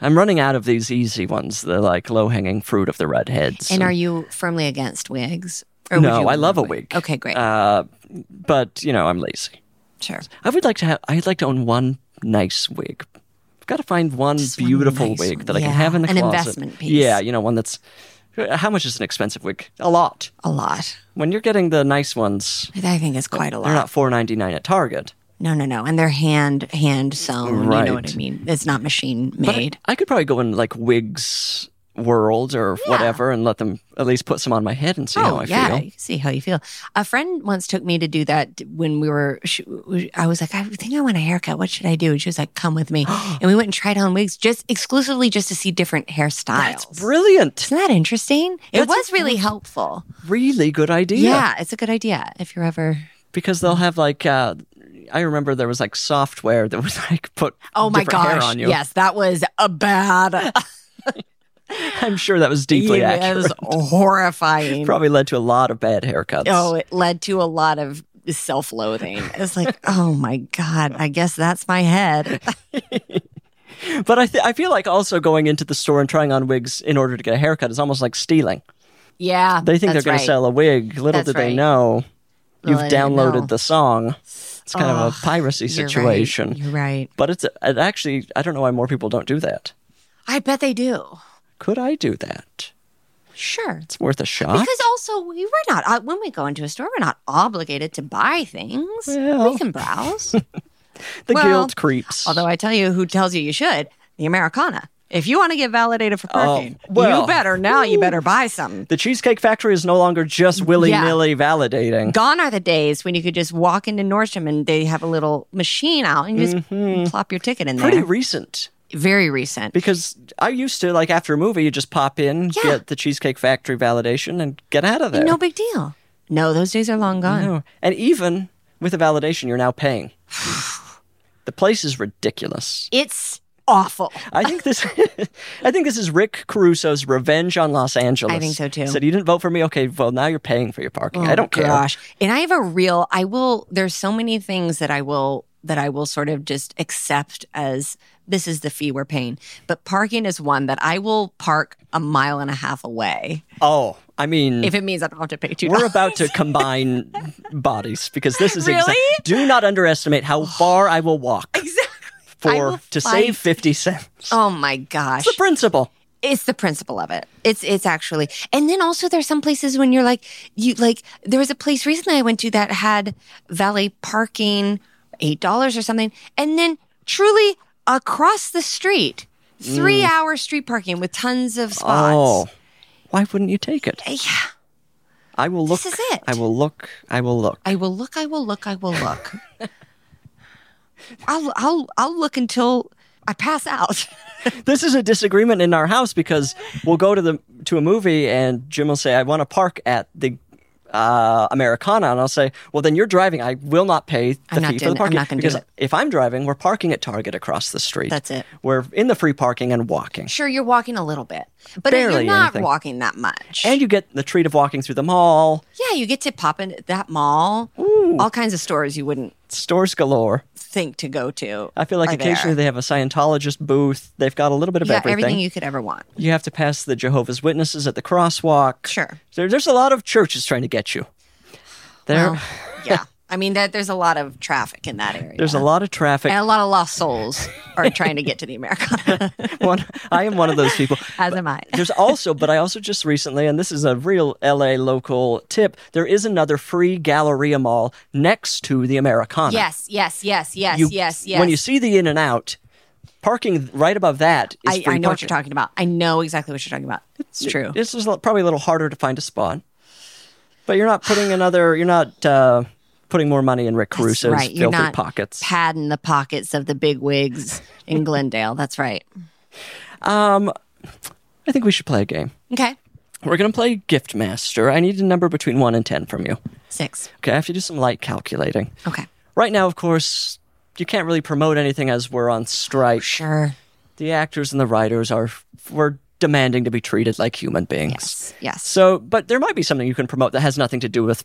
[SPEAKER 2] I'm running out of these easy ones, the like low hanging fruit of the redheads.
[SPEAKER 3] And are you firmly against wigs? Or would
[SPEAKER 2] no,
[SPEAKER 3] you
[SPEAKER 2] I love a
[SPEAKER 3] wig?
[SPEAKER 2] wig.
[SPEAKER 3] Okay, great.
[SPEAKER 2] Uh, but you know, I'm lazy.
[SPEAKER 3] sure.
[SPEAKER 2] I would like to have. I'd like to own one nice wig. I've got to find one
[SPEAKER 3] one
[SPEAKER 2] beautiful
[SPEAKER 3] nice
[SPEAKER 2] wig
[SPEAKER 3] one.
[SPEAKER 2] that I can
[SPEAKER 3] Yeah,
[SPEAKER 2] have in the
[SPEAKER 3] an
[SPEAKER 2] closet.
[SPEAKER 3] investment piece.
[SPEAKER 2] Yeah, you know, one that's. uh, How much is an expensive wig? A lot.
[SPEAKER 3] A lot.
[SPEAKER 2] When you're getting the nice ones,
[SPEAKER 3] I think it's quite a lot.
[SPEAKER 2] they're not four ninety nine at Target.
[SPEAKER 3] no, no, no. And they're hand hand sewn. You know what
[SPEAKER 2] Right.
[SPEAKER 3] I mean? It's not machine
[SPEAKER 2] But I-
[SPEAKER 3] made.
[SPEAKER 2] I, could probably go in like wigs world or whatever and let them at least put some on my head and see how I
[SPEAKER 3] Oh, yeah,
[SPEAKER 2] feel.
[SPEAKER 3] you can see how you feel. A friend once took me to do that when we were. She, I was like, I think I want a haircut. What should I do? And she was like, Come with me. and we went and tried on wigs just exclusively just to see different hairstyles.
[SPEAKER 2] That's brilliant.
[SPEAKER 3] Isn't that interesting? It
[SPEAKER 2] That's
[SPEAKER 3] was really helpful.
[SPEAKER 2] Really good idea.
[SPEAKER 3] Yeah. it's a good idea if you're ever.
[SPEAKER 2] because they'll have like uh, I remember there was like software that was like put
[SPEAKER 3] Oh my
[SPEAKER 2] different hair
[SPEAKER 3] gosh!
[SPEAKER 2] on you.
[SPEAKER 3] Yes, that was a bad.
[SPEAKER 2] I'm sure that was deeply
[SPEAKER 3] it
[SPEAKER 2] accurate.
[SPEAKER 3] was horrifying.
[SPEAKER 2] Probably led to a lot of bad haircuts.
[SPEAKER 3] Mm. Oh, it led to a lot of self-loathing. It's like, oh my god, I guess that's my head.
[SPEAKER 2] But I th- I feel like also going into the store and trying on wigs in order to get a haircut is almost like stealing.
[SPEAKER 3] Yeah,
[SPEAKER 2] They think
[SPEAKER 3] that's
[SPEAKER 2] they're going
[SPEAKER 3] right.
[SPEAKER 2] to sell a wig. Little
[SPEAKER 3] That's
[SPEAKER 2] did they
[SPEAKER 3] right.
[SPEAKER 2] know you've
[SPEAKER 3] Little did they know.
[SPEAKER 2] downloaded the song. It's kind of a piracy
[SPEAKER 3] You're right.
[SPEAKER 2] situation.
[SPEAKER 3] You're right.
[SPEAKER 2] But it's it actually I don't know why more people don't do that.
[SPEAKER 3] I bet they do.
[SPEAKER 2] Could I do that?
[SPEAKER 3] Sure.
[SPEAKER 2] It's worth a shot.
[SPEAKER 3] Because also we were not uh, when we go into a store, we're not obligated to buy things.
[SPEAKER 2] Well.
[SPEAKER 3] We can browse.
[SPEAKER 2] the
[SPEAKER 3] well,
[SPEAKER 2] guild creeps.
[SPEAKER 3] Although I tell you, who tells you you should? The Americana. If you want to get validated for
[SPEAKER 2] Oh,
[SPEAKER 3] parking,
[SPEAKER 2] well.
[SPEAKER 3] you better now. You better buy something.
[SPEAKER 2] The Cheesecake Factory is no longer just willy nilly validating.
[SPEAKER 3] Gone are the days when you could just walk into Nordstrom and they have a little machine out and you just plop your ticket in there.
[SPEAKER 2] Mm-hmm. Pretty recent.
[SPEAKER 3] Very recent.
[SPEAKER 2] Because I used to, like, after a movie, you just pop in,
[SPEAKER 3] Yeah.
[SPEAKER 2] get the Cheesecake Factory validation, and get out of there.
[SPEAKER 3] No big deal. No, those days are long gone.
[SPEAKER 2] No. And even with the validation, you're now paying. the place is ridiculous.
[SPEAKER 3] It's awful.
[SPEAKER 2] I think this I think this is Rick Caruso's revenge on Los Angeles.
[SPEAKER 3] I think so, too.
[SPEAKER 2] Said you didn't vote for me, okay, well now you're paying for your parking. I
[SPEAKER 3] Oh,
[SPEAKER 2] don't care.
[SPEAKER 3] gosh. And I have a real I will there's so many things that I will that I will sort of just accept as this is the fee we're paying. But parking is one that I will park a mile and a half away
[SPEAKER 2] Oh, I mean
[SPEAKER 3] if it means I don't have to pay two
[SPEAKER 2] We're
[SPEAKER 3] dollars.
[SPEAKER 2] about to combine bodies because this is exa-
[SPEAKER 3] Really?
[SPEAKER 2] do not underestimate how far I will walk. Exactly.
[SPEAKER 3] I
[SPEAKER 2] For
[SPEAKER 3] will
[SPEAKER 2] to
[SPEAKER 3] fight.
[SPEAKER 2] save 50 cents.
[SPEAKER 3] Oh my gosh.
[SPEAKER 2] It's the principle.
[SPEAKER 3] it's the principle of it. It's it's actually, and then also there's some places when you're like you like there was a place recently I went to that had valet parking eight dollars or something, and then truly across the street, three hour street parking with tons of
[SPEAKER 2] Mm. Oh.
[SPEAKER 3] spots.
[SPEAKER 2] Why wouldn't you take it?
[SPEAKER 3] Uh, Yeah,
[SPEAKER 2] I will look.
[SPEAKER 3] This is it.
[SPEAKER 2] I will look. I will look.
[SPEAKER 3] I will look. I will look. I will look. I'll I'll I'll look until I pass out.
[SPEAKER 2] This is a disagreement in our house because we'll go to the to a movie and Jim will say, "I want to park at the uh, Americana," and I'll say, "Well, then you're driving. I will not pay the
[SPEAKER 3] I'm not
[SPEAKER 2] fee for
[SPEAKER 3] doing
[SPEAKER 2] the
[SPEAKER 3] it.
[SPEAKER 2] parking
[SPEAKER 3] I'm not gonna do
[SPEAKER 2] because
[SPEAKER 3] it."
[SPEAKER 2] if I'm driving, we're parking at Target across the street.
[SPEAKER 3] That's it.
[SPEAKER 2] We're in the free parking and walking.
[SPEAKER 3] Sure, you're walking a little bit, but
[SPEAKER 2] Barely
[SPEAKER 3] you're not
[SPEAKER 2] anything.
[SPEAKER 3] walking that much.
[SPEAKER 2] And you get the treat of walking through the mall,
[SPEAKER 3] Yeah, you get to pop in that mall, all kinds of stores you wouldn't.
[SPEAKER 2] stores galore.
[SPEAKER 3] think to go to.
[SPEAKER 2] I feel like
[SPEAKER 3] Oh, are
[SPEAKER 2] occasionally they
[SPEAKER 3] there.
[SPEAKER 2] have a Scientologist booth. They've got a little bit of
[SPEAKER 3] you got
[SPEAKER 2] everything.
[SPEAKER 3] everything
[SPEAKER 2] you-,
[SPEAKER 3] you could ever want.
[SPEAKER 2] have to pass the Jehovah's Witnesses at the crosswalk.
[SPEAKER 3] Sure.
[SPEAKER 2] There, there's a lot of churches trying to get you. There,
[SPEAKER 3] Well, yeah. I mean, that, there's a lot of traffic in that area.
[SPEAKER 2] there's a lot of traffic.
[SPEAKER 3] And a lot of lost souls are trying to get to the Americana,
[SPEAKER 2] one, I am one of those people.
[SPEAKER 3] as am I.
[SPEAKER 2] There's also, but I also just recently, and this is a real LA local tip, there is another free Galleria Mall next to the Americana.
[SPEAKER 3] Yes, yes, yes, yes,
[SPEAKER 2] You-
[SPEAKER 3] yes, yes.
[SPEAKER 2] When you see the In and Out, parking right above that is
[SPEAKER 3] I,
[SPEAKER 2] free
[SPEAKER 3] I know what
[SPEAKER 2] parking.
[SPEAKER 3] you're talking about. I know exactly what you're talking about. It's true.
[SPEAKER 2] This is li- probably a little harder to find a spawn, but you're not putting another. You're not uh, putting more money in Rick
[SPEAKER 3] That's
[SPEAKER 2] Caruso's
[SPEAKER 3] right. You're
[SPEAKER 2] filthy
[SPEAKER 3] not
[SPEAKER 2] pockets.
[SPEAKER 3] padding the pockets of the big wigs in Glendale. That's right.
[SPEAKER 2] I think we should play a game.
[SPEAKER 3] Okay.
[SPEAKER 2] We're gonna play Gift Master. I need a number between one and ten from you.
[SPEAKER 3] Six.
[SPEAKER 2] Okay, I have to do some light calculating.
[SPEAKER 3] Okay.
[SPEAKER 2] Right now, of course, you can't really promote anything as we're on strike.
[SPEAKER 3] Sure.
[SPEAKER 2] The actors and the writers are we're demanding to be treated like human beings.
[SPEAKER 3] Yes. Yes.
[SPEAKER 2] So, but there might be something you can promote that has nothing to do with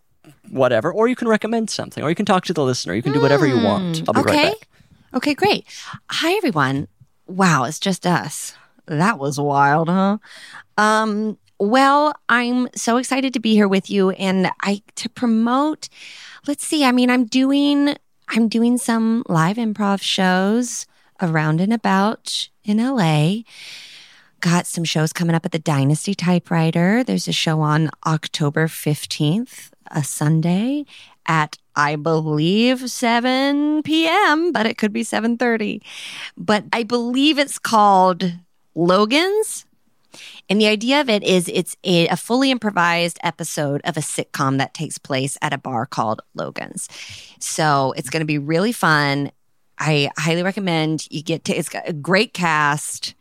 [SPEAKER 2] whatever, or you can recommend something, or you can talk to the listener. You can do whatever you want. I'll be
[SPEAKER 3] Hmm, Okay.
[SPEAKER 2] right back.
[SPEAKER 3] Okay, great. Hi everyone. Wow, it's just us. That was wild, huh? Um well, I'm so excited to be here with you and I to promote let's see. I mean, I'm doing I'm doing some live improv shows around and about in LA. Got some shows coming up at the Dynasty Typewriter. There's a show on October 15th, a Sunday at I believe 7 p.m., but it could be 7:30. But I believe it's called Logan's. And the idea of it is it's a, a fully improvised episode of a sitcom that takes place at a bar called Logan's. So it's going to be really fun. I highly recommend you get to, it's got a great cast.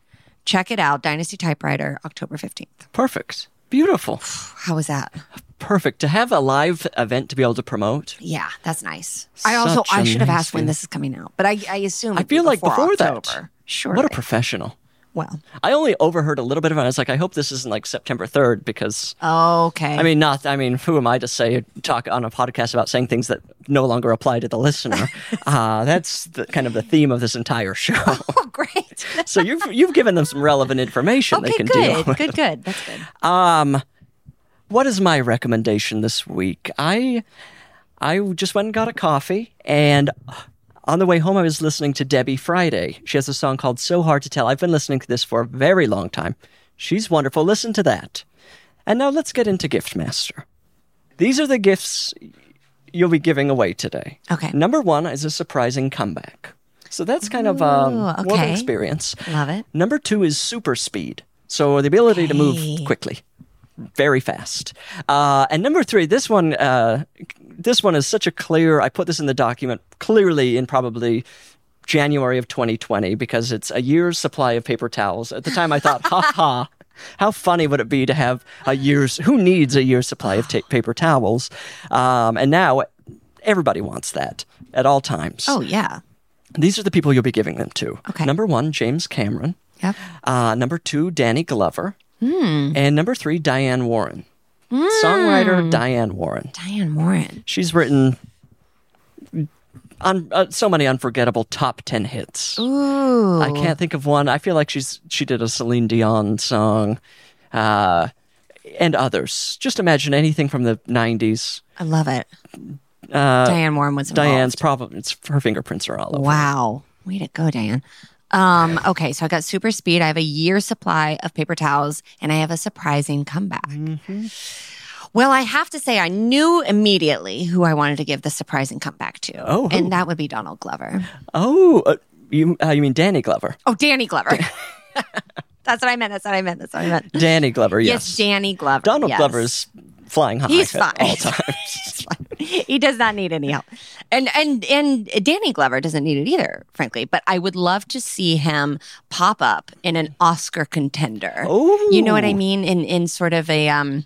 [SPEAKER 3] Check it out, Dynasty Typewriter, October 15th.
[SPEAKER 2] Perfect. Beautiful.
[SPEAKER 3] How was that?
[SPEAKER 2] Perfect. To have a live event to be able to promote.
[SPEAKER 3] Yeah, that's nice. I also,
[SPEAKER 2] Such
[SPEAKER 3] I should have asked
[SPEAKER 2] amazing.
[SPEAKER 3] when this is coming out, but I, I assume
[SPEAKER 2] I
[SPEAKER 3] it'd be
[SPEAKER 2] feel like before that.
[SPEAKER 3] October. Sure.
[SPEAKER 2] What a professional.
[SPEAKER 3] well.
[SPEAKER 2] I only overheard a little bit of it. I was like, I hope this isn't like September 3rd because
[SPEAKER 3] Okay.
[SPEAKER 2] I mean, not, I mean, who am I to say, talk on a podcast about saying things that no longer apply to the listener? uh, that's the, kind of the theme of this entire show.
[SPEAKER 3] oh, great.
[SPEAKER 2] so you've, you've given them some relevant information they
[SPEAKER 3] okay,
[SPEAKER 2] can deal
[SPEAKER 3] good,
[SPEAKER 2] with.
[SPEAKER 3] good, good. That's good.
[SPEAKER 2] what is my recommendation this week? I I just went and got a coffee and on the way home I was listening to Debbie Friday. She has a song called So Hard to Tell. I've been listening to this for a very long time. She's wonderful. Listen to that. And now let's get into Gift Master. These are the gifts you'll be giving away today.
[SPEAKER 3] Okay.
[SPEAKER 2] Number 1 is a surprising comeback. So that's kind of um, more of an
[SPEAKER 3] okay.
[SPEAKER 2] experience.
[SPEAKER 3] Love it.
[SPEAKER 2] Number two is super speed. So the ability to move quickly, very fast. Uh, and number three, this one, uh, this one is such a clear. I put this in the document clearly in probably January of 2020 because it's a year's supply of paper towels. At the time, I thought, ha ha. How funny would it be to have a year's? Who needs a year's supply of ta- paper towels? Um, and now everybody wants that at all times.
[SPEAKER 3] Oh yeah.
[SPEAKER 2] These are the people you'll be giving them to.
[SPEAKER 3] Okay.
[SPEAKER 2] Number one, James Cameron.
[SPEAKER 3] Yep.
[SPEAKER 2] Uh, number two, Danny Glover.
[SPEAKER 3] Hmm.
[SPEAKER 2] And number three, Diane Warren. Songwriter Diane Warren.
[SPEAKER 3] Diane Warren.
[SPEAKER 2] She's written un- uh, so many unforgettable top 10 hits.
[SPEAKER 3] Ooh.
[SPEAKER 2] I can't think of one. I feel like she's she did a Celine Dion song uh, and others. Just imagine anything from the 90s.
[SPEAKER 3] I love it. Diane Warren was involved.
[SPEAKER 2] Uh, Diane's probably, it's, her fingerprints are all over.
[SPEAKER 3] Wow. Way to go, Diane. Um, okay, so I got super speed. I have a year supply of paper towels and I have a surprising comeback.
[SPEAKER 2] Mm-hmm.
[SPEAKER 3] Well, I have to say, I knew immediately who I wanted to give the surprising comeback to.
[SPEAKER 2] Oh, who?
[SPEAKER 3] and that would be Donald Glover.
[SPEAKER 2] Oh, uh, you, uh, you mean Danny Glover?
[SPEAKER 3] Oh, Danny Glover. that's what I meant. That's what I meant. That's what I meant.
[SPEAKER 2] Danny Glover, yes.
[SPEAKER 3] Yes, Danny Glover.
[SPEAKER 2] Donald
[SPEAKER 3] yes.
[SPEAKER 2] Glover is flying high
[SPEAKER 3] He's
[SPEAKER 2] at
[SPEAKER 3] fine.
[SPEAKER 2] all times.
[SPEAKER 3] he does not need any help. And and and Danny Glover doesn't need it either, frankly. But I would love to see him pop up in an Oscar contender.
[SPEAKER 2] Oh.
[SPEAKER 3] You know what I mean? In in sort of a um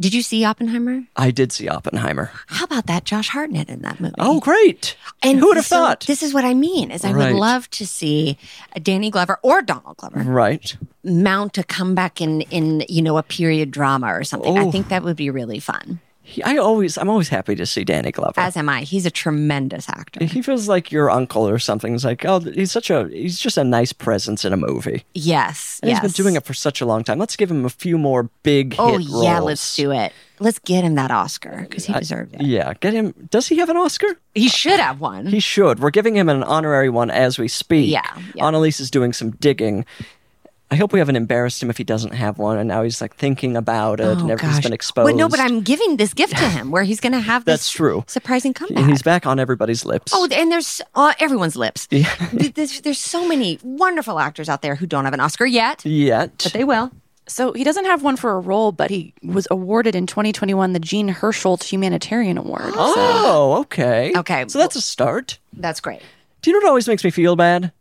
[SPEAKER 3] Did you see Oppenheimer?
[SPEAKER 2] I did see Oppenheimer.
[SPEAKER 3] How about that Josh Hartnett in that movie?
[SPEAKER 2] Oh, great!
[SPEAKER 3] and
[SPEAKER 2] who would have
[SPEAKER 3] so
[SPEAKER 2] thought?
[SPEAKER 3] This is what I mean, is I
[SPEAKER 2] Right.
[SPEAKER 3] would love to see Danny Glover or Donald Glover
[SPEAKER 2] right.
[SPEAKER 3] mount a comeback in in, you know, a period drama or something. I
[SPEAKER 2] Oh.
[SPEAKER 3] think that would be really fun.
[SPEAKER 2] He, I always, I'm always happy to see Danny Glover.
[SPEAKER 3] As am I. He's a tremendous actor.
[SPEAKER 2] he feels like your uncle or something. He's like, oh, he's such a, he's just a nice presence in a movie.
[SPEAKER 3] Yes.
[SPEAKER 2] And
[SPEAKER 3] yes.
[SPEAKER 2] He's been doing it for such a long time. Let's give him a few more big
[SPEAKER 3] Oh
[SPEAKER 2] hit
[SPEAKER 3] yeah,
[SPEAKER 2] roles.
[SPEAKER 3] let's do it. Let's get him that Oscar because he deserved it.
[SPEAKER 2] Yeah, get him. Does he have an Oscar?
[SPEAKER 3] He should have one.
[SPEAKER 2] He should. We're giving him an honorary one as we speak.
[SPEAKER 3] Yeah, yeah.
[SPEAKER 2] Annalise is doing some digging. I hope we haven't embarrassed him if he doesn't have one. And now he's like thinking about it and everything's
[SPEAKER 3] Oh, gosh.
[SPEAKER 2] been exposed.
[SPEAKER 3] But no, but I'm giving this gift to him where he's going to have this
[SPEAKER 2] That's true.
[SPEAKER 3] surprising
[SPEAKER 2] And
[SPEAKER 3] comeback.
[SPEAKER 2] he's back on everybody's lips.
[SPEAKER 3] Oh, and there's uh, everyone's lips. Th- there's, there's so many wonderful actors out there who don't have an Oscar yet,
[SPEAKER 2] yet.
[SPEAKER 3] but they will.
[SPEAKER 4] So he doesn't have one for a role, but he was awarded in 2021 the Gene Herschel Humanitarian Award.
[SPEAKER 2] oh, okay.
[SPEAKER 3] Okay,
[SPEAKER 2] So that's a start.
[SPEAKER 3] That's great.
[SPEAKER 2] Do you know what always makes me feel bad?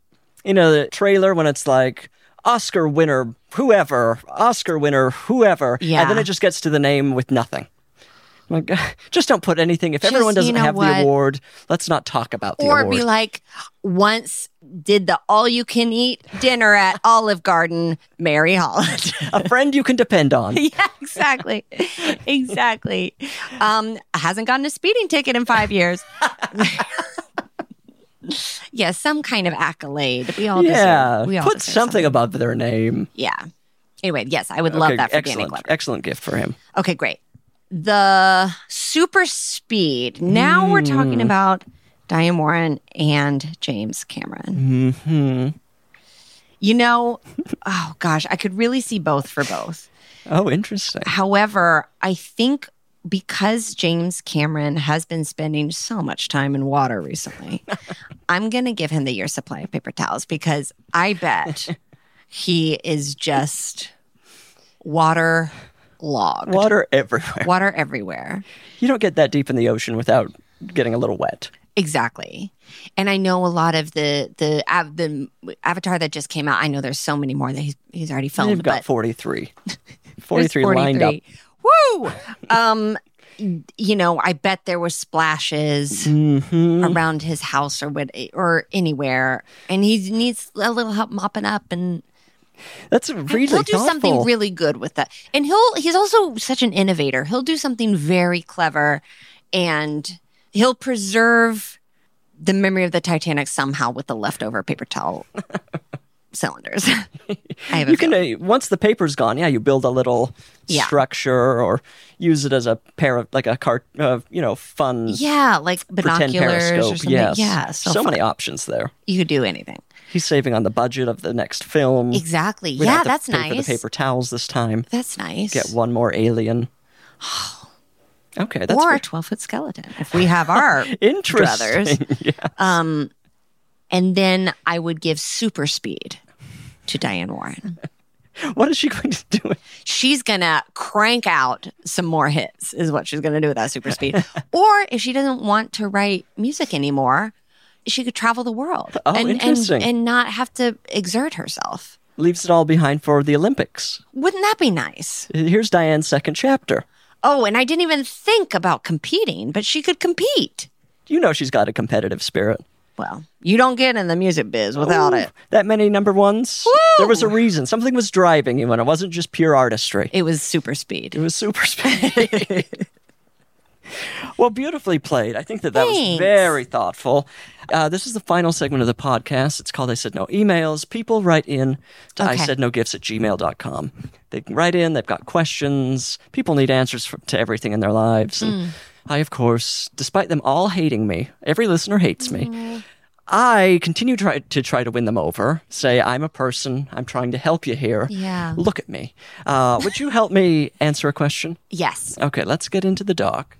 [SPEAKER 2] You know, the trailer when it's like Oscar winner, whoever, Oscar winner, whoever.
[SPEAKER 3] Yeah.
[SPEAKER 2] And then it just gets to the name with nothing. I'm like, just don't put anything. If
[SPEAKER 3] Just,
[SPEAKER 2] everyone
[SPEAKER 3] you
[SPEAKER 2] doesn't
[SPEAKER 3] know
[SPEAKER 2] have
[SPEAKER 3] what?
[SPEAKER 2] the award, let's not talk about the
[SPEAKER 3] or
[SPEAKER 2] award.
[SPEAKER 3] be like, once did the all you can eat dinner at Olive Garden, Mary Holland.
[SPEAKER 2] a friend you can depend on.
[SPEAKER 3] yeah, exactly. exactly. Um, hasn't gotten a speeding ticket in five years. yeah, some kind of accolade. We all
[SPEAKER 2] yeah.
[SPEAKER 3] deserve. We all
[SPEAKER 2] Put
[SPEAKER 3] deserve
[SPEAKER 2] something, above their name.
[SPEAKER 3] Yeah. Anyway, yes, I would love
[SPEAKER 2] Okay,
[SPEAKER 3] that for Danny
[SPEAKER 2] excellent.
[SPEAKER 3] Glover.
[SPEAKER 2] Excellent gift for him.
[SPEAKER 3] Okay, great. The super speed. Now we're
[SPEAKER 2] Mm.
[SPEAKER 3] talking about Diane Warren and James Cameron. Mm-hmm. You know, oh gosh, I could really see both for both.
[SPEAKER 2] Oh, interesting.
[SPEAKER 3] However, I think because James Cameron has been spending so much time in water recently, I'm going to give him the year supply of paper towels because I bet he is just water logged.
[SPEAKER 2] Water everywhere.
[SPEAKER 3] Water everywhere.
[SPEAKER 2] You don't get that deep in the ocean without getting a little wet.
[SPEAKER 3] Exactly. And I know a lot of the the av- the Avatar that just came out. I know there's so many more that he's he's already filmed.
[SPEAKER 2] You've got
[SPEAKER 3] but
[SPEAKER 2] 43.
[SPEAKER 3] there's
[SPEAKER 2] 43 lined up.
[SPEAKER 3] 43. Woo! um, you know, I bet there were splashes
[SPEAKER 2] Mm-hmm.
[SPEAKER 3] around his house or what or anywhere, and he needs a little help mopping up and.
[SPEAKER 2] That's really
[SPEAKER 3] he'll do something
[SPEAKER 2] thoughtful.
[SPEAKER 3] really good with that. And he'll he's also such an innovator. He'll do something very clever and he'll preserve the memory of the Titanic somehow with the leftover paper towel cylinders. I have a
[SPEAKER 2] You can uh, once the paper's gone, yeah, you build a little
[SPEAKER 3] Yeah.
[SPEAKER 2] structure or use it as a pair of like a cart, uh, you know, fun
[SPEAKER 3] feeling. yeah, like
[SPEAKER 2] pretend
[SPEAKER 3] binoculars or
[SPEAKER 2] periscope.
[SPEAKER 3] something.
[SPEAKER 2] Yes,
[SPEAKER 3] Yeah, so,
[SPEAKER 2] so
[SPEAKER 3] fun.
[SPEAKER 2] many options there.
[SPEAKER 3] you could do anything.
[SPEAKER 2] He's saving on the budget of the next film.
[SPEAKER 3] Exactly.
[SPEAKER 2] We don't
[SPEAKER 3] yeah,
[SPEAKER 2] have to
[SPEAKER 3] that's
[SPEAKER 2] pay
[SPEAKER 3] nice.
[SPEAKER 2] For the paper towels this time,
[SPEAKER 3] That's nice.
[SPEAKER 2] get one more alien. Okay, that's
[SPEAKER 3] or a
[SPEAKER 2] very-
[SPEAKER 3] twelve foot skeleton if we have our
[SPEAKER 2] interesting.
[SPEAKER 3] Um, and then I would give super speed to Diane Warren.
[SPEAKER 2] What is she going to do?
[SPEAKER 3] She's gonna crank out some more hits, is what she's gonna do with that super speed. or if she doesn't want to write music anymore, she could travel the world
[SPEAKER 2] Oh,
[SPEAKER 3] and,
[SPEAKER 2] interesting.
[SPEAKER 3] and and not have to exert herself.
[SPEAKER 2] Leaves it all behind for the Olympics.
[SPEAKER 3] Wouldn't that be nice?
[SPEAKER 2] Here's Diane's second chapter.
[SPEAKER 3] Oh, and I didn't even think about competing, but she could compete.
[SPEAKER 2] You know she's got a competitive spirit.
[SPEAKER 3] Well, you don't get in the music biz without it.
[SPEAKER 2] That many number ones? There was a reason. Something was driving you, and it wasn't just pure artistry.
[SPEAKER 3] It was super speed.
[SPEAKER 2] It was super speed. well, beautifully played. I think that that was
[SPEAKER 3] Thanks.
[SPEAKER 2] very thoughtful. Uh, this is the final segment of the podcast. It's called I Said No Emails. People write in to I
[SPEAKER 3] Okay.
[SPEAKER 2] Said No Gifts at gmail.com. They can write in, they've got questions. People need answers for, to everything in their lives. And I, of course, despite them all hating me, every listener hates me. I continue try, to try to win them over. Say, I'm a person. I'm trying to help you here.
[SPEAKER 3] Yeah.
[SPEAKER 2] Look at me. Uh, would you help me answer a question?
[SPEAKER 3] Yes.
[SPEAKER 2] Okay, let's get into the doc.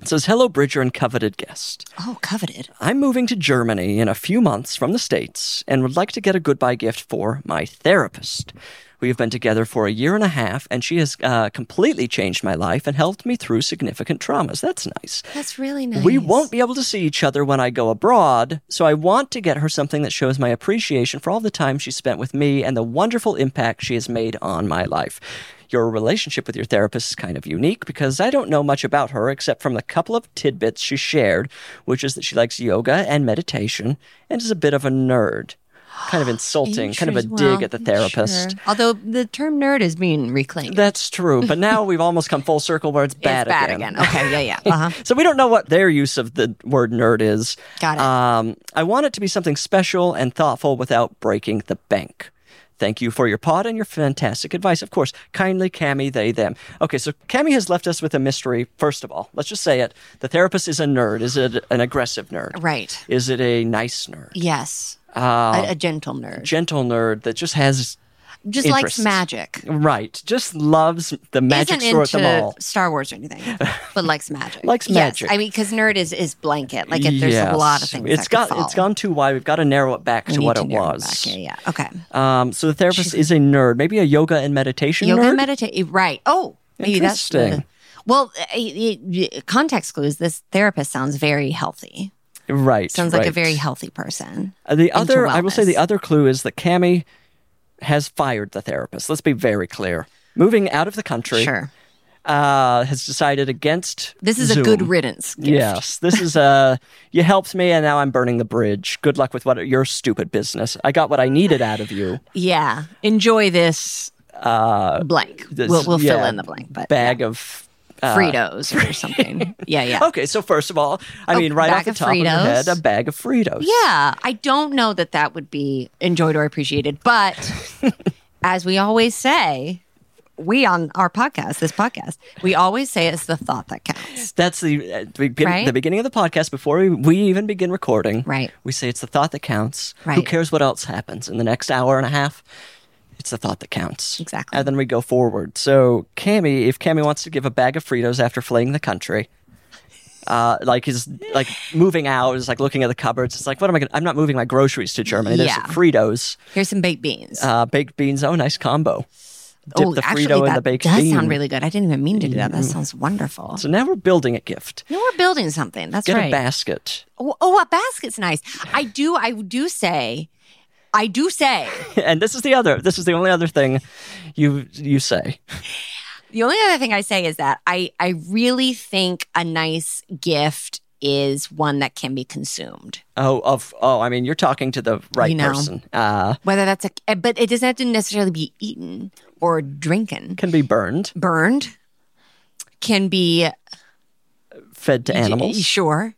[SPEAKER 2] It says, Hello, Bridger and coveted guest.
[SPEAKER 3] Oh, coveted.
[SPEAKER 2] I'm moving to Germany in a few months from the States and would like to get a goodbye gift for my therapist. We have been together for a year and a half, and she has uh, completely changed my life and helped me through significant traumas. That's nice.
[SPEAKER 3] That's really nice.
[SPEAKER 2] We won't be able to see each other when I go abroad, so I want to get her something that shows my appreciation for all the time she spent with me and the wonderful impact she has made on my life. Your relationship with your therapist is kind of unique because I don't know much about her except from the couple of tidbits she shared, which is that she likes yoga and meditation and is a bit of a nerd. Kind of insulting, kind of a
[SPEAKER 3] Sure,
[SPEAKER 2] dig
[SPEAKER 3] well,
[SPEAKER 2] at the therapist.
[SPEAKER 3] sure. Although the term nerd is being reclaimed.
[SPEAKER 2] That's true. But now we've almost come full circle where it's bad,
[SPEAKER 3] it's bad again. Okay, yeah, yeah. Uh-huh.
[SPEAKER 2] So we don't know what their use of the word nerd is.
[SPEAKER 3] Got it.
[SPEAKER 2] Um, I want it to be something special and thoughtful without breaking the bank. Thank you for your pod and your fantastic advice. Of course, kindly Cami, they, them. Okay, so Cami has left us with a mystery, first of all. Let's just say it. The therapist is a nerd. Is it an aggressive nerd?
[SPEAKER 3] right.
[SPEAKER 2] Is it a nice nerd?
[SPEAKER 3] Yes.
[SPEAKER 2] Uh,
[SPEAKER 3] a, a gentle nerd.
[SPEAKER 2] Gentle nerd that just has,
[SPEAKER 3] Just
[SPEAKER 2] interests.
[SPEAKER 3] likes magic.
[SPEAKER 2] right, just loves the magic
[SPEAKER 3] Isn't
[SPEAKER 2] store at the
[SPEAKER 3] into
[SPEAKER 2] mall.
[SPEAKER 3] Star Wars or anything, but likes magic.
[SPEAKER 2] Likes
[SPEAKER 3] Yes,
[SPEAKER 2] magic.
[SPEAKER 3] I mean, because nerd is is blanket. Like it, there's a lot
[SPEAKER 2] Yes.
[SPEAKER 3] of things.
[SPEAKER 2] It's
[SPEAKER 3] that could
[SPEAKER 2] got
[SPEAKER 3] fall.
[SPEAKER 2] it's gone too wide. We've got to narrow it back
[SPEAKER 3] We
[SPEAKER 2] to
[SPEAKER 3] need
[SPEAKER 2] what
[SPEAKER 3] to
[SPEAKER 2] it
[SPEAKER 3] narrow
[SPEAKER 2] was.
[SPEAKER 3] back. Yeah, yeah. Okay.
[SPEAKER 2] Um, so the therapist is a nerd, maybe a yoga and meditation
[SPEAKER 3] Yoga
[SPEAKER 2] nerd.
[SPEAKER 3] meditate. Right. Oh, maybe that's the-
[SPEAKER 2] Interesting.
[SPEAKER 3] well, uh, y- y- context clues. This therapist sounds very healthy.
[SPEAKER 2] right.
[SPEAKER 3] Sounds like a
[SPEAKER 2] right.
[SPEAKER 3] very healthy person.
[SPEAKER 2] Uh, the
[SPEAKER 3] into
[SPEAKER 2] other I will say the
[SPEAKER 3] wellness.
[SPEAKER 2] other clue is that Cami has fired the therapist. Let's be very clear. Moving out of the country,
[SPEAKER 3] Sure.
[SPEAKER 2] uh, has decided against.
[SPEAKER 3] This is
[SPEAKER 2] Zoom.
[SPEAKER 3] a good riddance. Gift.
[SPEAKER 2] Yes, this is a you helped me, and now I'm burning the bridge. Good luck with what your stupid business. I got what I needed out of you.
[SPEAKER 3] Yeah. Enjoy this uh, blank.
[SPEAKER 2] This-
[SPEAKER 3] we'll we'll fill
[SPEAKER 2] yeah,
[SPEAKER 3] in the blank. But
[SPEAKER 2] bag of uh,
[SPEAKER 3] yeah. Fritos or something. yeah, yeah.
[SPEAKER 2] Okay, so first of all, I
[SPEAKER 3] A
[SPEAKER 2] mean, right off
[SPEAKER 3] Oh, bag
[SPEAKER 2] the
[SPEAKER 3] of
[SPEAKER 2] top of your
[SPEAKER 3] Fritos.
[SPEAKER 2] head, a bag of Fritos.
[SPEAKER 3] Yeah, I don't know that that would be enjoyed or appreciated, but as we always say, we on our podcast, this podcast, we always say it's the thought that counts.
[SPEAKER 2] That's the uh, the begin-
[SPEAKER 3] Right?
[SPEAKER 2] the beginning of the podcast before we, we even begin recording.
[SPEAKER 3] Right.
[SPEAKER 2] We say it's the thought that counts. Who
[SPEAKER 3] Right.
[SPEAKER 2] cares what else happens in the next hour and a half? It's the thought that counts.
[SPEAKER 3] Exactly.
[SPEAKER 2] And then we go forward. So, Cammy, if Cammy wants to give a bag of Fritos after fleeing the country, uh, like is like moving out, is like looking at the cupboards. It's like, what am I? Gonna, I'm not moving my groceries to Germany. There's
[SPEAKER 3] Yeah.
[SPEAKER 2] Fritos,
[SPEAKER 3] Here's some baked beans. Oh,
[SPEAKER 2] uh, baked beans. Oh, nice combo. Dip the Frito in
[SPEAKER 3] that
[SPEAKER 2] the baked
[SPEAKER 3] does
[SPEAKER 2] bean.
[SPEAKER 3] sound really good. I didn't even mean to do that. That sounds wonderful.
[SPEAKER 2] So now we're building a gift.
[SPEAKER 3] no, we're building something. That's
[SPEAKER 2] Get
[SPEAKER 3] right.
[SPEAKER 2] a basket.
[SPEAKER 3] oh, oh, a basket's nice. I do. I do say. I do say.
[SPEAKER 2] And this is the other. This is the only other thing you you say.
[SPEAKER 3] The only other thing I say is that I I really think a nice gift is one that can be consumed.
[SPEAKER 2] Oh, of oh, I mean, you're talking to the right
[SPEAKER 3] You know.
[SPEAKER 2] person. Uh,
[SPEAKER 3] Whether that's a eh, but it doesn't have to necessarily be eaten or drinking.
[SPEAKER 2] can be burned,
[SPEAKER 3] Burned can be
[SPEAKER 2] fed to animals.
[SPEAKER 3] sure.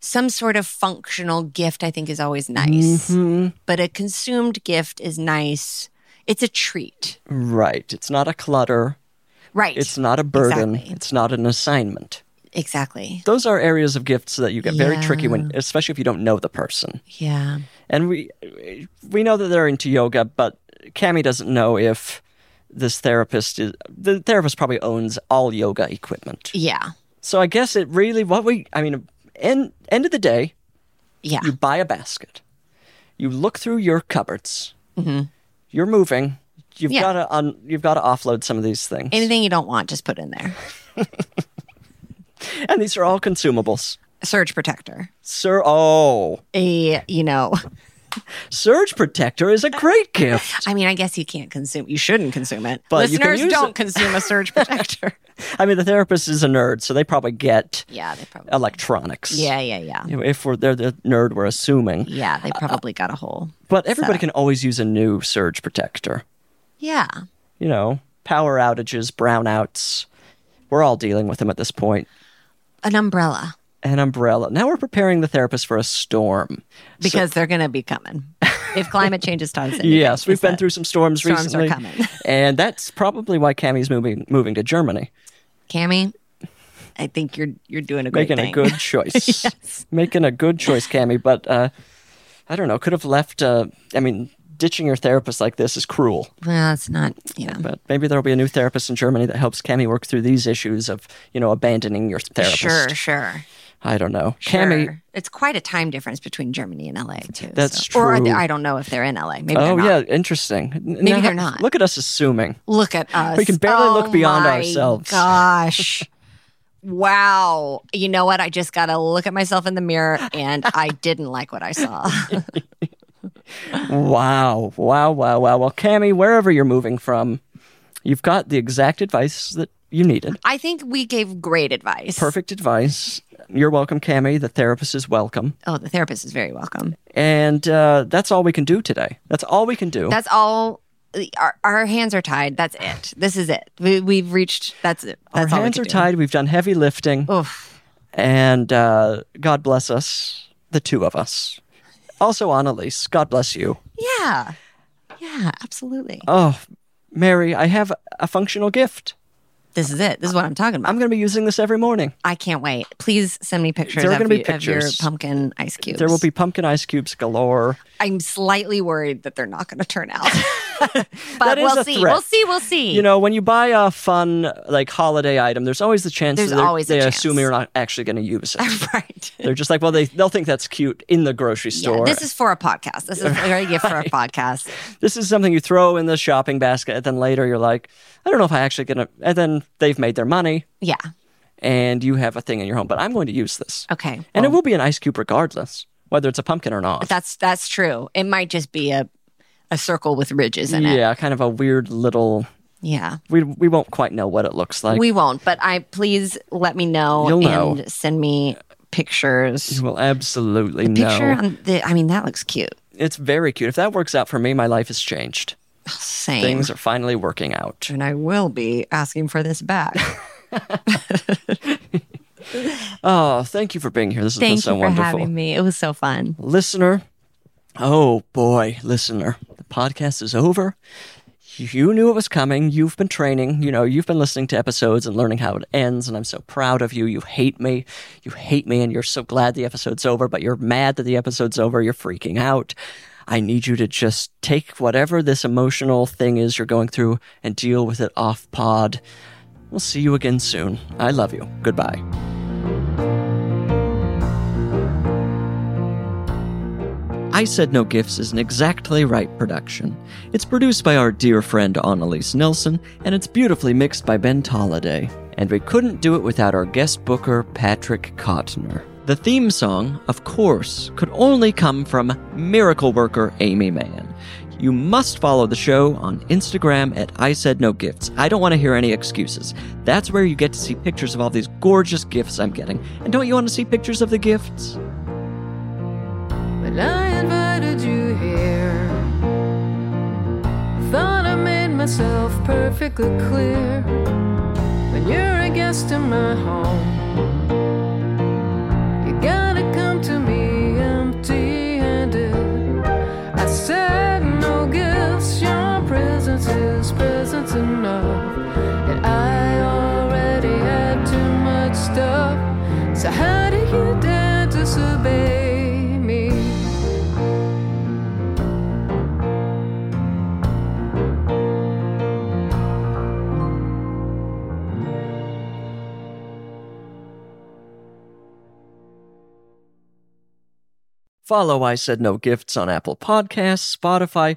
[SPEAKER 3] Some sort of functional gift I think is always nice.
[SPEAKER 2] Mm-hmm.
[SPEAKER 3] But a consumed gift is nice. It's a treat.
[SPEAKER 2] Right. It's not a clutter.
[SPEAKER 3] Right.
[SPEAKER 2] It's not a burden.
[SPEAKER 3] Exactly.
[SPEAKER 2] It's not an assignment.
[SPEAKER 3] exactly.
[SPEAKER 2] Those are areas of gifts that you get very tricky when,
[SPEAKER 3] Yeah.
[SPEAKER 2] especially if you don't know the person.
[SPEAKER 3] Yeah.
[SPEAKER 2] And we we know that they're into yoga, but Cami doesn't know if this therapist is the therapist probably owns all yoga equipment.
[SPEAKER 3] Yeah.
[SPEAKER 2] So I guess it really what we I mean end end of the day,
[SPEAKER 3] Yeah.
[SPEAKER 2] you buy a basket. You look through your cupboards. You're moving. You've
[SPEAKER 3] Mm-hmm. Yeah.
[SPEAKER 2] got to un, you've got to offload some of these things.
[SPEAKER 3] Anything you don't want, just put in there.
[SPEAKER 2] and these are all consumables.
[SPEAKER 3] Surge protector.
[SPEAKER 2] Sir oh,
[SPEAKER 3] A you know,
[SPEAKER 2] surge protector is a great gift.
[SPEAKER 3] I mean, I guess you can't consume. You shouldn't consume it.
[SPEAKER 2] But you can
[SPEAKER 3] Listeners,
[SPEAKER 2] use
[SPEAKER 3] don't
[SPEAKER 2] it.
[SPEAKER 3] consume a surge protector.
[SPEAKER 2] I mean, the therapist is a nerd, so they probably get
[SPEAKER 3] yeah, they probably.
[SPEAKER 2] electronics.
[SPEAKER 3] Yeah, yeah, yeah. Uh,
[SPEAKER 2] You know, If we're they're the nerd, we're assuming.
[SPEAKER 3] Yeah, they probably got a hole.
[SPEAKER 2] But everybody can always use a new surge protector.
[SPEAKER 3] Yeah.
[SPEAKER 2] You know, power outages, brownouts. We're all dealing with them at this point.
[SPEAKER 3] An umbrella
[SPEAKER 2] An umbrella. Now we're preparing the therapist for a storm.
[SPEAKER 3] because they're going to be coming. If climate change is taught us anything,
[SPEAKER 2] Yes, we've
[SPEAKER 3] it's
[SPEAKER 2] been
[SPEAKER 3] that
[SPEAKER 2] through some storms,
[SPEAKER 3] storms are
[SPEAKER 2] recently,
[SPEAKER 3] coming.
[SPEAKER 2] and that's probably why Cammy's moving moving to Germany,
[SPEAKER 3] Cammy, I think you're you're doing a great
[SPEAKER 2] making
[SPEAKER 3] thing.
[SPEAKER 2] a good choice, making a good choice, Cammy. But uh, I don't know, could have left. Uh, I mean, ditching your therapist like this is cruel.
[SPEAKER 3] Well, it's not. You know.
[SPEAKER 2] But maybe there'll be a new therapist in Germany that helps Cammy work through these issues of you know abandoning your therapist.
[SPEAKER 3] Sure, sure.
[SPEAKER 2] I don't know, Cammy.
[SPEAKER 3] sure. it's quite a time difference between Germany and LA too.
[SPEAKER 2] That's
[SPEAKER 3] so- Or I-
[SPEAKER 2] true.
[SPEAKER 3] I don't know if they're in LA. Maybe.
[SPEAKER 2] Oh
[SPEAKER 3] they're not.
[SPEAKER 2] yeah, interesting. Maybe
[SPEAKER 3] they're not.
[SPEAKER 2] Look at us assuming.
[SPEAKER 3] Look at us.
[SPEAKER 2] We can barely
[SPEAKER 3] Oh
[SPEAKER 2] look beyond
[SPEAKER 3] my
[SPEAKER 2] ourselves.
[SPEAKER 3] Gosh. wow. You know what? I just got to look at myself in the mirror and I didn't like what I saw.
[SPEAKER 2] Wow, wow, wow, wow. Well, Cammy, wherever you're moving from, you've got the exact advice that you needed.
[SPEAKER 3] I think we gave great advice.
[SPEAKER 2] Perfect advice. You're welcome, Cami. The therapist is welcome.
[SPEAKER 3] Oh, the therapist is very welcome.
[SPEAKER 2] And uh, that's all we can do today. That's all we can do.
[SPEAKER 3] That's all. Our, our hands are tied. That's it. This is it. We, we've reached. That's it.
[SPEAKER 2] Our
[SPEAKER 3] That's all we
[SPEAKER 2] hands
[SPEAKER 3] can
[SPEAKER 2] are
[SPEAKER 3] do. Oh.
[SPEAKER 2] tied. We've done heavy lifting.
[SPEAKER 3] Oof.
[SPEAKER 2] And uh, God bless us, the two of us. Also, Annalise, God bless you.
[SPEAKER 3] Yeah. Yeah. Absolutely.
[SPEAKER 2] Oh, Mary, I have a functional gift.
[SPEAKER 3] This is it. This is what I'm talking about.
[SPEAKER 2] I'm going to be using this every morning.
[SPEAKER 3] I can't wait. Please send me pictures,
[SPEAKER 2] There are
[SPEAKER 3] of,
[SPEAKER 2] gonna be
[SPEAKER 3] you- of your
[SPEAKER 2] pictures.
[SPEAKER 3] pumpkin ice cubes.
[SPEAKER 2] There will be pumpkin ice cubes galore.
[SPEAKER 3] I'm slightly worried that they're not going to turn out, but
[SPEAKER 2] That is
[SPEAKER 3] we'll
[SPEAKER 2] a
[SPEAKER 3] see.
[SPEAKER 2] threat.
[SPEAKER 3] We'll see. We'll see.
[SPEAKER 2] You know, when you buy a fun like holiday item, there's always the chance
[SPEAKER 3] There's
[SPEAKER 2] that they're-
[SPEAKER 3] always a
[SPEAKER 2] they
[SPEAKER 3] chance.
[SPEAKER 2] assume you're not actually going to use it.
[SPEAKER 3] right?
[SPEAKER 2] They're just like, well, they they'll think that's cute in the grocery store.
[SPEAKER 3] Yeah, this is for a podcast. This is a gift for a podcast.
[SPEAKER 2] this is something you throw in the shopping basket, and then later you're like, I don't know if I actually gonna. And then they've made their money,
[SPEAKER 3] Yeah.
[SPEAKER 2] and you have a thing in your home. But I'm going to use this,
[SPEAKER 3] Okay.
[SPEAKER 2] and it
[SPEAKER 3] well,
[SPEAKER 2] will be an ice cube regardless, whether it's a pumpkin or not.
[SPEAKER 3] that's that's true. It might just be a a circle with ridges in it.
[SPEAKER 2] yeah, kind of a weird little.
[SPEAKER 3] Yeah.
[SPEAKER 2] We we won't quite know what it looks like.
[SPEAKER 3] we won't, but I please let me know
[SPEAKER 2] You'll know.
[SPEAKER 3] and send me pictures.
[SPEAKER 2] you will absolutely know.
[SPEAKER 3] Picture on the. I mean, that looks cute.
[SPEAKER 2] It's very cute. If that works out for me, my life has changed.
[SPEAKER 3] Same.
[SPEAKER 2] Things are finally working out.
[SPEAKER 3] and I will be asking for this back.
[SPEAKER 2] Oh, thank you for being here. This has been
[SPEAKER 3] Thank
[SPEAKER 2] so
[SPEAKER 3] you for
[SPEAKER 2] wonderful.
[SPEAKER 3] having me. It was so fun.
[SPEAKER 2] listener. Oh boy, listener. The podcast is over. You knew it was coming. You've been training. You know, you've been listening to episodes and learning how it ends. And I'm so proud of you. You hate me. You hate me. And you're so glad the episode's over, but you're mad that the episode's over. You're freaking out. I need you to just take whatever this emotional thing is you're going through and deal with it off pod. We'll see you again soon. I love you. Goodbye. I Said No Gifts is an exactly right production. It's produced by our dear friend Annalise Nelson, and it's beautifully mixed by Ben Tolliday. And we couldn't do it without our guest booker, Patrick Cotner. The theme song, of course, could only come from miracle worker Amy Mann. You must follow the show on Instagram at I Said No Gifts. I don't want to hear any excuses. That's where you get to see pictures of all these gorgeous gifts I'm getting. And don't you want to see pictures of the gifts?
[SPEAKER 1] But I invited you here. Thought I made myself perfectly clear. When you're a guest in my home, you gotta come to me empty handed. I said no gifts, your presence is presence enough. And I already had too much stuff. So how do you dare disobey me?
[SPEAKER 2] Follow I Said No Gifts on Apple Podcasts, Spotify,